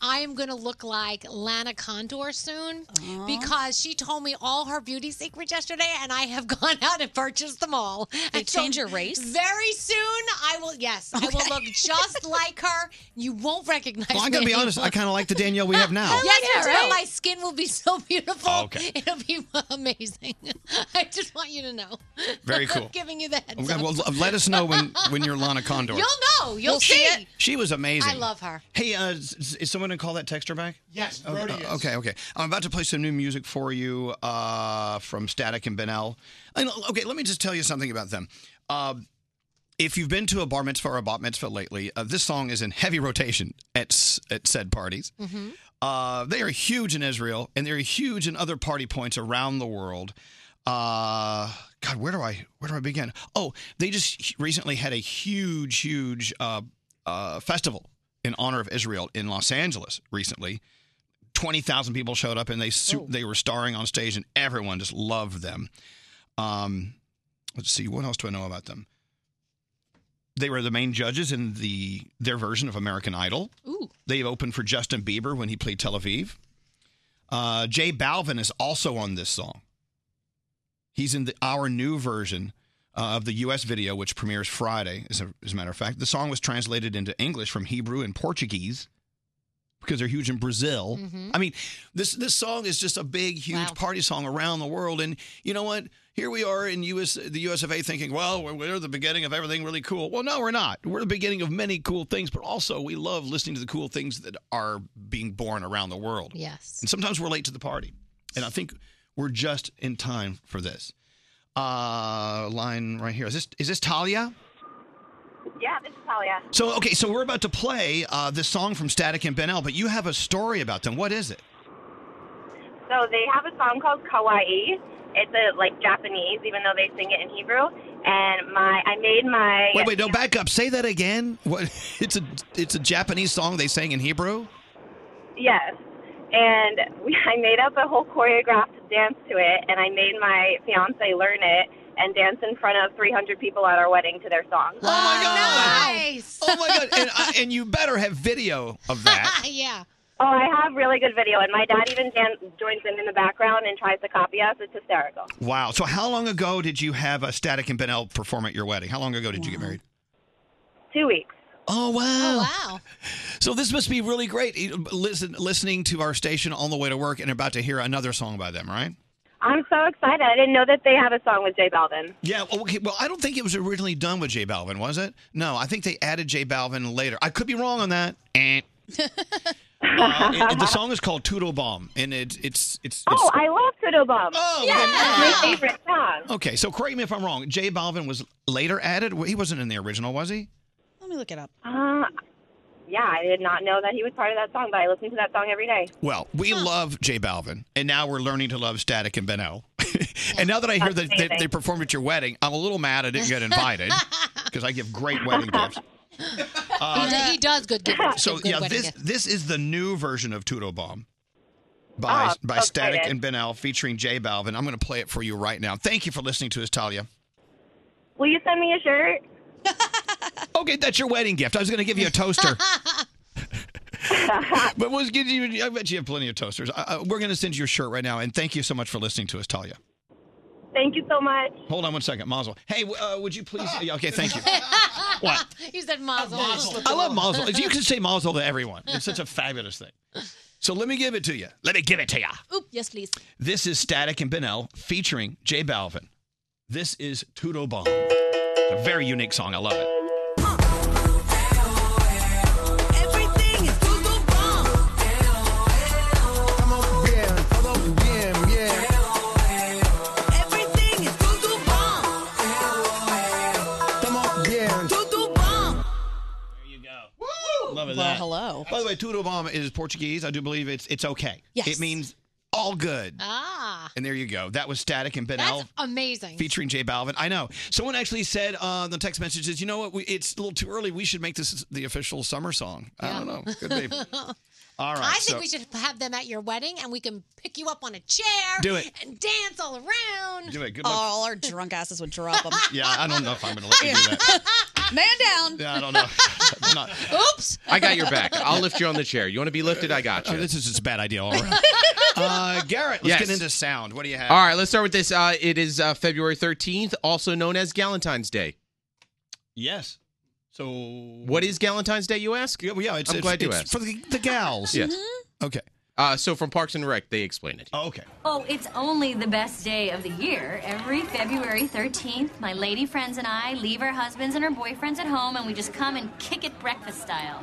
Speaker 13: I am going to look like Lana Condor soon because she told me all her beauty secrets yesterday, and I have (laughs) gone out and purchased them all.
Speaker 7: They
Speaker 13: And so
Speaker 7: change your race?
Speaker 13: very soon. I will. Yes, I will look
Speaker 7: (laughs)
Speaker 13: just like her. You won't recognize.
Speaker 2: Well,
Speaker 13: me
Speaker 2: I gotta be
Speaker 13: anymore.
Speaker 2: honest. I kind of like the Danielle we have now.
Speaker 13: yes, (laughs) I do. my skin will be (laughs) so beautiful.
Speaker 2: Oh, okay.
Speaker 13: It'll be (laughs) amazing. I just want you to know. (laughs)
Speaker 2: Very cool.
Speaker 13: Giving you the heads
Speaker 2: Okay,
Speaker 13: up.
Speaker 2: Oh well, l- let us know when when you're Lana
Speaker 13: (laughs)
Speaker 2: Condor.
Speaker 13: You'll know. You'll see. it.
Speaker 2: She was amazing.
Speaker 13: I love her.
Speaker 2: Hey, uh, is, is someone gonna call that texter back?
Speaker 13: Yes,
Speaker 2: Oh,
Speaker 13: Brody
Speaker 2: uh, okay, okay. I'm about to play some new music for you uh, from Static and Benel. And, okay, let me just tell you something about them. Uh, if you've been to a bar mitzvah or a bat mitzvah lately, uh, this song is in heavy rotation at s- at said parties. Uh, they are huge in Israel, and they're huge in other party points around the world. Uh, God, where do I where do I begin? Oh, they just recently had a huge, huge uh, uh, festival in honor of Israel in Los Angeles recently. Twenty thousand people showed up, and they su- they were starring on stage, and everyone just loved them. Um, let's see, what else do I know about them? They were the main judges in the their version of American Idol.
Speaker 12: Ooh.
Speaker 2: They've opened for Justin Bieber when he played Tel Aviv. Uh, Jay Balvin is also on this song. He's in the, our new version uh, of the U.S. video, which premieres Friday, as a, as a matter of fact. The song was translated into English from Hebrew and Portuguese because they're huge in Brazil.
Speaker 9: Mhm.
Speaker 2: I mean, this this song is just a big, huge party song around the world. And you know what? Here we are in US, the US of A thinking, well, we're, we're the beginning of everything really cool. Well, no, we're not. We're the beginning of many cool things, but also we love listening to the cool things that are being born around the world.
Speaker 13: Yes.
Speaker 2: And sometimes we're late to the party. And I think we're just in time for this. Uh, line right here. Is this is this Talia?
Speaker 11: Yeah, this is Talia.
Speaker 2: So okay, so we're about to play uh, this song from Static and Ben El, but you have a story about them. What is it?
Speaker 11: So they have a song called Kawaii. It's a like Japanese, even though they sing it in Hebrew. And my, I made my.
Speaker 2: Wait, wait, no, back up. Say that again. What? (laughs) It's a it's a Japanese song they sang in Hebrew.
Speaker 11: Yes. And we, (laughs) I made up a whole choreographed dance to it, and I made my fiance learn it and dance in front of 300 people at our wedding to their (gasps) song.
Speaker 2: Oh my god!
Speaker 11: Nice.
Speaker 2: Oh my god! And I- and you better have video of that.
Speaker 11: yeah. Oh, I have really good video, and my dad even dan- joins in in the background and tries to copy us. It's hysterical.
Speaker 2: (laughs) Wow. So how long ago did you have a Static and Ben El perform at your wedding? How long ago did you get married?
Speaker 11: Two weeks.
Speaker 2: Oh wow!
Speaker 11: Oh wow!
Speaker 2: So this must be really great. You- Listen, listening to our station on the way to work and about to hear another song by them, right?
Speaker 11: I'm so excited. I didn't know that they had a song with Jay Balvin.
Speaker 2: Yeah, okay. Well, I don't think it was originally done with J Balvin, was it? No, I think they added J Balvin later. I could be wrong on that.
Speaker 11: (laughs)
Speaker 2: Eh. Uh, it- it- the song is called Toodle Bomb, and it, it's it's. it's
Speaker 11: Oh, I love Toodle Bum.
Speaker 2: Oh,
Speaker 11: yeah.
Speaker 2: my
Speaker 11: my favorite song.
Speaker 2: okay, so correct me if I'm wrong. J Balvin was later added. Well, He wasn't in the original, was he?
Speaker 11: Let me look it up. Uh, yeah, I did not know that he was part of that song, but I listen to that song every day.
Speaker 2: Well, we love J Balvin, and now we're learning to love Static and Benel. (laughs) and now that I hear
Speaker 11: That's
Speaker 2: that they,
Speaker 11: amazing.
Speaker 2: they performed at your wedding, I'm a little mad I didn't
Speaker 13: (laughs)
Speaker 2: get invited because I give great wedding gifts.
Speaker 13: he, do- he does
Speaker 2: (laughs)
Speaker 13: good. good
Speaker 2: Uh, So
Speaker 13: good
Speaker 2: yeah,
Speaker 13: wedding
Speaker 2: this
Speaker 13: gift.
Speaker 2: this is the new version of Tudo Bomb by
Speaker 11: Oh,
Speaker 2: by
Speaker 11: so
Speaker 2: Static
Speaker 11: excited.
Speaker 2: and Ben Al featuring J Balvin. I'm going to play it for you right now. Thank you for listening to us, Talia.
Speaker 11: Will you send me a shirt?
Speaker 2: Okay, that's your wedding gift. I was going to give you a toaster. but we'll give you. I bet you have plenty of toasters. I, I, we're going to send you a shirt right now, and thank you so much for listening to us, Talia.
Speaker 11: Thank you so
Speaker 13: (laughs)
Speaker 11: much.
Speaker 2: Hold on one second, Mazel. Hey, w- uh, would you please? yeah, Okay, thank you. What?
Speaker 13: You said mazel.
Speaker 2: I love Mazel. You can say Mazel to everyone. It's such a fabulous thing. So let me give it to you. Let me give it to you.
Speaker 12: Oop, yes, please.
Speaker 2: This is Static and Benel featuring J Balvin. This is Tudo Bomb. It's a very unique song. I love it. Loving
Speaker 7: Well,
Speaker 2: that.
Speaker 7: hello.
Speaker 2: By the way, Tudo Bomb is Portuguese. I do believe it's it's okay.
Speaker 7: Yes.
Speaker 2: It means all good.
Speaker 13: Ah.
Speaker 2: And there you go. That was Static and Ben Al
Speaker 13: Amazing.
Speaker 2: featuring Jay Balvin. I know. Someone actually said uh, the text messages, you know what? We, it's a little too early. We should make this the official summer song. I don't know. Could
Speaker 13: (laughs)
Speaker 2: be. All right.
Speaker 13: I think
Speaker 2: so-
Speaker 13: we should have them at your wedding, and we can pick you up on a chair.
Speaker 2: Do it.
Speaker 13: and dance all around.
Speaker 2: Do it. Good luck.
Speaker 7: All our drunk asses would drop (laughs) them.
Speaker 2: Yeah, I don't know if I'm going to let you
Speaker 13: (laughs)
Speaker 2: do that.
Speaker 7: (laughs) Man down.
Speaker 2: Yeah, I don't know. (laughs) I'm not-
Speaker 7: (laughs) Oops.
Speaker 9: I got your back. I'll lift you on the chair. You want to be lifted? I got you.
Speaker 2: Oh, this is just a bad idea all
Speaker 9: (laughs)
Speaker 2: around. Uh, Garrett, let's
Speaker 9: Yes.
Speaker 2: get into sound. What do you have?
Speaker 9: All right, let's start with this. Uh, it is uh, February 13th, also known as Galentine's Day.
Speaker 2: Yes. So what
Speaker 9: What is Galentine's Day, you ask?
Speaker 2: Yeah, well, yeah, it's,
Speaker 9: I'm
Speaker 2: it's-
Speaker 9: glad you
Speaker 2: it's
Speaker 9: asked.
Speaker 2: for the, the gals. Mm-hmm.
Speaker 9: Yes.
Speaker 2: Okay.
Speaker 9: Uh, so from Parks and Rec, they explain it.
Speaker 2: Oh, okay.
Speaker 14: Oh, it's only the best day of the year. Every February 13th, my lady friends and I leave our husbands and our boyfriends at home and we just come and kick it breakfast style.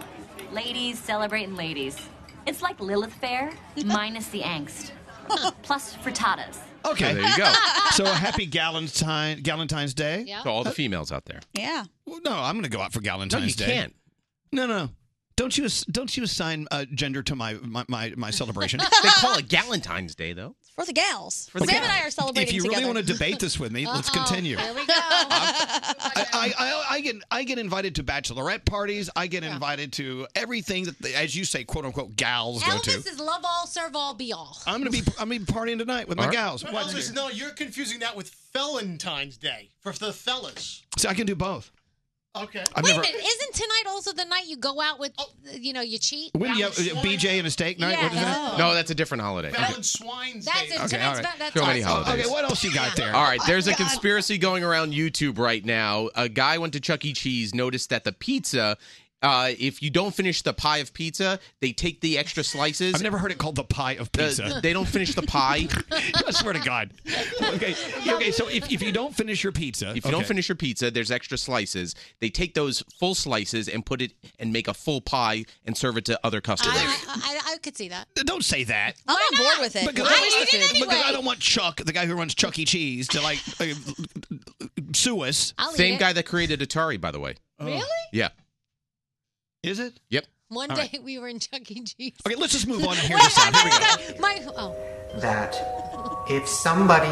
Speaker 14: Ladies celebrating ladies. It's like Lilith
Speaker 3: (laughs)
Speaker 14: Fair, minus the angst, plus frittatas.
Speaker 2: Okay.
Speaker 9: there you go.
Speaker 2: so a happy Galentine, Galentine's Day.
Speaker 14: Yeah.
Speaker 9: To all the females out there.
Speaker 14: Yeah.
Speaker 2: Well, no, I'm going to go out for Galentine's Day.
Speaker 9: can't.
Speaker 2: No, no. Don't you ass- don't you assign uh, gender to my my, my, my celebration?
Speaker 9: they call it Galentine's Day though.
Speaker 7: For the gals.
Speaker 2: For the
Speaker 7: Sam
Speaker 2: gals.
Speaker 7: and I are celebrating
Speaker 2: if you
Speaker 7: together.
Speaker 2: really want to debate this with me, let's
Speaker 7: Uh-oh.
Speaker 2: continue.
Speaker 7: Here
Speaker 13: we go.
Speaker 2: (laughs) I, I, I get I get invited to bachelorette parties. I get invited to everything that, the, as you say, quote unquote, gals go to.
Speaker 13: Elvis is love all, serve all, be all.
Speaker 2: I'm gonna be I'm gonna be partying tonight with my gals.
Speaker 8: No,
Speaker 2: What?
Speaker 8: Elvis, no, you're confusing that with Valentine's Day for the fellas.
Speaker 2: See, I can do both.
Speaker 8: Okay.
Speaker 2: I've
Speaker 13: Wait
Speaker 2: never-
Speaker 13: a minute, isn't tonight also the night you go out with, you know, you cheat?
Speaker 2: When do you have uh, BJ and a steak night? What is that?
Speaker 9: No, that's a different holiday.
Speaker 8: Valentine's Day.
Speaker 13: That's it.
Speaker 9: Okay,
Speaker 13: tonight's
Speaker 9: all right.
Speaker 13: ba- that's
Speaker 9: So many
Speaker 13: awesome.
Speaker 9: holidays.
Speaker 2: Okay, what else you got there?
Speaker 9: All right, there's a
Speaker 2: God.
Speaker 9: conspiracy going around YouTube right now. A guy went to Chuck E. Cheese, noticed that the pizza, uh, if you don't finish the pie of pizza, they take the extra slices. I've
Speaker 2: never heard it called the pie of pizza.
Speaker 9: (laughs) they don't finish the pie.
Speaker 2: (laughs) I swear to God. Okay, okay. So if, if you don't finish your pizza,
Speaker 9: If you don't finish your pizza, there's extra slices. They take those full slices and put it and make a full pie and serve it to other customers.
Speaker 13: I, I could see that.
Speaker 2: don't say that.
Speaker 7: I'm on board with it.
Speaker 2: Because
Speaker 7: I
Speaker 2: I,
Speaker 7: eat it anyway.
Speaker 2: because I don't want Chuck, the guy who runs Chuck E. Cheese, to like (laughs) uh, sue us.
Speaker 13: I'll
Speaker 9: Same guy that created Atari, by the way.
Speaker 13: Really?
Speaker 9: Yeah.
Speaker 2: Oh. Is it?
Speaker 9: Yep.
Speaker 13: One
Speaker 9: All
Speaker 13: day
Speaker 9: right.
Speaker 13: we were in Chuck E. Cheese.
Speaker 2: Okay, let's just move
Speaker 13: Wait,
Speaker 2: on and
Speaker 13: (laughs)
Speaker 2: hear this out. Here we go.
Speaker 13: I got my, oh,
Speaker 23: that if somebody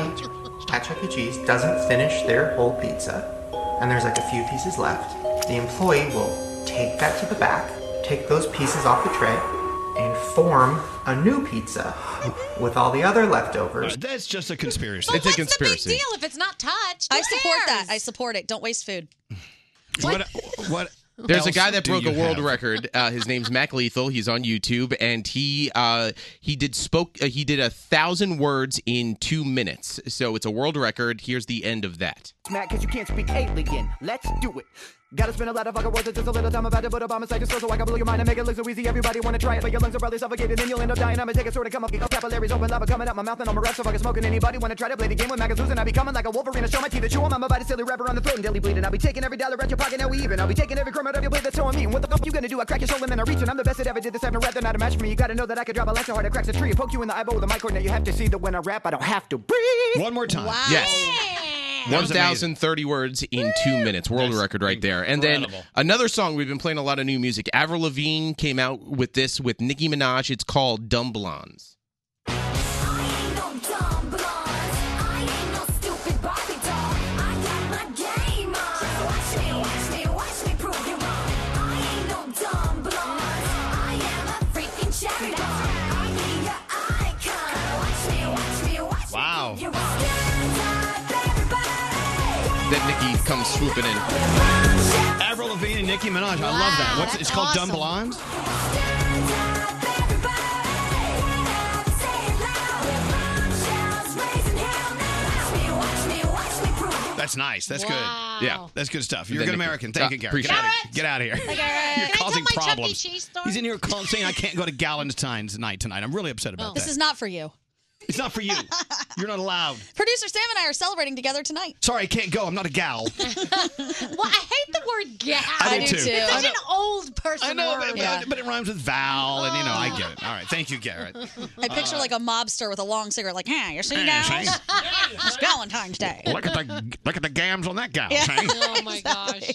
Speaker 23: at Chuck E. Cheese doesn't finish their whole pizza and there's like a few pieces left, the employee will take that to the back, take those pieces off the tray, and form a new pizza with all the other leftovers.
Speaker 2: That's just a conspiracy.
Speaker 9: it's a conspiracy.
Speaker 13: deal if it's not touched.
Speaker 7: I support that. I support it. Don't waste food.
Speaker 2: What? What?
Speaker 9: (laughs) There's a
Speaker 2: else
Speaker 9: guy that
Speaker 2: do
Speaker 9: broke a
Speaker 2: you
Speaker 9: world
Speaker 2: have?
Speaker 9: record. Uh, his name's Mac Lethal. He's on YouTube, and he uh, he did spoke uh, he did a thousand words in two minutes. So it's a world record. Here's the end of that.
Speaker 24: Matt, cause you can't speak alien. Let's do it. Gotta spend a lot of fucking words, it's just a little time about it, but Obama's like a so I can blow your mind and make it look so easy. Everybody wanna try it, but your lungs are probably suffocated, then you'll end up dying. I'ma take a sword to come up, capillaries open, lava coming out my mouth, and I'm a rap, so fucking smoking. Anybody wanna try to play the game with Mac is losing? I be coming like a wolverine, I show my teeth to chew 'em. I'm about to silly rapper on the throat and daily bleeding. I'll be taking every dollar out your pocket, now we even. I'll be taking every crumb out of your plate that's showing me. And what the fuck you gonna do? I crack your soul and then I reach, and I'm the best that ever did this. I've rather not a match for me. You gotta know that I could drop a line so hard it cracks a tree, poke you in the eyeball with a mic cord. Now you have to see that when I rap, I don't have to breathe.
Speaker 2: One more time.
Speaker 9: Yes.
Speaker 2: That was amazing.
Speaker 9: 1,030 words in two minutes. World record right there. And then
Speaker 2: incredible.
Speaker 9: another song we've been playing a lot of new music. Avril Lavigne came out with this with Nicki Minaj. It's called Dumb Blondes.
Speaker 2: Wow.
Speaker 9: That Nicki comes swooping in.
Speaker 2: Avril Lavigne and Nicki Minaj. I love that. What's it's called? Dumb Blonde. That's nice. That's good.
Speaker 9: Yeah.
Speaker 2: That's good stuff.
Speaker 9: And
Speaker 2: You're a
Speaker 9: then
Speaker 2: good
Speaker 9: Nicki-
Speaker 2: American. Thank
Speaker 9: Uh,
Speaker 2: you, Garrett.
Speaker 9: appreciate
Speaker 2: Get out,
Speaker 9: it.
Speaker 2: of, get out of here.
Speaker 13: Can I
Speaker 2: (laughs) You're
Speaker 13: tell
Speaker 2: causing
Speaker 13: my Chuck E.
Speaker 2: problems.
Speaker 13: Cheese story?
Speaker 2: He's in here calling, saying I can't go to Galentine's night tonight. I'm really upset about
Speaker 7: Oh. This
Speaker 2: that.
Speaker 7: is not for you.
Speaker 2: it's
Speaker 7: (laughs)
Speaker 2: not for you. You're not allowed.
Speaker 7: Producer Sam and I are celebrating together
Speaker 2: (laughs)
Speaker 7: tonight. (laughs)
Speaker 2: Sorry, I can't go. I'm not a gal.
Speaker 13: well, I hate the word gal.
Speaker 2: I do too.
Speaker 13: It's
Speaker 2: I
Speaker 13: such
Speaker 2: know.
Speaker 13: an old person
Speaker 2: I know,
Speaker 13: word.
Speaker 2: but, but, but it rhymes with Val, and you know,
Speaker 7: Oh.
Speaker 2: I get it. All right, thank
Speaker 7: (laughs)
Speaker 2: you, Garrett.
Speaker 7: I picture
Speaker 2: Uh,
Speaker 7: like a mobster with a long cigarette, like, "Hey, you see
Speaker 2: Hey,
Speaker 7: gals?
Speaker 2: see?
Speaker 7: it's Valentine's Day."
Speaker 2: look at the look at the gams on that gal.
Speaker 7: Yeah.
Speaker 2: see?
Speaker 7: (laughs)
Speaker 13: Oh my gosh.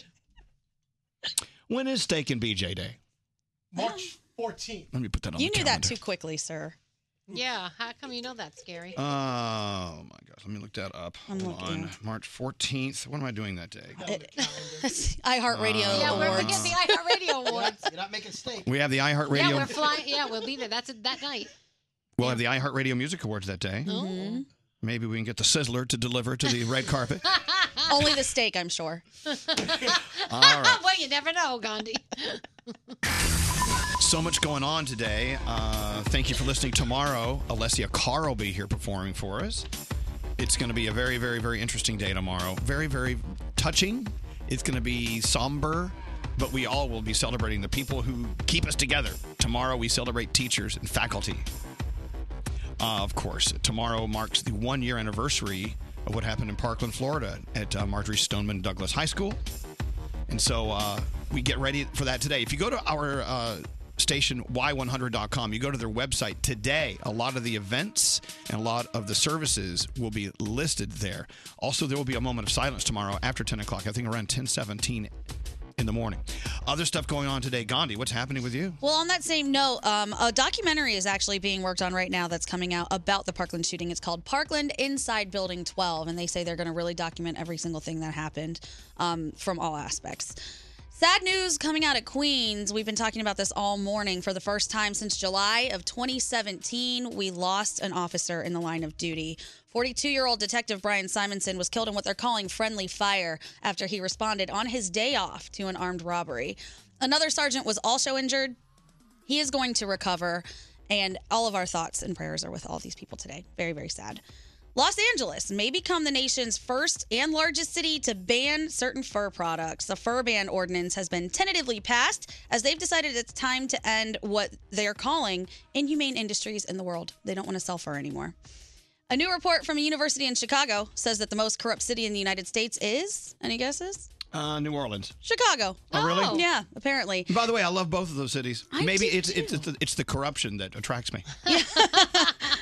Speaker 2: When is Steak and BJ Day?
Speaker 8: March 14th.
Speaker 2: Let me put that on.
Speaker 7: You
Speaker 2: the
Speaker 7: knew that
Speaker 2: calendar.
Speaker 7: too quickly, sir.
Speaker 13: Yeah, how come you know that's scary? (laughs)
Speaker 2: Oh my gosh, let me look that up.
Speaker 7: I'm
Speaker 2: Hold
Speaker 7: looking.
Speaker 2: on March 14th. What am I doing that day? Uh,
Speaker 7: iHeartRadio
Speaker 13: yeah, we're
Speaker 7: Awards.
Speaker 13: we get the (laughs) iHeartRadio Awards.
Speaker 17: You're not making steak.
Speaker 2: We have the iHeartRadio.
Speaker 13: Yeah, we're flying. Yeah, we'll be there. That's it, that night.
Speaker 2: We'll have the iHeartRadio Music Awards that day.
Speaker 13: Oh.
Speaker 7: Mm-hmm.
Speaker 13: (laughs)
Speaker 2: Maybe we can get the sizzler to deliver to
Speaker 7: (laughs)
Speaker 2: the red carpet.
Speaker 7: Only the steak, I'm sure.
Speaker 2: (laughs) All right.
Speaker 13: well, you never know, Gandhi.
Speaker 2: So much going on today. Uh, thank you for listening. Tomorrow, Alessia Carr will be here performing for us. It's going to be a very, very, very interesting day tomorrow. Very, very touching. It's going to be somber, but we all will be celebrating the people who keep us together. Tomorrow, we celebrate teachers and faculty. Uh, of course, tomorrow marks the one year anniversary of what happened in Parkland, Florida at uh, Marjorie Stoneman Douglas High School. And so uh, we get ready for that today. If you go to our uh, station, y100.com, you go to their website today, a lot of the events and a lot of the services will be listed there. Also, there will be a moment of silence tomorrow after 10 o'clock, I think around 1017 in the morning. Other stuff going on today. Gandhi, what's happening with you?
Speaker 7: (laughs) Well, on that same note, um, a documentary is actually being worked on right now that's coming out about the Parkland shooting. It's called Parkland Inside Building 12, and they say they're going to really document every single thing that happened um, from all aspects. Sad news coming out of Queens. We've been talking about this all morning. For the first time since July of 2017, we lost an officer in the line of duty. 42 year old Detective Brian Simonson was killed in what they're calling friendly fire after he responded on his day off to an armed robbery. Another sergeant was also injured. He is going to recover, and all of our thoughts and prayers are with all these people today. Very, very sad. Los Angeles may become the nation's first and largest city to ban certain fur products. The fur ban ordinance has been tentatively passed as they've decided it's time to end what they're calling inhumane industries in the world. They don't want to sell fur anymore. A new report from a university in Chicago says that the most corrupt city in the United States is, any guesses?
Speaker 2: Uh, New Orleans.
Speaker 7: Chicago.
Speaker 2: Oh, really? Oh.
Speaker 7: Yeah, apparently.
Speaker 2: By the way, I love both of those cities.
Speaker 7: I
Speaker 2: Maybe
Speaker 7: do,
Speaker 2: it's, it's it's the- it's the corruption that
Speaker 7: (laughs)
Speaker 2: attracts me.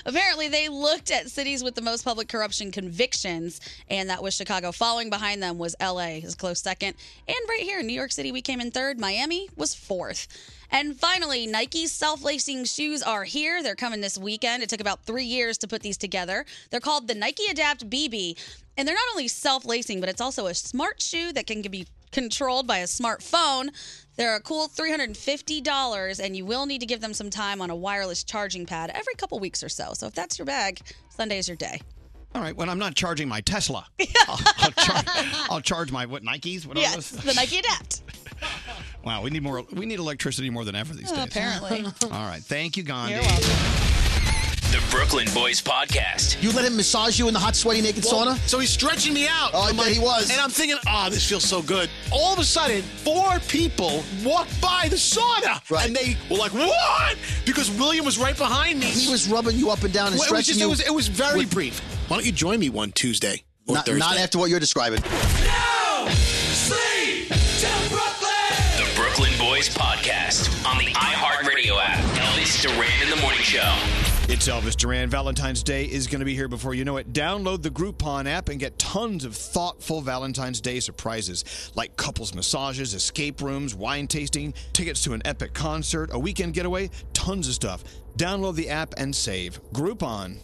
Speaker 7: Apparently, they looked at cities with the most public corruption convictions, and that was Chicago. Following behind them was LA, is a close second. And right here in New York City, we came in third. Miami was fourth. And finally, Nike's self lacing shoes are here. They're coming this weekend. It took about three years to put these together. They're called the Nike Adapt BB. And they're not only self lacing, but it's also a smart shoe that can be controlled by a smartphone. They're a cool $350, and you will need to give them some time on a wireless charging pad every couple weeks or so. So if that's your bag, Sunday's your day.
Speaker 2: All right, when I'm not charging
Speaker 7: (laughs)
Speaker 2: my Tesla, I'll, I'll, charge, I'll charge my what Nikes? What are (laughs)
Speaker 7: yes,
Speaker 2: those?
Speaker 7: the Nike Adapt.
Speaker 2: Wow, we need more. We need electricity more than ever these
Speaker 7: Oh,
Speaker 2: days.
Speaker 7: apparently.
Speaker 2: All right, thank you, Gandhi.
Speaker 5: The Brooklyn Boys Podcast.
Speaker 17: You let him massage you in the hot, sweaty, naked
Speaker 8: Well,
Speaker 17: sauna?
Speaker 8: So he's stretching me out.
Speaker 17: Oh, I
Speaker 8: I'm
Speaker 17: bet
Speaker 8: like-
Speaker 17: he was.
Speaker 8: And I'm thinking, ah, this feels so good. All of a sudden, four people walked by the sauna. And they were like, what? Because William was right behind me. He
Speaker 17: was rubbing you up and down and
Speaker 8: well, it was
Speaker 17: stretching
Speaker 8: just,
Speaker 17: you.
Speaker 8: It was, it was very brief. Why don't you join me one Tuesday or
Speaker 17: Not,
Speaker 8: Thursday?
Speaker 17: not after what you're describing.
Speaker 5: Sleep till Brooklyn. The Brooklyn Boys Podcast on the iHeartRadio app. Elvis Duran in the Morning Show.
Speaker 2: It's Elvis Duran. Valentine's Day is going to be here before you know it. Download the Groupon app and get tons of thoughtful Valentine's Day surprises like couples massages, escape rooms, wine tasting, tickets to an epic concert, a weekend getaway, tons of stuff. Download the app and save. Groupon.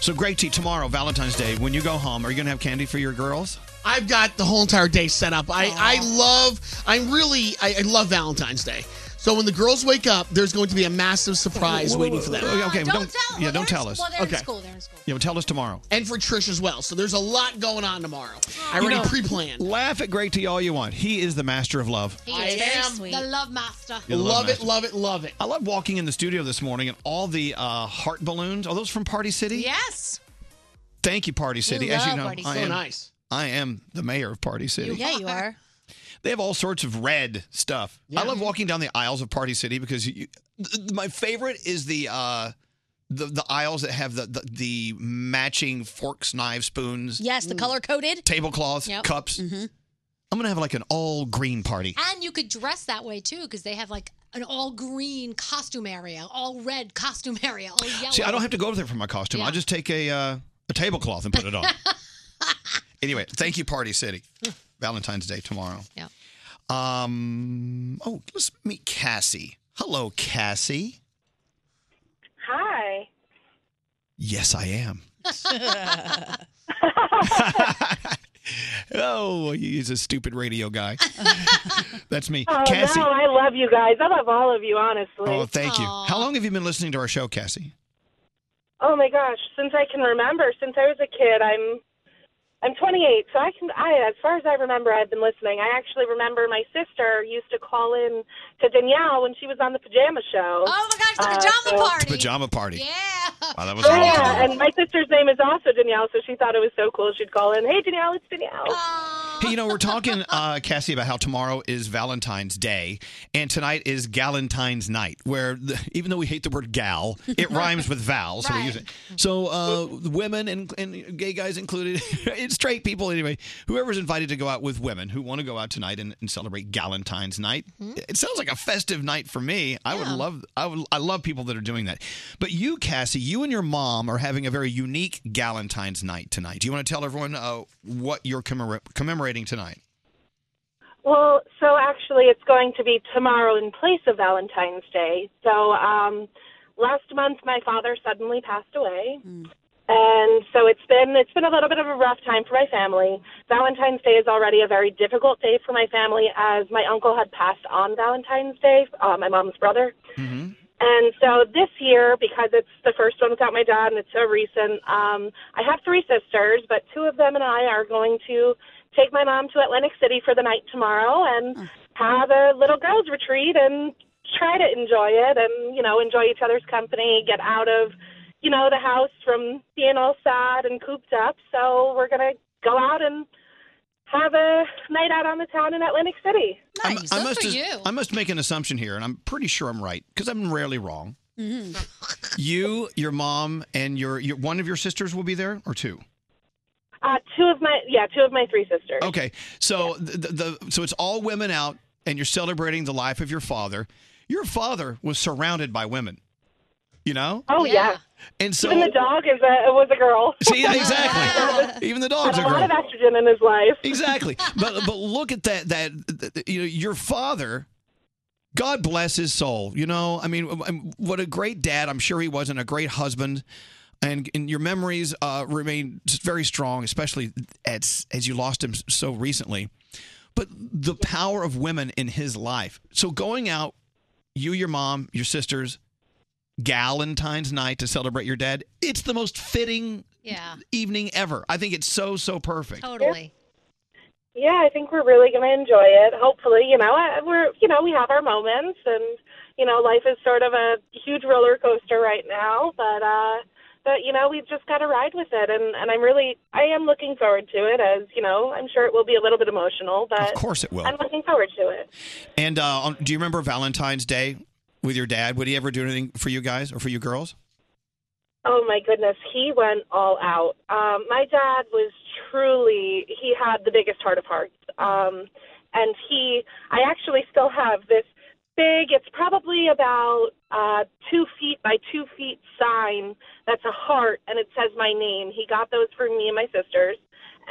Speaker 2: So, Great Tea, tomorrow, Valentine's Day, when you go home, are you going to have candy for your girls?
Speaker 15: I've got the whole entire day set up. I, I love, I'm really, I, I love Valentine's Day. So when the girls wake up, there's going to be a massive surprise
Speaker 2: Whoa, whoa,
Speaker 15: waiting
Speaker 2: whoa,
Speaker 15: for them.
Speaker 2: whoa, okay, Oh, don't don't- tell- yeah, well, don't they're in tell us.
Speaker 13: Well, they're
Speaker 15: okay.
Speaker 13: in school. They're in school.
Speaker 2: Yeah, well, tell us tomorrow.
Speaker 15: And for Trish as well. So there's a lot going on tomorrow. I
Speaker 2: Oh. You
Speaker 15: already
Speaker 2: know,
Speaker 15: pre-planned.
Speaker 2: Laugh at Great Tea all you want. He is the master of love.
Speaker 13: He
Speaker 15: I
Speaker 13: is
Speaker 15: am-
Speaker 13: very sweet. The love master.
Speaker 2: You're the love master.
Speaker 15: love it, love it.
Speaker 2: I love walking in the studio this morning and all the uh, heart balloons. Are those from Party City?
Speaker 13: Yes.
Speaker 2: Thank you, Party City. As you know, I am, I am the mayor of Party City.
Speaker 7: yeah, you are.
Speaker 2: They have all sorts of red stuff. I love walking down the aisles of Party City because you, th- th- my favorite is the. Uh, the, the aisles that have the, the, the matching forks, knives, spoons.
Speaker 7: Yes, the color coded. Mm-hmm.
Speaker 2: Tablecloths,
Speaker 13: Yep.
Speaker 2: cups. I'm going to have like an all green party.
Speaker 13: And you could dress that way too, because they have like an all green costume area, all red costume area, all yellow.
Speaker 2: See, I don't have to go there for my costume.
Speaker 13: Yeah.
Speaker 2: I'll just take a uh, a tablecloth and
Speaker 7: (laughs)
Speaker 2: put it on. anyway, thank you, Party City. Valentine's Day tomorrow.
Speaker 13: Yeah.
Speaker 2: Um. Oh, let's meet Cassie. Hello, Cassie.
Speaker 16: Hi.
Speaker 2: Yes, I am.
Speaker 11: (laughs)
Speaker 2: Oh, he's a stupid radio guy. That's (laughs) me.
Speaker 16: Oh,
Speaker 2: Cassie.
Speaker 16: no, I love you guys. I love all of you, honestly.
Speaker 2: Oh, thank you. How long have you been listening to our show, Cassie?
Speaker 16: Oh my gosh, since I can remember, since I was a kid, I'm I'm 28, so I can I as far as I remember, I've been listening. I actually remember my sister used to call in to Danielle when she was on the pajama show. Oh my gosh, the pajama
Speaker 2: It's a Pajama party.
Speaker 16: Yeah.
Speaker 2: Wow, that was
Speaker 16: Oh,
Speaker 2: awesome.
Speaker 16: yeah, and my sister's name is also Danielle, so she thought it was so cool. She'd call in, "Hey Danielle, it's Danielle."
Speaker 2: Hey, you know, we're talking, uh, Cassie, about how tomorrow is Valentine's Day and tonight is Galentine's night, where the, even though we hate the word gal,
Speaker 16: (laughs)
Speaker 2: it rhymes with Val, so we use it. So, uh, women and, and gay guys included, (laughs) and straight people anyway, whoever's invited to go out with women who want to go out tonight and, and celebrate Galentine's night, it sounds like a festive night for me. I would love, I, would, I love people that are doing that. But you, Cassie, you and your mom are having a very unique Galentine's night tonight. Do you want to tell everyone uh, what you're commemora- commemorating tonight?
Speaker 16: Well, so actually, it's going to be tomorrow in place of Valentine's Day. So um, last month, my father suddenly passed away, and so it's been it's been a little bit of a rough time for my family. Valentine's Day is already a very difficult day for my family, as my uncle had passed on Valentine's Day, uh, my mom's brother.
Speaker 2: Mm-hmm.
Speaker 16: And so this year, because it's the first one without my dad and it's so recent, um, I have three sisters, but two of them and I are going to take my mom to Atlantic City for the night tomorrow and have a little girls' retreat and try to enjoy it and, you know, enjoy each other's company, get out of, you know, the house from being all sad and cooped up. So we're going to go out and have a night out on the town in Atlantic City.
Speaker 2: I must as- I must make an assumption here, and I'm pretty sure I'm right because I'm rarely wrong. You, your mom, and your, your one of your sisters will be there, or two.
Speaker 16: Uh, two of my yeah, two of my three sisters.
Speaker 2: Okay, so the, the so it's all women out, and you're celebrating the life of your father. Your father was surrounded by women, you know.
Speaker 16: Oh yeah.
Speaker 2: And so
Speaker 16: even the dog is a was a girl.
Speaker 2: See,
Speaker 16: (laughs)
Speaker 2: exactly. Even the dogs
Speaker 16: Had
Speaker 2: are
Speaker 16: a lot
Speaker 2: girl.
Speaker 16: of estrogen in his life.
Speaker 2: (laughs) Exactly. But but look at that that that- you know your father. God bless his soul. You know, I mean, um, what a great dad. I'm sure he was, and a great husband. And, and your memories uh, remain just very strong, especially as as you lost him so recently. But the power of women in his life. So going out, you, your mom, your sisters, Galentine's night to celebrate your dad. It's the most fitting
Speaker 25: Yeah.
Speaker 2: evening ever. I think it's so so perfect.
Speaker 25: Totally.
Speaker 16: Yeah, I think we're really going to enjoy it. Hopefully, you know, I- we're you know we have our moments, and you know life is sort of a huge roller coaster right now, but uh, but you know we've just got to ride with it, and and I'm really I am looking forward to it. As you know, I'm sure it will be a little bit emotional, but
Speaker 2: Of course it will.
Speaker 16: I'm looking forward to it.
Speaker 2: And uh, on- do you remember Valentine's Day with your dad? Would he ever do anything for you guys or for you girls?
Speaker 16: Oh my goodness, he went all out. Um, my dad was truly, he had the biggest heart of hearts. Um, and he, I actually still have this big, it's probably about uh, two feet by two feet sign that's a heart and it says my name. He got those for me and my sisters.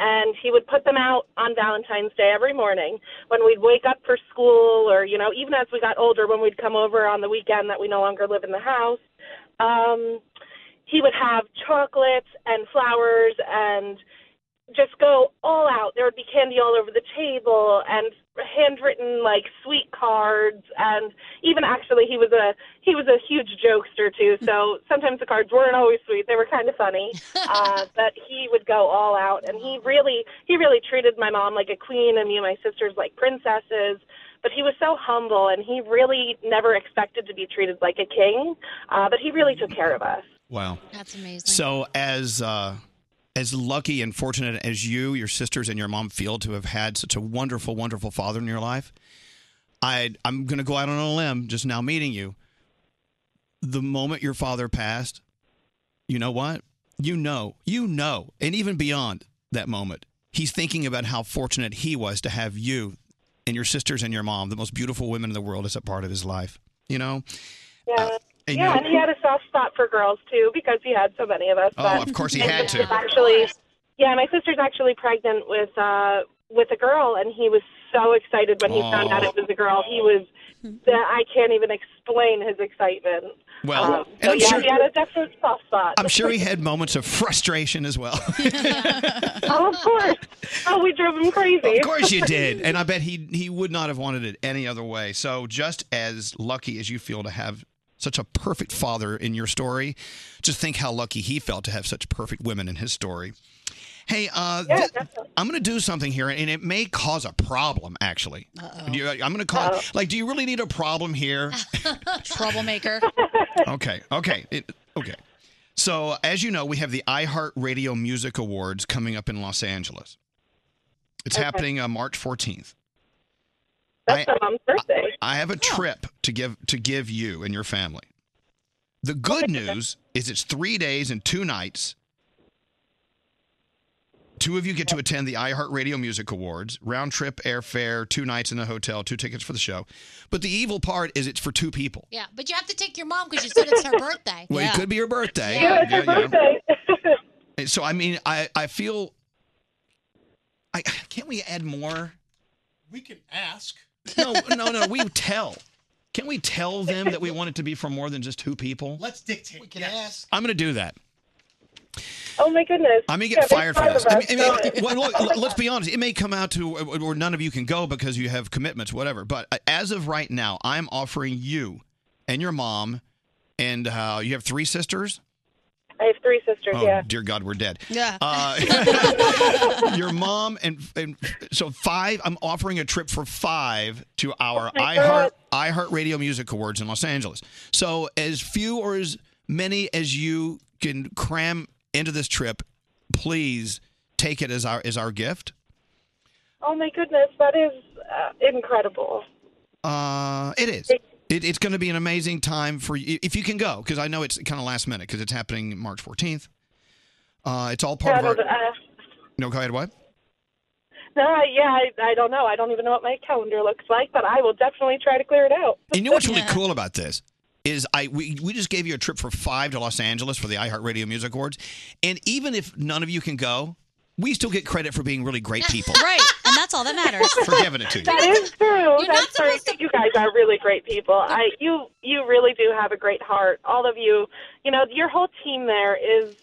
Speaker 16: And he would put them out on Valentine's Day every morning when we'd wake up for school, or, you know, even as we got older, when we'd come over on the weekend that we no longer live in the house. Um, he would have chocolates and flowers and just go all out. There would be candy all over the table and handwritten like sweet cards and even actually he was a he was a huge jokester too. So sometimes the cards weren't always sweet. They were kind of funny. Uh but he would go all out and he really he really treated my mom like a queen and me and my sisters like princesses. But he was so humble and he really never expected to be treated like a king. Uh but he really took care of us.
Speaker 2: Wow.
Speaker 25: That's amazing.
Speaker 2: So as uh, as lucky and fortunate as you, your sisters, and your mom feel to have had such a wonderful, wonderful father in your life, I I'm going to go out on a limb just now meeting you. The moment your father passed, you know what? You know, you know, and even beyond that moment, he's thinking about how fortunate he was to have you and your sisters and your mom, the most beautiful women in the world, as a part of his life. You know,
Speaker 16: Yeah.
Speaker 2: Uh, and
Speaker 16: yeah,
Speaker 2: you-
Speaker 16: and he had a soft spot for girls too because he had so many of us.
Speaker 2: Oh,
Speaker 16: but
Speaker 2: of course he
Speaker 16: my
Speaker 2: had
Speaker 16: sister's
Speaker 2: to.
Speaker 16: Actually, yeah, my sister's actually pregnant with uh with a girl, and he was so excited when he found
Speaker 2: Aw.
Speaker 16: out it was a girl. He was, I can't even explain his excitement.
Speaker 2: Well,
Speaker 16: um,
Speaker 2: and
Speaker 16: so
Speaker 2: I'm
Speaker 16: yeah,
Speaker 2: sure-
Speaker 16: he had a definite soft spot.
Speaker 2: I'm sure he (laughs) had moments of frustration as well.
Speaker 16: (laughs)
Speaker 2: (laughs)
Speaker 16: oh, of course. Oh, we drove him crazy.
Speaker 2: Of course you did. And I bet he he would not have wanted it any other way. So just as lucky as you feel to have such a perfect father in your story, just think how lucky he felt to have such perfect women in his story. Hey, uh, th- I'm going to do something here, and it may cause a problem. Actually, Do you- I'm going to call. it Like, do you really need a problem here?
Speaker 7: (laughs) Troublemaker.
Speaker 2: okay, okay, it, okay. So, as you know, we have the iHeart Radio Music Awards coming up in Los Angeles. It's
Speaker 16: Okay.
Speaker 2: happening uh, March 14th.
Speaker 16: (laughs) That's my mom's birthday.
Speaker 13: Oh.
Speaker 2: I have a trip to give to give you and your family. The good news is it's three days and two nights. Two of you get to attend the iHeartRadio Music Awards, round trip airfare, two nights in the hotel, two tickets for the show. But the evil part is it's for two people.
Speaker 13: (laughs) Yeah, but you have to take your mom because you said it's her birthday.
Speaker 2: Well, it could be your birthday.
Speaker 13: Yeah, it's your
Speaker 2: And So I mean, I I feel. I can't we add more?
Speaker 8: We can ask.
Speaker 2: No, no, no. We tell. Can we tell them that we want it to be for more than just two people?
Speaker 8: Let's dictate. We can ask.
Speaker 2: I'm going to do that.
Speaker 16: Oh my goodness!
Speaker 2: I may
Speaker 16: Yeah,
Speaker 2: get
Speaker 16: there's
Speaker 2: fired for
Speaker 16: five
Speaker 2: this.
Speaker 16: of
Speaker 2: I mean,
Speaker 16: us,
Speaker 2: I mean,
Speaker 16: so-
Speaker 2: well, look, let's be honest. It may come out to where none of you can go because you have commitments, whatever. But uh, as of right now, I'm offering you and your mom, and uh, you have three sisters.
Speaker 16: I have three sisters.
Speaker 2: Oh,
Speaker 16: yeah.
Speaker 2: dear God, we're dead.
Speaker 16: Yeah.
Speaker 2: Uh, (laughs) your mom and, and so five. I'm offering a trip for five to our
Speaker 16: Oh my
Speaker 2: iHeart iHeart Radio Music Awards in Los Angeles. So as few or as many as you can cram into this trip, please take it as our as our gift.
Speaker 16: Oh my goodness, that is uh, incredible.
Speaker 2: Uh, it is. It, it's going to be an amazing time for you if you can go because I know it's kind of last minute because it's happening March 14th. Uh, it's all part
Speaker 16: Yeah, I
Speaker 2: of
Speaker 16: don't-
Speaker 2: our.
Speaker 16: uh,
Speaker 2: No, go ahead. What?
Speaker 16: no, Uh, yeah, I, I don't know. I don't even know what my calendar looks like, but I will definitely try to clear it out.
Speaker 2: And you know what's really cool about this is I we, we just gave you a trip for five to Los Angeles for the iHeartRadio Music Awards, and even if none of you can go, we still get credit for being really great
Speaker 7: (laughs)
Speaker 2: people.
Speaker 7: right, and that's all that matters.
Speaker 2: For giving it to you.
Speaker 16: That is true. That's true. You guys are really great people. I you you really do have a great heart. All of you. You know, your whole team there is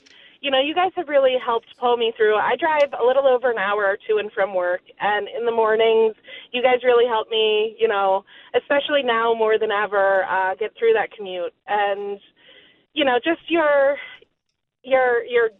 Speaker 16: you know, you guys have really helped pull me through. I drive a little over an hour or two in from work and in the mornings you guys really help me, you know, especially now more than ever, uh, get through that commute. And you know, just your your your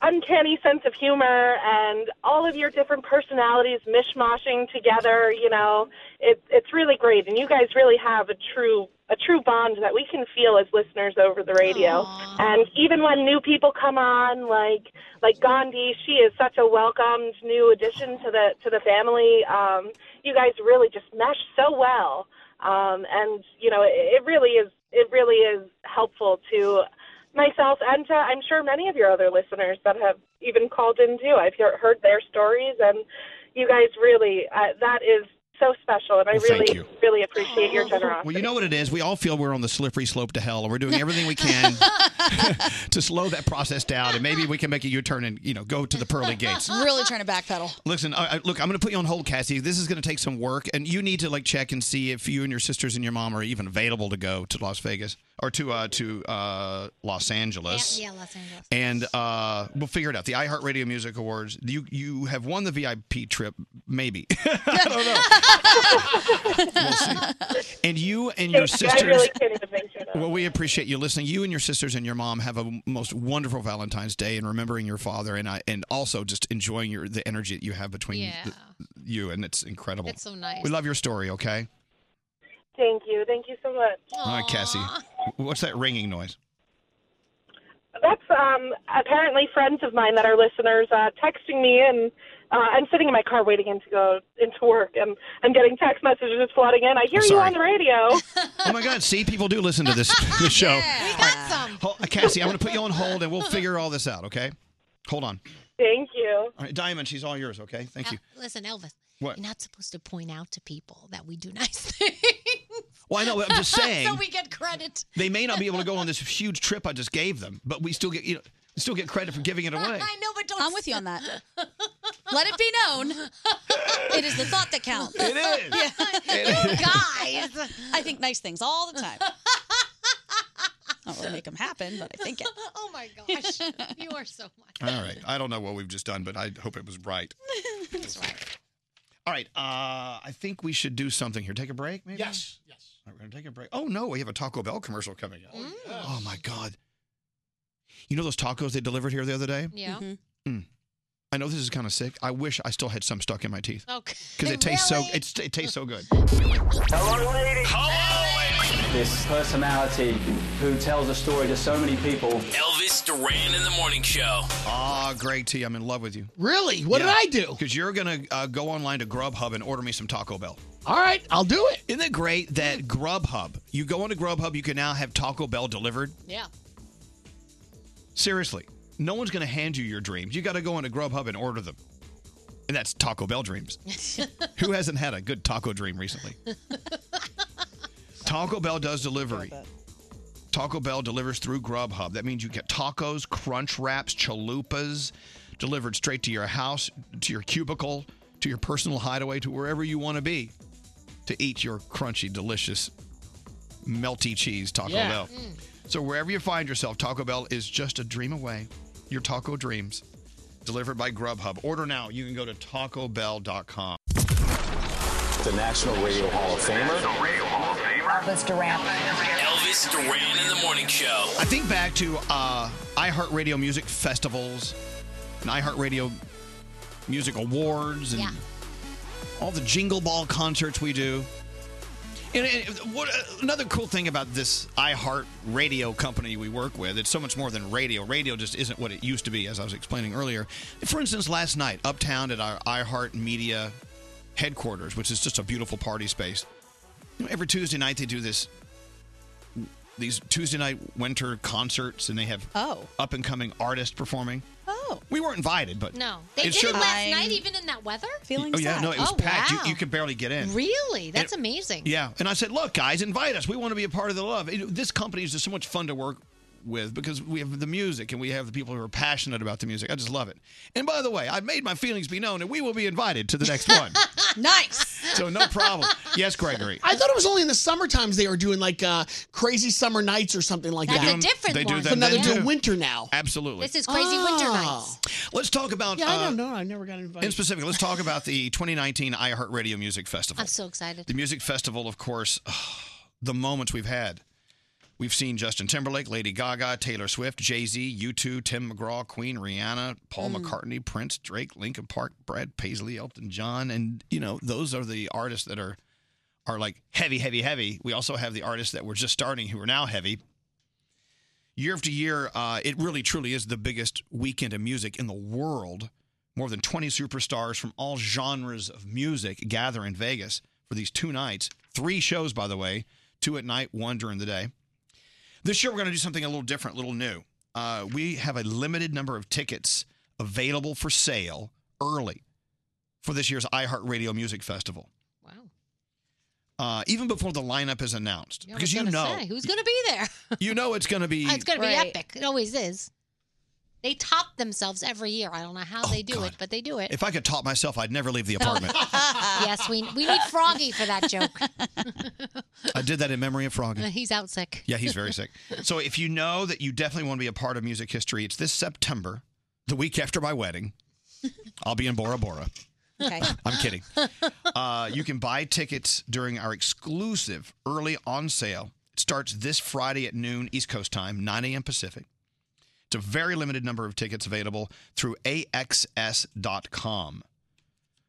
Speaker 16: uncanny sense of humor and all of your different personalities mishmashing together. You know, it, it's really great, and you guys really have a true a true bond that we can feel as listeners over the radio. And even when new people come on, like like Gandhi, she is such a welcomed new addition to the to the family. Um, you guys really just mesh so well, um, and you know, it, it really is it really is helpful to myself and to, I'm sure many of your other listeners that have even called in too. I've hear, heard their stories, and you guys really uh, that is so special, and I
Speaker 2: Well, thank
Speaker 16: really
Speaker 2: you.
Speaker 16: really appreciate your generosity.
Speaker 2: Well, you know what it is. We all feel we're on the slippery slope to hell, and we're doing everything we can (laughs) to slow that process down, and maybe we can make a U-turn and you know go to the pearly gates.
Speaker 7: really trying to backpedal.
Speaker 2: Listen, I, I- look, I'm going to put you on hold, Cassie. This is going to take some work, and you need to like check and see if you and your sisters and your mom are even available to go to Las Vegas or to uh, to uh, Los Angeles.
Speaker 13: Yeah, Los Angeles.
Speaker 2: And uh, we'll figure it out. The iHeartRadio Music Awards. You you have won the VIP trip, maybe. (laughs)
Speaker 16: (laughs)
Speaker 2: and you and your sisters.
Speaker 16: I really can't even think of
Speaker 2: Well, we appreciate you listening. You and your sisters and your mom have a most wonderful Valentine's Day and remembering your father and I, and also just enjoying your the energy that you have between
Speaker 13: Yeah.
Speaker 2: the- you and it's incredible.
Speaker 13: It's so nice.
Speaker 2: We love your story. Okay.
Speaker 16: Thank you, thank you so much.
Speaker 2: All right, Cassie. What's that ringing noise?
Speaker 16: That's um, apparently friends of mine that are listeners uh, texting me, and uh, I'm sitting in my car waiting in to go into work, and I'm getting text messages flooding in. I hear you
Speaker 2: Sorry.
Speaker 16: on the radio.
Speaker 2: Oh my God! See, people do listen
Speaker 13: (laughs)
Speaker 2: to this (laughs) this show. We got some. Cassie, I'm going to put you on hold and we'll figure all this out. Okay. Hold on.
Speaker 16: Thank you.
Speaker 2: All right, Diamond, she's all yours. Okay.
Speaker 13: Uh,
Speaker 2: Thank you.
Speaker 13: Listen, Elvis,
Speaker 2: What?
Speaker 13: you're not supposed to point out to people that we do nice things.
Speaker 2: Well, I know. But Oh, I'm just saying.
Speaker 13: (laughs) so we get credit.
Speaker 2: They may not be able to go on this huge trip I just gave them, but we still get you know, still get credit for giving it away.
Speaker 13: I know, but don't.
Speaker 7: I'm with you on that. Let it be known. it is the thought that counts.
Speaker 2: It is.
Speaker 7: Yeah.
Speaker 2: It is.
Speaker 7: Guys, I think nice things all the time. Not really make them happen, but I think it.
Speaker 13: Oh my gosh, you are so much.
Speaker 2: All right. I don't know what we've just done, but I hope it was right.
Speaker 13: (laughs) That's right.
Speaker 2: All right. Uh, I think we should do something here. Take a break, maybe? Yes. Yes. All right, we're going to take a break. Oh, no. We have a Taco Bell commercial coming up. Oh, my God. You know those tacos they delivered here the other day?
Speaker 13: Yeah.
Speaker 18: Mm-hmm.
Speaker 2: Mm. I know this is kind of sick. I wish I still had some stuck in my teeth.
Speaker 13: Okay.
Speaker 2: Because it tastes so it's, it tastes so good.
Speaker 21: Hello, lady. This personality who tells a story to so many people.
Speaker 5: Elvis Duran in the morning show.
Speaker 2: Ah, Greg T, I'm in love with you.
Speaker 15: Really? What did I do?
Speaker 2: Because you're gonna uh, go online to Grubhub and order me some Taco Bell.
Speaker 15: All right, I'll do it.
Speaker 2: Isn't it great that Grubhub? You go into Grubhub, you can now have Taco Bell delivered.
Speaker 13: Yeah.
Speaker 2: Seriously, no one's gonna hand you your dreams. You got to go into Grubhub and order them, and that's Taco Bell dreams. Who hasn't had a good taco dream recently? Taco Bell does delivery. Taco Bell delivers through Grubhub. That means you get tacos, crunch wraps, chalupas delivered straight to your house, to your cubicle, to your personal hideaway, to wherever you want to be to eat your crunchy, delicious, melty cheese Taco
Speaker 6: Yeah.
Speaker 2: Bell.
Speaker 6: Mm.
Speaker 2: So wherever you find yourself, Taco Bell is just a dream away. Your taco dreams delivered by Grubhub. Order now. You can go to tacobell.com.
Speaker 18: The National Radio Hall of
Speaker 5: Elvis Duran. Elvis Duran in the morning show.
Speaker 2: I think back to uh, iHeartRadio music festivals and iHeartRadio music awards and
Speaker 13: Yeah.
Speaker 2: all the jingle ball concerts we do. And, and what, another cool thing about this iHeartRadio company we work with, it's so much more than radio. Radio just isn't what it used to be, as I was explaining earlier. For instance, last night, uptown at our iHeart Media headquarters, which is just a beautiful party space, every Tuesday night they do this these Tuesday night winter concerts, and they have
Speaker 7: oh.
Speaker 2: up and coming artists performing.
Speaker 7: Oh,
Speaker 2: we weren't invited, but
Speaker 13: No, they
Speaker 2: It
Speaker 13: did
Speaker 2: should-
Speaker 13: it last night, even in that weather.
Speaker 2: oh yeah, no, it was
Speaker 13: oh,
Speaker 2: packed.
Speaker 13: Wow.
Speaker 2: You, you could barely get in.
Speaker 13: really? That's
Speaker 2: And-
Speaker 13: amazing.
Speaker 2: Yeah, and I said, look, guys, invite us. We want to be a part of the love. You know, This company is just so much fun to work with because we have the music and we have the people who are passionate about the music. I just love it. And by the way, I've made my feelings be known, and we will be invited to the next one. (laughs)
Speaker 7: nice.
Speaker 2: So no problem. Yes, Gregory.
Speaker 15: I thought it was only in the summer times they were doing like uh, crazy summer nights or something like
Speaker 2: They
Speaker 15: that.
Speaker 2: do 'em- They do that.
Speaker 15: But now
Speaker 2: then,
Speaker 15: they're doing
Speaker 2: too.
Speaker 15: winter now.
Speaker 2: Absolutely.
Speaker 15: nights.
Speaker 2: Let's talk about.
Speaker 15: Oh. Yeah, I
Speaker 2: uh,
Speaker 15: don't know. I never got invited.
Speaker 2: In specific, let's talk about the 2019 iHeartRadio Music Festival.
Speaker 13: I'm so excited.
Speaker 2: The music festival, of course, (sighs) the moments we've had. We've seen Justin Timberlake, Lady Gaga, Taylor Swift, Jay Z, U2, Tim McGraw, Queen, Rihanna, Paul
Speaker 19: Mm.
Speaker 2: McCartney, Prince, Drake, Linkin Park, Brad Paisley, Elton John, and you know those are the artists that are are like heavy, heavy, heavy. We also have the artists that were just starting who are now heavy. Year after year, uh, it really truly is the biggest weekend of music in the world. More than 20 superstars from all genres of music gather in Vegas for these two nights. Three shows, by the way, two at night, one during the day. This year, we're going to do something a little different, a little new. Uh, we have a limited number of tickets available for sale early for this year's iHeartRadio Music Festival.
Speaker 13: Wow.
Speaker 2: Uh, even before the lineup is announced,
Speaker 13: Yeah, I was
Speaker 2: because you
Speaker 13: gonna
Speaker 2: know,
Speaker 13: say, who's going to be there? (laughs)
Speaker 2: you know it's going to be.
Speaker 13: Oh, it's going to be epic. It always is. They top themselves every year. I don't know how they do it, but they do it.
Speaker 2: Oh, If I could top myself, I'd never leave the
Speaker 13: (laughs)
Speaker 2: apartment.
Speaker 13: yes, we we need Froggy for that joke.
Speaker 2: I did that in memory of Froggy.
Speaker 13: (laughs) He's out sick.
Speaker 2: Yeah, he's very sick. So if you know that you definitely want to be a part of music history, it's this September, the week after my wedding. I'll be in Bora Bora. (laughs)
Speaker 7: Okay.
Speaker 2: I'm kidding. Uh, you can buy tickets during our exclusive early on sale. It starts this Friday at noon East Coast time, 9 a.m. Pacific. It's a very limited number of tickets available through AXS.com.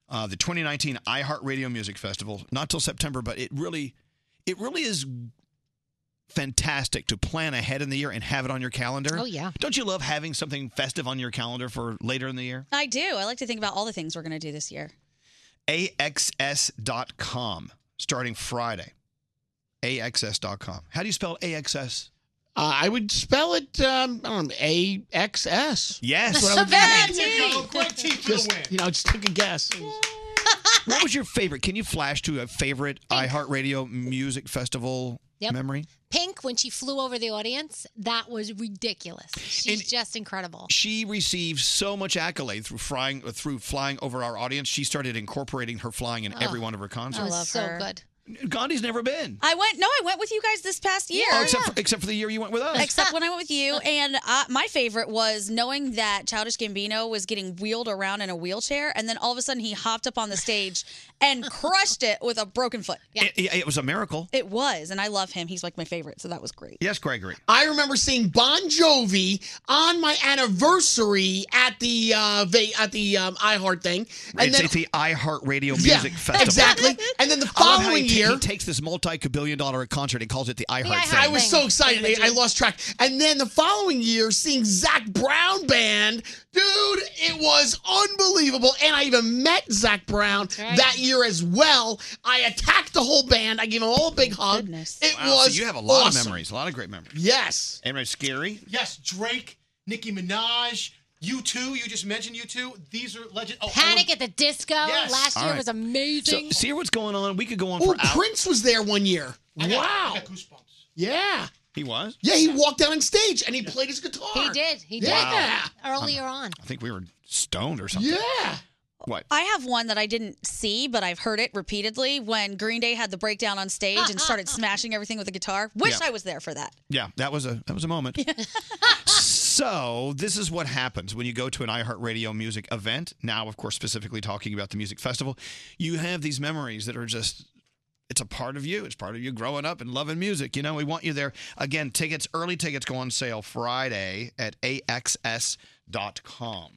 Speaker 2: Uh, the 2019 iHeartRadio Music Festival, not till September, but it really, it really is fantastic to plan ahead in the year and have it on your calendar.
Speaker 13: Oh, yeah.
Speaker 2: Don't you love having something festive on your calendar for later in the year?
Speaker 7: I do. I like to think about all the things we're going to do this year.
Speaker 2: AXS.com starting Friday. AXS.com. How do you spell AXS?
Speaker 15: Uh, I would spell it um, I don't know, A X S.
Speaker 2: Yes.
Speaker 7: (laughs)
Speaker 15: Just, you know, just take a guess.
Speaker 2: (laughs) What was your favorite? Can you flash to a favorite iHeartRadio music festival
Speaker 13: Yep.
Speaker 2: memory?
Speaker 13: Pink, when she flew over the audience, that was ridiculous. She's just incredible.
Speaker 2: She received so much accolade through flying uh, through flying over our audience. She started incorporating her flying in every
Speaker 7: Oh,
Speaker 2: one of her
Speaker 7: I
Speaker 2: concerts.
Speaker 7: love so good.
Speaker 2: Gandhi's never been.
Speaker 7: I went. No, I went with you guys this past year.
Speaker 2: Oh, except, For, except for the year you went with us.
Speaker 7: Except when I went
Speaker 13: (laughs)
Speaker 7: with you, and uh, my favorite was knowing that Childish Gambino was getting wheeled around in a wheelchair, and then all of a sudden he hopped up on the stage
Speaker 13: (laughs)
Speaker 7: and crushed it with a broken foot. Yeah,
Speaker 2: It- it, it was a miracle.
Speaker 7: it was, and I love him. He's like my favorite, so that was great.
Speaker 2: Yes, Gregory.
Speaker 15: I remember seeing Bon Jovi on my anniversary at the uh, va- at the um, iHeart thing,
Speaker 2: it's, it's the iHeartRadio Music
Speaker 15: yeah,
Speaker 2: Festival.
Speaker 15: exactly. And then the
Speaker 2: I love how
Speaker 15: following
Speaker 2: he ta-
Speaker 15: year,
Speaker 2: he takes this multi-billion dollar concert and calls it the iHeart. thing.
Speaker 15: I was so excited. I, I lost track. And then the following year, seeing Zach Brown band, dude, it was unbelievable. And I even met Zach Brown
Speaker 6: right.
Speaker 15: that year as well. I attacked the whole band. I gave them all a big hug. It
Speaker 2: Wow, so
Speaker 15: was.
Speaker 2: you have a lot
Speaker 15: awesome.
Speaker 2: of memories, a lot of great memories.
Speaker 15: Yes.
Speaker 2: And it's scary.
Speaker 8: Yes, Drake, Nicki Minaj, you two. You just mentioned you two. These are legend. Oh,
Speaker 13: Panic at the Disco
Speaker 8: Yes.
Speaker 13: last
Speaker 2: All
Speaker 13: year
Speaker 2: right.
Speaker 13: was amazing.
Speaker 2: So, see what's going on. We could go on
Speaker 15: Oh,
Speaker 2: for hours.
Speaker 15: Prince was there one year. wow. Yeah.
Speaker 2: He was.
Speaker 15: Yeah, he walked out on stage and he played his guitar.
Speaker 13: he did. He did.
Speaker 15: Yeah.
Speaker 13: Earlier on.
Speaker 2: I think we were stoned or something.
Speaker 15: Yeah.
Speaker 2: What?
Speaker 7: I have one that I didn't see, but I've heard it repeatedly when Green Day had the breakdown on stage
Speaker 13: (laughs)
Speaker 7: and started smashing everything with a guitar. Wish
Speaker 2: Yeah.
Speaker 7: I was there for that.
Speaker 2: Yeah, that was a that was a moment. so this is what happens when you go to an iHeartRadio music event. Now, of course, specifically talking about the music festival, you have these memories that are just. It's a part of you. It's part of you growing up and loving music. You know, we want you there. Again, tickets, early tickets go on sale Friday at axs.com.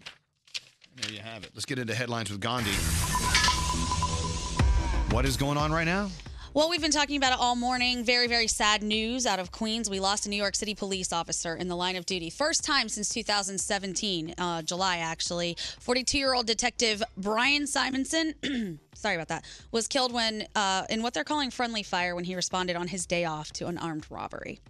Speaker 2: There you have it. Let's get into headlines with Gandhi. What is going on right now?
Speaker 7: Well, we've been talking about it all morning. Very, very sad news out of Queens. We lost a New York City police officer in the line of duty. First time since 2017, uh, July, actually. 42 year old detective Brian Simonson, (clears throat) sorry about that, was killed when, uh, in what they're calling friendly fire when he responded on his day off to an armed robbery.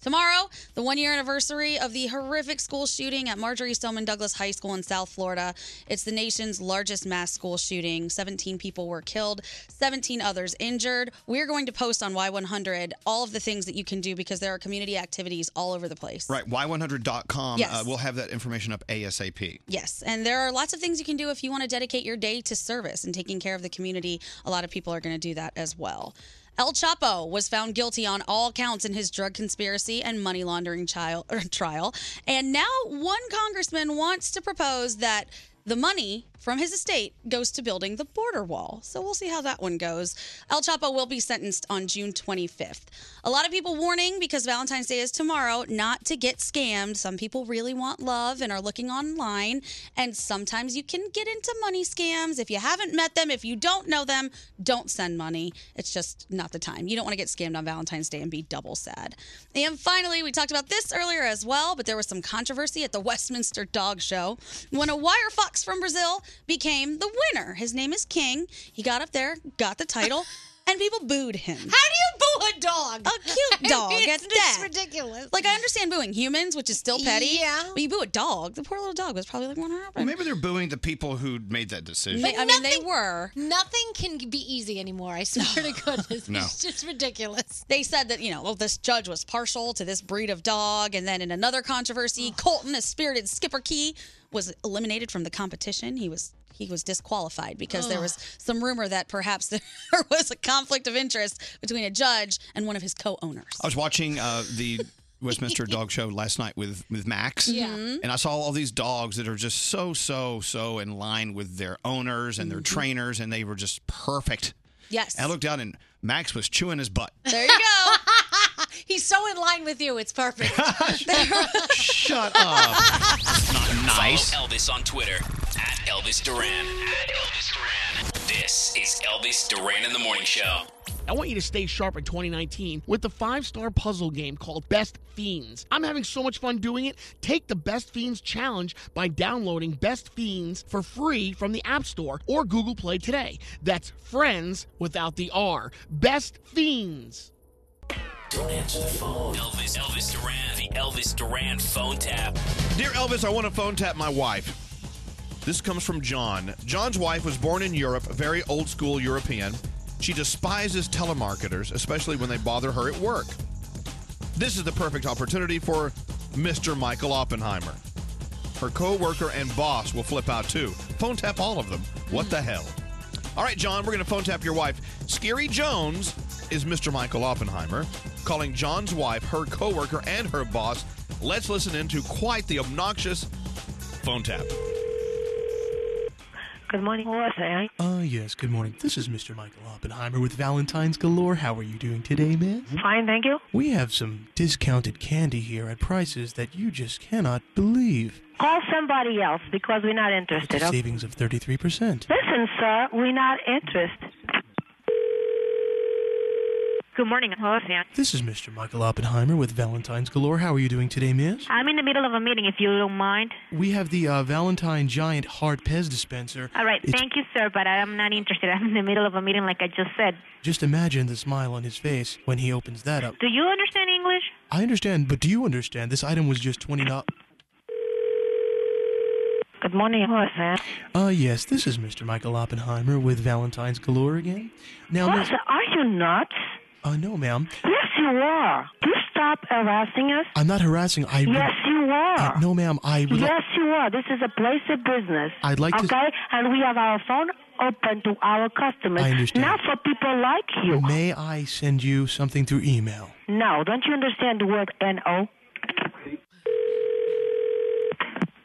Speaker 7: Tomorrow, the one year anniversary of the horrific school shooting at Marjorie Stoneman Douglas High School in South Florida. It's the nation's largest mass school shooting. 17 people were killed, 17 others injured. We're going to post on Y100 all of the things that you can do because there are community activities all over the place.
Speaker 2: Right, y100.com.
Speaker 7: Yes.
Speaker 2: Uh, we'll have that information up ASAP.
Speaker 7: Yes, and there are lots of things you can do if you want to dedicate your day to service and taking care of the community. A lot of people are going to do that as well. El Chapo was found guilty on all counts in his drug conspiracy and money laundering child, or trial. And now one congressman wants to propose that the money from his estate goes to building the border wall. So we'll see how that one goes. El Chapo will be sentenced on June 25th. A lot of people warning because Valentine's Day is tomorrow not to get scammed. Some people really want love and are looking online. And sometimes you can get into money scams. If you haven't met them, if you don't know them, don't send money. It's just not the time. You don't want to get scammed on Valentine's Day and be double sad. And finally, we talked about this earlier as well, but there was some controversy at the (laughs) Westminster Dog Show when a wire fox from Brazil became the winner. His name is King. He got up there, got
Speaker 13: (laughs)
Speaker 7: the title, and people booed him. How do
Speaker 13: you boo a dog?
Speaker 7: A
Speaker 13: (laughs)
Speaker 7: cute dog. at
Speaker 13: It's
Speaker 7: that.
Speaker 13: ridiculous.
Speaker 7: Like I understand booing humans, which is still petty.
Speaker 13: Yeah.
Speaker 7: But you boo a dog. The poor little dog was probably like, "What
Speaker 2: Well,
Speaker 7: happened?"
Speaker 2: maybe they're booing the people who made that decision.
Speaker 7: I mean, they were.
Speaker 13: Nothing can be easy anymore. I swear
Speaker 7: (laughs)
Speaker 13: to goodness.
Speaker 2: No.
Speaker 13: It's just ridiculous.
Speaker 7: They said that you know, well, this judge was partial to this breed of dog, and then in another controversy, Colton, a spirited Skipper Key, was eliminated from the competition. He was he was disqualified because there
Speaker 13: Ugh.
Speaker 7: was some rumor that perhaps (laughs) there was a conflict of interest between a judge and one of his co-owners.
Speaker 2: I was watching uh,
Speaker 7: (laughs)
Speaker 2: the Westminster Dog Show last night with with Max,
Speaker 7: Yeah. Mhm.
Speaker 2: and I saw all these dogs that are just so so so in line with their owners and their trainers, and they were just perfect.
Speaker 7: Mm-hmm. Yes.
Speaker 2: (laughs) I looked down and Max was chewing
Speaker 7: (laughs)
Speaker 2: his butt.
Speaker 7: There you go.
Speaker 13: (laughs) He's so in line with you. It's
Speaker 2: (laughs)
Speaker 13: perfect.
Speaker 2: Shut up. Not nice.
Speaker 5: Follow Elvis on Twitter at Elvis Duran. At Elvis Duran. This is Elvis Duran in the Morning Show.
Speaker 15: I want you to stay sharp in 2019 with the five star puzzle game called Best Fiends. I'm having so much fun doing it. Take the Best Fiends challenge by downloading Best Fiends for free from the App Store or Google Play today. That's friends without the R. Best Fiends.
Speaker 5: Don't answer the phone. Elvis, Elvis Duran, the Elvis Duran phone tap.
Speaker 10: Dear Elvis, I want to phone tap my wife. This comes from John. John's wife was born in Europe, very old school European. She despises telemarketers, especially when they bother her at work.
Speaker 2: This is the perfect opportunity for Mr. Michael Oppenheimer. Her co-worker and boss will flip out too. Phone tap all of them. What the hell? All right, John, we're going to phone tap your wife. Scary Jones is Mr. Michael Oppenheimer, calling John's wife, her coworker, and her boss. Let's listen into quite the obnoxious phone tap.
Speaker 6: Good morning, Melissa.
Speaker 18: Uh, yes, good morning. This is Mr. Michael Oppenheimer with Valentine's Galore. How are you doing today, miss?
Speaker 6: Fine, thank you.
Speaker 18: We have some discounted candy here at prices that you just cannot believe.
Speaker 6: Call somebody else because we're not interested. okay?
Speaker 18: Savings of 33%.
Speaker 6: Listen, sir, we're not interested. Good morning, Melissa.
Speaker 18: This is Mr. Michael Oppenheimer with Valentine's Galore. How are you doing today, miss?
Speaker 6: I'm in the middle of a meeting, if you don't mind.
Speaker 18: We have the uh, Valentine Giant Hard Pez dispenser.
Speaker 6: All right,
Speaker 18: It's-
Speaker 6: thank you, sir, but I am not interested. (laughs) I'm in the middle of a meeting, like I just said.
Speaker 18: Just imagine the smile on his face when he opens that up.
Speaker 6: Do you understand English?
Speaker 18: I understand, but do you understand? This item was just twenty dollars.
Speaker 6: Good morning, Melissa.
Speaker 18: Uh, yes, this is Mr. Michael Oppenheimer with Valentine's Galore again. Now,
Speaker 6: Melissa, are you nuts?
Speaker 18: Uh, no, ma'am.
Speaker 6: Yes, you are. You stop harassing us.
Speaker 18: I'm not harassing. I would-
Speaker 6: yes, you are.
Speaker 18: I- no, ma'am. I would.
Speaker 6: yes, you are. This is a place of business.
Speaker 18: I'd like to-
Speaker 6: okay? and we have our phone open to our customers.
Speaker 18: I understand.
Speaker 6: Not for people like you.
Speaker 18: May I send you something through email?
Speaker 6: No, don't you understand the word N-O?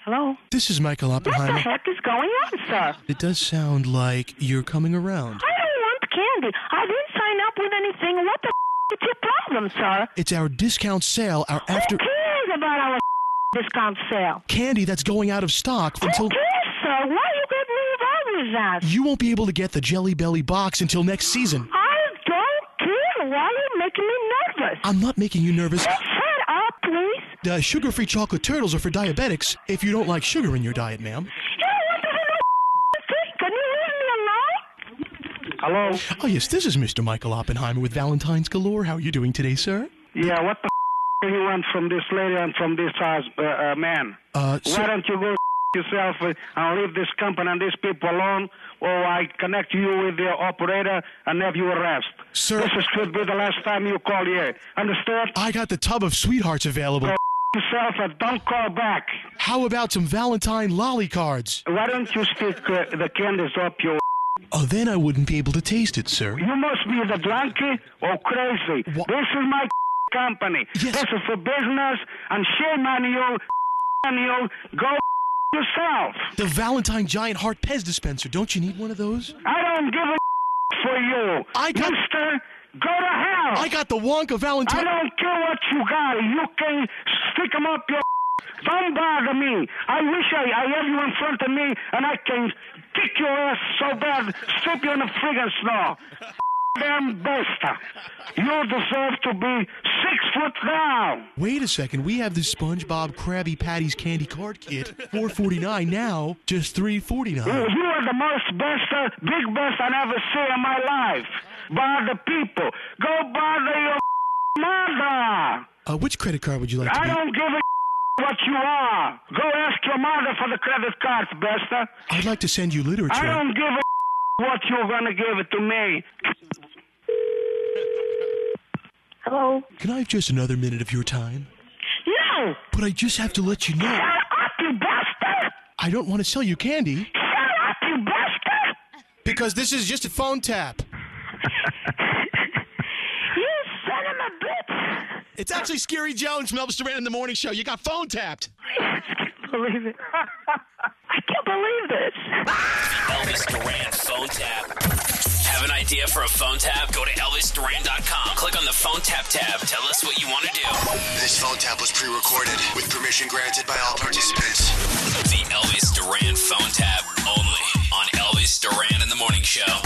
Speaker 6: Hello?
Speaker 18: This is Michael
Speaker 6: What the
Speaker 18: Oppenheimer.
Speaker 6: heck is going on, sir?
Speaker 18: It does sound like you're coming around.
Speaker 6: I don't want candy. I didn't sign up with anything. What the f- is your problem, sir?
Speaker 18: It's our discount sale, our after
Speaker 6: Who cares about our (laughs) discount sale?
Speaker 18: candy that's going out of stock until
Speaker 6: Yes, sir. Why you get me involved with that?
Speaker 18: you won't be able to get the Jelly Belly box until next season.
Speaker 6: I don't care. Why are you making me nervous?
Speaker 18: I'm not making you nervous.
Speaker 6: Shut up, please.
Speaker 18: The sugar-free chocolate turtles are for diabetics if you don't like sugar in your diet, ma'am.
Speaker 6: You don't want to have no f- Can you leave me alone?
Speaker 18: Hello. Oh yes, this is Mr. Michael Oppenheimer with Valentine's Galore. How are you doing today, sir?
Speaker 19: Yeah, what the f- you want from this lady and from this hus- uh, uh, man?
Speaker 18: Uh,
Speaker 19: Why
Speaker 18: sir,
Speaker 19: don't you go f- yourself uh, and leave this company and these people alone, or I connect you with the operator and have you arrest.
Speaker 18: Sir-
Speaker 19: This is could be the last time you call here. Understood?
Speaker 18: I got the tub of sweethearts available.
Speaker 19: Go f- yourself and don't call back.
Speaker 18: How about some Valentine lolly cards?
Speaker 19: Why don't you stick uh, the candies up your
Speaker 18: Oh, then I wouldn't be able to taste it, sir.
Speaker 19: You must be the drunkie or crazy. This is my (laughs) company. This is for business, and shame on you, (laughs) on you. Go (laughs) yourself.
Speaker 18: The Valentine Giant Heart Pez dispenser. Don't you need one of those?
Speaker 19: I don't give a (laughs) for you.
Speaker 18: I got-
Speaker 19: Mister, go to hell.
Speaker 18: I got the Wonka Valentine.
Speaker 19: I don't care what you got. You can stick 'em up your. (laughs) Don't bother me. I wish I, I have you in front of me and I can kick your ass so bad, strip you in the friggin' snow. (laughs) Damn bastard. You deserve to be six foot down.
Speaker 18: Wait a second. We have the SpongeBob Krabby Patty's candy card kit, four forty nine now, just three forty
Speaker 19: You,
Speaker 18: nine.
Speaker 19: you are the most best, uh, big best I ever see in my life. Bother people. Go bother your (laughs) mother.
Speaker 18: Uh, which credit card would you like? to
Speaker 19: I don't give a (laughs) what you are. Go ask your mother for the credit card, Bester.
Speaker 18: I'd like to send you literature.
Speaker 19: I don't give a (laughs) what you're gonna give it to me.
Speaker 6: Hello?
Speaker 18: Can I have just another minute of your time?
Speaker 6: No!
Speaker 18: But I just have to let you know.
Speaker 6: Up, you bastard!
Speaker 18: I don't want to sell you candy
Speaker 6: Shut up, you bastard!
Speaker 18: because this is just a
Speaker 6: (laughs)
Speaker 18: phone tap.
Speaker 6: You son of a bitch!
Speaker 18: It's actually Scary Jones from Elvis Duran in the Morning Show. You got
Speaker 6: (laughs)
Speaker 18: phone tapped.
Speaker 6: Believe it. I can't believe this.
Speaker 5: Elvis Duran phone tap. Have an idea for a phone tap? Go to ElvisDuran.com. Click on the phone tap tab. Tell us what you want to do.
Speaker 26: This phone tap was pre-recorded with permission granted by all participants.
Speaker 5: The Elvis Duran phone tap only on Elvis Duran in the Morning Show.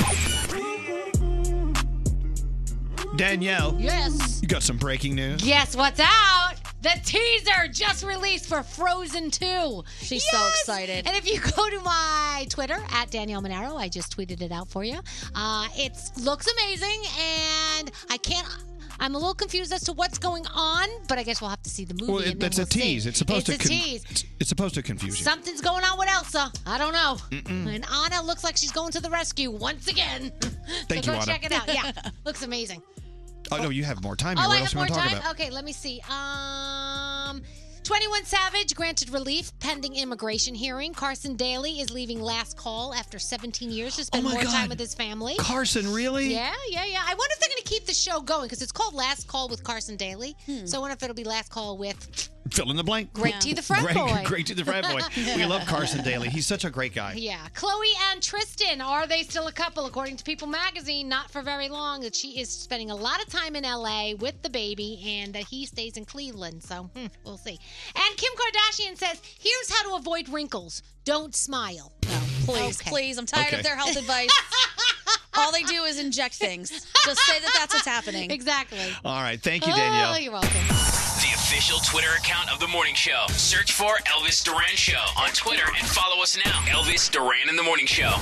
Speaker 27: Danielle.
Speaker 13: Yes.
Speaker 27: You got some breaking news.
Speaker 13: Guess what's out? The teaser just released for Frozen 2.
Speaker 28: She's so excited.
Speaker 13: And if you go to my Twitter at Danielle Monaro, I just tweeted it out for you. Uh, it looks amazing, and I can't. I'm a little confused as to what's going on, but I guess we'll have to see the movie.
Speaker 27: Well,
Speaker 13: and
Speaker 27: it,
Speaker 13: then
Speaker 27: that's
Speaker 13: we'll
Speaker 27: a tease.
Speaker 13: see.
Speaker 27: It's supposed
Speaker 13: It's
Speaker 27: to
Speaker 13: a tease.
Speaker 27: It's supposed to confuse you.
Speaker 13: Something's going on with Elsa. I don't know.
Speaker 27: Mm-mm.
Speaker 13: And Anna looks like she's going to the rescue once again.
Speaker 27: Thank
Speaker 13: (laughs)
Speaker 27: you,
Speaker 13: so go
Speaker 27: Anna. (laughs)
Speaker 13: check it out. Yeah, looks amazing.
Speaker 10: Oh no, you have more time. Here.
Speaker 13: Oh,
Speaker 10: what
Speaker 13: I
Speaker 10: else you
Speaker 13: have more
Speaker 10: want to talk
Speaker 13: time.
Speaker 10: about?
Speaker 13: Okay, let me see. Um, Twenty One Savage granted relief pending immigration hearing. Carson Daly is leaving last call after 17 years to spend
Speaker 10: Oh my
Speaker 13: more
Speaker 10: God.
Speaker 13: time with his family.
Speaker 10: Carson, really?
Speaker 13: Yeah, yeah, yeah. I wonder if they're going to keep the show going because it's called Last Call with Carson Daly. So I wonder if it'll be Last Call with.
Speaker 10: Fill in the blank.
Speaker 13: Greg T.
Speaker 10: (laughs)
Speaker 13: the frat
Speaker 10: Greg-
Speaker 13: boy.
Speaker 10: Greg T. the frat boy. We love
Speaker 13: (laughs)
Speaker 10: Carson Daly. He's such a great guy.
Speaker 13: Yeah, Chloe and Tristan are they still a couple? According to People Magazine, not for very long. That she is spending a lot of time in L.A. with the baby, and that he stays in Cleveland. So hmm, we'll see. And Kim Kardashian says, "Here's how to avoid wrinkles: don't smile." Oh, No,
Speaker 7: please, please. I'm tired
Speaker 13: Okay.
Speaker 7: of their health
Speaker 13: (laughs)
Speaker 7: Oh. advice. All they do is inject things. Just say that that's what's happening.
Speaker 13: Exactly.
Speaker 10: All right, thank
Speaker 5: you, Danielle.
Speaker 13: Oh, you're welcome.
Speaker 5: The official Twitter account of the morning show. Search for Elvis Duran Show on Twitter and follow us now. Elvis Duran in the Morning Show.